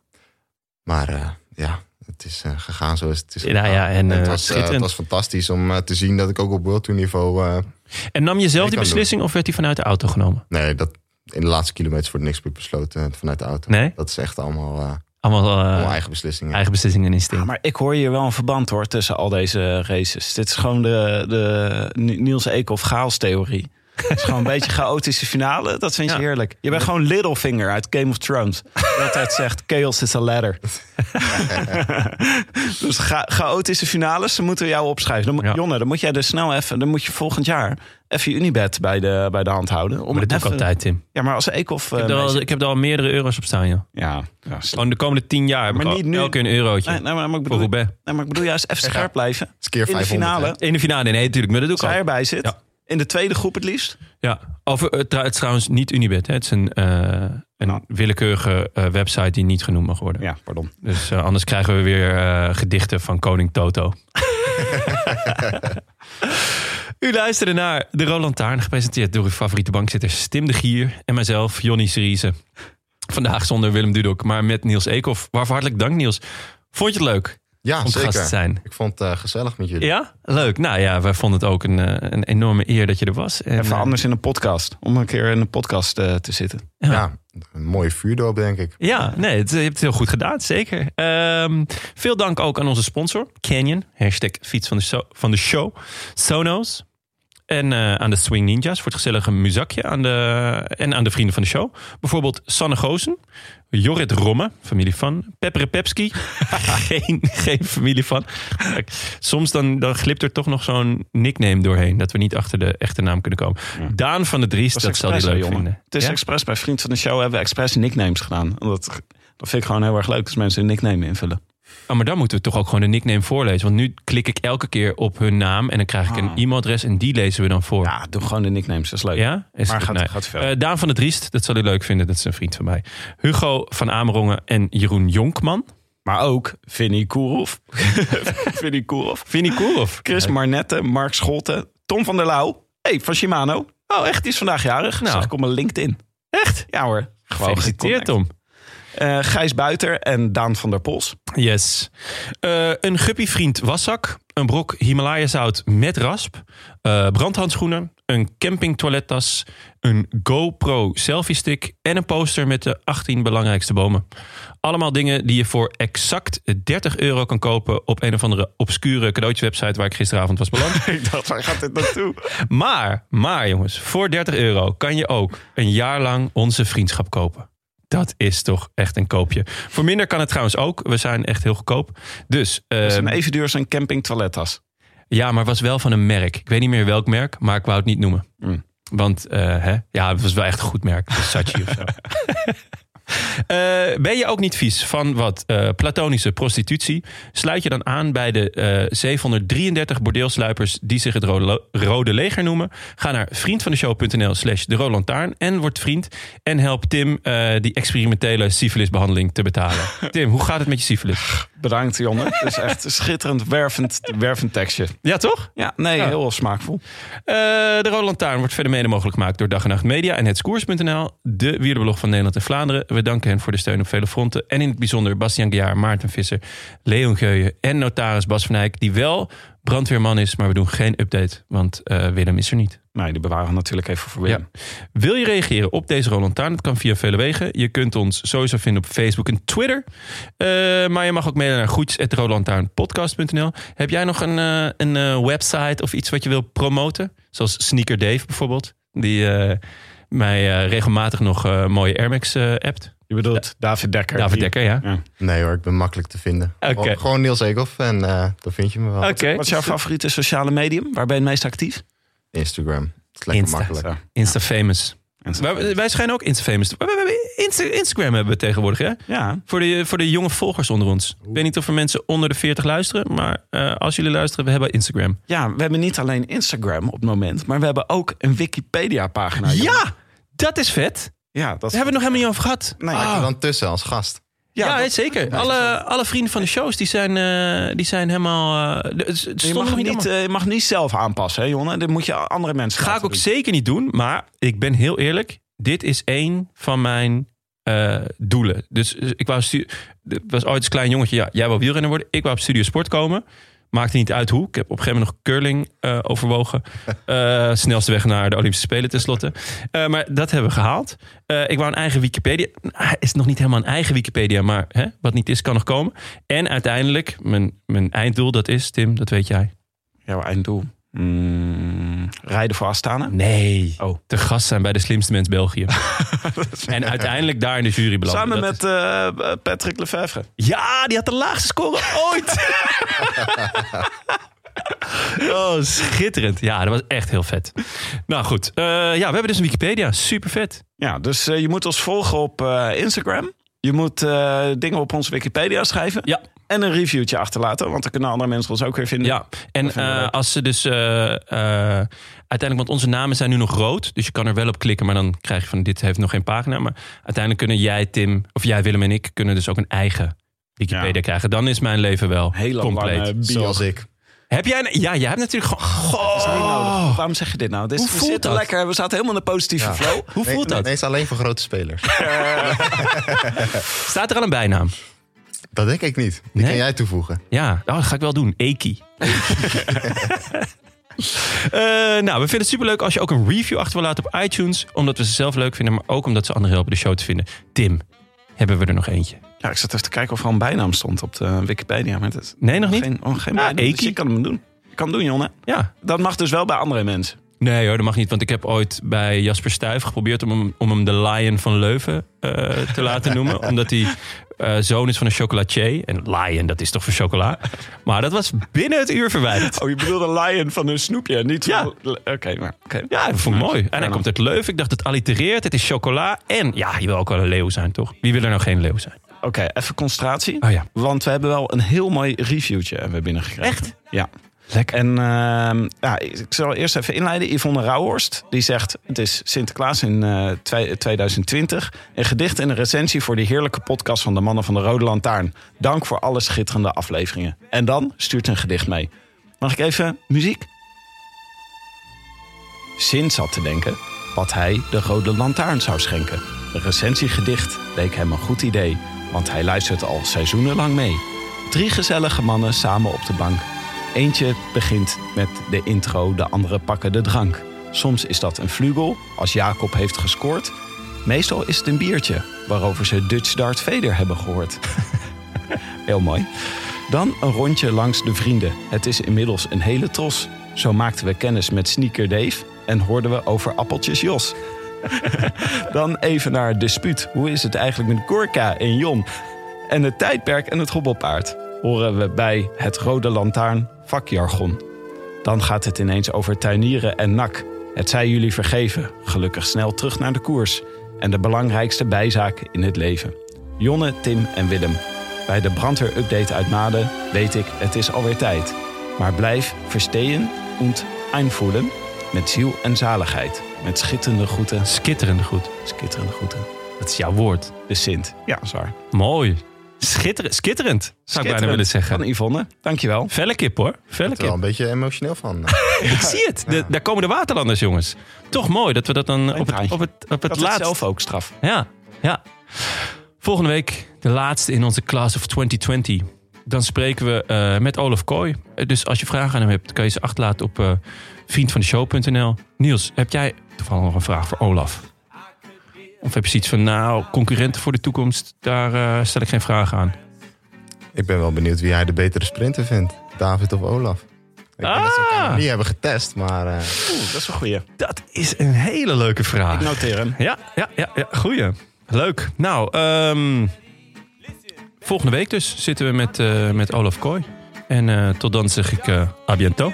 Speaker 3: Maar eh, ja, het is eh, gegaan zoals het is
Speaker 1: Ja,
Speaker 3: gegaan.
Speaker 1: ja, en,
Speaker 3: het,
Speaker 1: eh,
Speaker 3: was, eh,
Speaker 1: schitterend.
Speaker 3: het was fantastisch om eh, te zien dat ik ook op World Tour niveau... eh,
Speaker 1: En nam je zelf
Speaker 3: Ik
Speaker 1: die
Speaker 3: kan doen.
Speaker 1: beslissing of werd die vanuit de auto genomen?
Speaker 3: nee, dat in de laatste kilometers voor niks meer besloten eh, vanuit de auto.
Speaker 1: Nee?
Speaker 3: Dat is echt allemaal, eh,
Speaker 1: Allemaal eh,
Speaker 3: allemaal eigen beslissingen.
Speaker 1: eigen beslissingen en instinct.
Speaker 2: Ja, maar ik hoor hier wel een verband hoor tussen al deze races. Dit is gewoon de, de Ni- Niels Eekhoff chaos-theorie. Het is gewoon een beetje chaotische finale. Dat vind je
Speaker 1: Ja.
Speaker 2: heerlijk. Je bent gewoon Littlefinger uit Game of Thrones. Die altijd zegt, chaos is a ladder. dus cha- chaotische finales, ze moeten jou opschrijven. Dan, moet-
Speaker 1: Ja.
Speaker 2: Jonne, dan moet jij dus snel even... Dan moet je volgend jaar even je Unibet bij de, bij de hand houden. Om
Speaker 1: maar dat doe ik
Speaker 2: even-
Speaker 1: altijd, Tim.
Speaker 2: Ja, maar als Eekhoff...
Speaker 1: Ik
Speaker 2: eh,
Speaker 1: heb, er al,
Speaker 2: meest-
Speaker 1: ik heb er al meerdere euro's op staan, joh.
Speaker 2: Ja, ja sl-
Speaker 1: Gewoon Oh, de komende tien jaar heb
Speaker 2: Maar
Speaker 1: ik al
Speaker 2: niet nu.
Speaker 1: elke een eurotje.
Speaker 2: Nee, nee, maar, maar ik
Speaker 1: voor
Speaker 2: bedoel,
Speaker 1: Roubaix.
Speaker 2: nee, maar ik bedoel juist even scherp blijven.
Speaker 3: is keer
Speaker 2: In de
Speaker 3: 500,
Speaker 2: finale.
Speaker 3: hè?
Speaker 1: In de finale, nee, natuurlijk. Maar dat doe ik
Speaker 2: Als hij
Speaker 1: al.
Speaker 2: erbij zit.
Speaker 1: Ja.
Speaker 2: In de tweede groep het liefst.
Speaker 1: Ja. Over, eh, trouw- het is trouwens niet Unibet. Hè. Het is een, eh, een
Speaker 2: Nou.
Speaker 1: willekeurige eh, website die niet genoemd mag worden.
Speaker 2: Ja, pardon.
Speaker 1: Dus eh, anders krijgen we weer eh, gedichten van koning Toto. U luisterde naar De Roland Taarn, gepresenteerd door uw favoriete bankzitters Tim de Gier en mijzelf, Jonny Seriese. Vandaag zonder Willem Dudok, maar met Niels Eekhoff. Waarvoor hartelijk dank, Niels. Vond je het leuk
Speaker 3: Ja,
Speaker 2: Ah,
Speaker 1: om te gast te
Speaker 3: zeker.
Speaker 1: zijn?
Speaker 3: Ik vond het eh, gezellig met jullie.
Speaker 1: Ja? Leuk. Nou ja, wij vonden het ook een, eh, een enorme eer dat je er was. En,
Speaker 2: Even
Speaker 1: eh,
Speaker 2: anders in een podcast. Om een keer in een podcast eh, te zitten.
Speaker 3: Ja, een mooie vuurdoop, denk ik.
Speaker 1: Ja, nee, het, eh, je hebt het heel goed gedaan, zeker. Ehm, veel dank ook aan onze sponsor, Canyon. Hashtag fiets van de, so- van de show. Sonos. En eh, aan de Swing Ninjas voor het gezellige muzakje. Aan de, en aan de vrienden van de show. Bijvoorbeeld Sanne Goosen. Jorrit Romme, familie van. Peppere Pepski. geen, geen familie van. Kijk, Soms dan, dan glipt er toch nog zo'n nickname doorheen. Dat we niet achter de echte naam kunnen komen. Daan van de Dries, dat, zal hij
Speaker 2: expres,
Speaker 1: leuk
Speaker 2: hè, jongen.
Speaker 1: vinden.
Speaker 2: Het is
Speaker 1: Ja?
Speaker 2: expres. Bij Vriend van de Show hebben we expres nicknames gedaan. Omdat, dat vind ik gewoon heel erg leuk als mensen hun nickname invullen.
Speaker 1: Oh, maar dan moeten we toch ook gewoon de nickname voorlezen. Want nu klik ik elke keer op hun naam en dan krijg ik een
Speaker 2: Ah.
Speaker 1: e-mailadres en die lezen we dan voor. Ja?
Speaker 2: Ja, doe gewoon de nicknames. Dat is leuk.
Speaker 1: Is
Speaker 2: Maar
Speaker 1: goed,
Speaker 2: gaat,
Speaker 1: nee.
Speaker 2: gaat verder.
Speaker 1: Eh, Daan van het Riest, dat zal u leuk vinden, dat is een vriend van mij. Hugo van Amerongen en Jeroen Jonkman.
Speaker 2: maar ook Vinnie Koerhoff. Vinnie Koerhoff.
Speaker 1: Vinnie Koerhoff.
Speaker 2: Chris Marnette. Mark Scholte. Tom van der Lauw. hey, van Shimano. Oh, echt? Die is vandaag jarig.
Speaker 1: Nou.
Speaker 2: Nou. Zag ik op mijn LinkedIn. Echt? Ja hoor. Gewoon
Speaker 1: Gefeliciteerd om.
Speaker 2: Eh, Gijs Buiter en Daan van der Pols.
Speaker 1: Yes. Eh, een guppievriend waszak. Een brok Himalaya zout met rasp. eh, brandhandschoenen. Een camping toilettas. Een GoPro selfie stick. En een poster met de 18 belangrijkste bomen. Allemaal dingen die je voor exact 30 euro kan kopen op een of andere obscure cadeautjeswebsite waar ik gisteravond was beland.
Speaker 2: Ik dacht, waar gaat dit naartoe?
Speaker 1: Maar, maar jongens, voor 30 euro kan je ook een jaar lang onze vriendschap kopen. Dat is toch echt een koopje. Voor minder kan het trouwens ook. We zijn echt heel goedkoop. Dus, eh,
Speaker 2: Het is een even duur als een camping toilettas.
Speaker 1: ja, maar was wel van een merk. Ik weet niet meer welk merk, maar ik wou het niet noemen.
Speaker 2: Mm.
Speaker 1: Want eh, hè? ja, het was wel echt een goed merk. Sachi of zo. Eh, ben je ook niet vies van wat eh, platonische prostitutie? Sluit je dan aan bij de eh, 733 bordeelsluipers die zich het Rode, Rode Leger noemen? Ga naar vriendvandeshow.nl slash de Rode Lantaarn en word vriend. En help Tim eh, die experimentele syfilisbehandeling te betalen. Tim, hoe gaat het met je syfilis?
Speaker 2: Bedankt, Jonne. Het is echt een schitterend wervend, wervend tekstje.
Speaker 1: Ja, toch?
Speaker 2: Ja, nee,
Speaker 1: Ja.
Speaker 2: heel smaakvol.
Speaker 1: Eh, de Rode Lantaarn wordt verder mede mogelijk gemaakt door Dag en Nacht Media en Hetskoers.nl, de wielerblog van Nederland en Vlaanderen. We danken hen voor de steun op vele fronten. En in het bijzonder Bastiaan Gejaar, Maarten Visser, Leon Geuyen en notaris Bas van Eyck, die wel brandweerman is, maar we doen geen update, want eh, Willem is er niet.
Speaker 2: Nee, die bewaren we natuurlijk even
Speaker 1: Ja.
Speaker 2: voor Willem.
Speaker 1: Wil je reageren op deze Roland Taarn? Dat kan via vele wegen. Je kunt ons sowieso vinden op Facebook en Twitter. Eh, maar je mag ook mailen naar groets.rolandtaarnpodcast.nl. Heb jij nog een, eh, een eh, website of iets wat je wil promoten? Zoals Sneaker Dave bijvoorbeeld. Die eh, mij eh, regelmatig nog eh, mooie Air Max eh, appt.
Speaker 2: Je bedoelt David Dekker.
Speaker 1: David
Speaker 2: Die-
Speaker 1: Dekker, ja.
Speaker 3: Nee hoor, ik ben makkelijk te vinden.
Speaker 1: Oké.
Speaker 3: Gewoon- Gewoon Niels Eekhoff en eh, dan vind je me wel.
Speaker 1: Oké.
Speaker 2: Wat is jouw favoriete sociale medium? Waar ben je het meest actief?
Speaker 3: Instagram. Het is lekker
Speaker 1: Insta.
Speaker 3: makkelijk.
Speaker 1: Insta Famous.
Speaker 2: En zo.
Speaker 1: Wij, wij schijnen ook Insta Famous. te- We hebben Insta- Instagram hebben we tegenwoordig, hè?
Speaker 2: Ja,
Speaker 1: Voor de, voor de jonge volgers onder ons. Ik weet niet of er mensen onder de 40 luisteren. Maar eh, als jullie luisteren, we hebben Instagram.
Speaker 2: ja, we hebben niet alleen Instagram op het moment, maar we hebben ook een Wikipedia-pagina. jongen.
Speaker 1: Ja, dat is vet.
Speaker 2: ja, dat
Speaker 1: Daar hebben we het nog helemaal niet over Ah, gehad.
Speaker 2: Nee,
Speaker 3: Maak
Speaker 2: ja,
Speaker 3: je dan tussen als gast.
Speaker 1: Ja,
Speaker 2: dat-
Speaker 1: zeker. alle, alle vrienden van de shows die zijn, eh, die zijn helemaal... eh, de- het stonden
Speaker 2: je,
Speaker 1: niet
Speaker 2: mag niet,
Speaker 1: allemaal.
Speaker 2: eh, je mag niet zelf aanpassen, hè, Jonne. Dit moet je andere mensen
Speaker 1: Ga ik
Speaker 2: laten
Speaker 1: ook
Speaker 2: doen.
Speaker 1: zeker niet doen. Maar ik ben heel eerlijk. Dit is één van mijn eh, doelen. Dus eh, ik wou stu- ik was ooit een klein jongetje. Ja, jij wou wielrenner worden. Ik wou op Studio Sport komen. Maakte niet uit hoe. Ik heb op een gegeven moment nog curling eh, overwogen. Eh, snelste weg naar de Olympische Spelen tenslotte. Eh, maar dat hebben we gehaald. Eh, ik wou een eigen Wikipedia. Nou, is nog niet helemaal een eigen Wikipedia. Maar hè, wat niet is, kan nog komen. En uiteindelijk, mijn, mijn einddoel dat is, Tim, dat weet jij.
Speaker 2: Jouw einddoel. Mm, rijden voor Astana?
Speaker 1: Nee.
Speaker 2: Oh.
Speaker 1: Te gast zijn bij de slimste mens België. en uiteindelijk daar in de jury belanden.
Speaker 2: Samen
Speaker 1: Dat
Speaker 2: met eh, Patrick Lefevre.
Speaker 1: is- Ja, die had de laagste score ooit. oh, schitterend. Ja, dat was echt heel vet. Nou goed, Eh, ja, we hebben dus een Wikipedia. Super vet.
Speaker 2: Ja, dus eh, je moet ons volgen op eh, Instagram. Je moet eh, dingen op onze Wikipedia schrijven.
Speaker 1: Ja.
Speaker 2: En een reviewtje achterlaten, want dan kunnen andere mensen ons ook weer vinden.
Speaker 1: Ja, en
Speaker 2: vinden we
Speaker 1: eh,
Speaker 2: leuk.
Speaker 1: als ze dus eh, eh, uiteindelijk, want onze namen zijn nu nog rood, dus je kan er wel op klikken, maar dan krijg je van dit heeft nog geen pagina. Maar uiteindelijk kunnen jij, Tim, of jij, Willem en ik, kunnen dus ook een eigen Wikipedia
Speaker 2: Ja.
Speaker 1: krijgen. Dan is mijn leven wel
Speaker 2: Hele
Speaker 1: compleet.
Speaker 2: lange eh, bio.
Speaker 3: Zoals ik.
Speaker 1: Heb jij... Ja, jij hebt natuurlijk gewoon... Goh.
Speaker 2: Dat is niet nodig. Waarom zeg je dit nou? Dit is,
Speaker 1: Hoe
Speaker 2: we
Speaker 1: voelt
Speaker 2: zitten
Speaker 1: dat?
Speaker 2: lekker, we zaten helemaal in de positieve
Speaker 3: Ja.
Speaker 2: flow.
Speaker 1: Hoe voelt
Speaker 3: nee,
Speaker 1: dat?
Speaker 3: Nee, het is alleen voor grote spelers.
Speaker 1: Staat er al een bijnaam?
Speaker 3: dat denk ik niet. Die
Speaker 1: Nee?
Speaker 3: kan jij toevoegen.
Speaker 1: Ja, oh, dat ga ik wel doen. Eki. Eh, nou, we vinden het superleuk als je ook een review achter wil laten op iTunes. Omdat we ze zelf leuk vinden, maar ook omdat ze anderen helpen de show te vinden. Tim, hebben we er nog eentje?
Speaker 2: Ja, ik zat even te kijken of er al een bijnaam stond op de Wikipedia. Maar dat is
Speaker 1: Nee, nog niet?
Speaker 2: geen, oh, geen
Speaker 1: Ah,
Speaker 2: bijnaam, dus
Speaker 1: Eki.
Speaker 2: je kan hem doen. Je kan hem doen, Jonne.
Speaker 1: Ja.
Speaker 2: Dat mag dus wel bij andere mensen.
Speaker 1: Nee hoor, dat mag niet. Want ik heb ooit bij Jasper Stuyf geprobeerd om hem, om hem de Lion van Leuven eh, te laten noemen. Omdat hij eh, zoon is van een chocolatier. En Lion, dat is toch voor chocola? Maar dat was binnen het uur verwijderd.
Speaker 2: Oh, je bedoelde Lion van een snoepje, niet
Speaker 1: Ja.
Speaker 2: van... Oké, maar... oké.
Speaker 1: Ja, dat vond ik mooi. En hij
Speaker 2: dan.
Speaker 1: komt uit Leuven. Ik dacht, het allitereert, het is chocola. En ja, je wil ook wel een leeuw zijn, toch? Wie wil er nou geen leeuw zijn?
Speaker 2: Oké, even concentratie.
Speaker 1: Oh ja.
Speaker 2: Want we hebben wel een heel mooi reviewtje hebben we binnengekregen.
Speaker 1: Echt?
Speaker 2: Ja.
Speaker 1: Lekker.
Speaker 2: En ehm, ja, ik zal eerst even inleiden. Yvonne Rauhorst, die zegt... Het is Sinterklaas in eh, twee- 2020. Een gedicht en een recensie voor die heerlijke podcast... van de mannen van de Rode Lantaarn. Dank voor alle schitterende afleveringen. En dan stuurt een gedicht mee. Mag ik even muziek? Sin zat te denken wat hij de Rode Lantaarn zou schenken. Een recensiegedicht leek hem een goed idee, want hij luistert al seizoenenlang mee. Drie gezellige mannen samen op de bank. Eentje begint met de intro, de andere pakken de drank. Soms is dat een vlugel, als Jacob heeft gescoord. Meestal is het een biertje, waarover ze Dutch Dart Vader hebben gehoord. Heel mooi. Dan een rondje langs de vrienden. Het is inmiddels een hele tros. Zo maakten we kennis met Sneaker Dave en hoorden we over appeltjes Jos. Dan even naar het dispuut. Hoe is het eigenlijk met Gorka en Jon? En het tijdperk en het hobbelpaard horen we bij het Rode Lantaarn vakjargon. Dan gaat het ineens over tuinieren en nak. Het zij jullie vergeven. Gelukkig snel terug naar de koers. En de belangrijkste bijzaak in het leven. Jonne, Tim en Willem. Bij de brandweer-update uit Maden weet ik, het is alweer tijd. Maar blijf verstehen und einvoelen met ziel en zaligheid. Met schitterende groeten.
Speaker 1: Skitterend goed.
Speaker 2: Schitterende groeten.
Speaker 1: Dat is jouw woord.
Speaker 2: De Sint. Ja, zwaar.
Speaker 1: Mooi. Schitterend. Skitterend, zou ik bijna willen zeggen.
Speaker 2: Van Yvonne, dankjewel.
Speaker 1: Felle kip hoor. Felle
Speaker 3: Ik ben er wel
Speaker 1: kip.
Speaker 3: een beetje emotioneel van. eh.
Speaker 1: Ik zie het. De- daar komen de waterlanders, jongens. Toch mooi dat we dat dan op het,
Speaker 2: traantje.
Speaker 1: op het, op het
Speaker 2: Dat is
Speaker 1: laatst...
Speaker 2: zelf ook straf.
Speaker 1: Ja, ja. Volgende week de laatste in onze Class of 2020. Dan spreken we eh, met Olaf Kooi. Eh, Dus als je vragen aan hem hebt, kan je ze achterlaten op eh vriendvandeshow.nl. Niels, heb jij toevallig nog een vraag voor Olaf? Of heb je iets van, nou, concurrenten voor de toekomst, daar eh, stel ik geen vragen aan.
Speaker 3: Ik ben wel benieuwd wie hij de betere sprinter vindt. David of Olaf. Ik denk dat ze elkaar nog
Speaker 1: Ah,
Speaker 3: niet hebben getest, maar eh,
Speaker 2: Oeh, dat is een goeie.
Speaker 1: dat is een hele leuke vraag.
Speaker 2: Noteer hem.
Speaker 1: Ja, ja, ja, ja. Goeie. Leuk. Nou, ehm, volgende week dus zitten we met, eh, met Olaf Kooi. En eh, tot dan zeg ik eh à bientôt.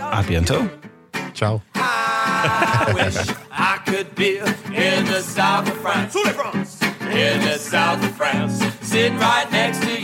Speaker 2: A bientôt.
Speaker 3: ciao.
Speaker 4: I wish I could be in the south of France. In the south of France. Sitting right next to you.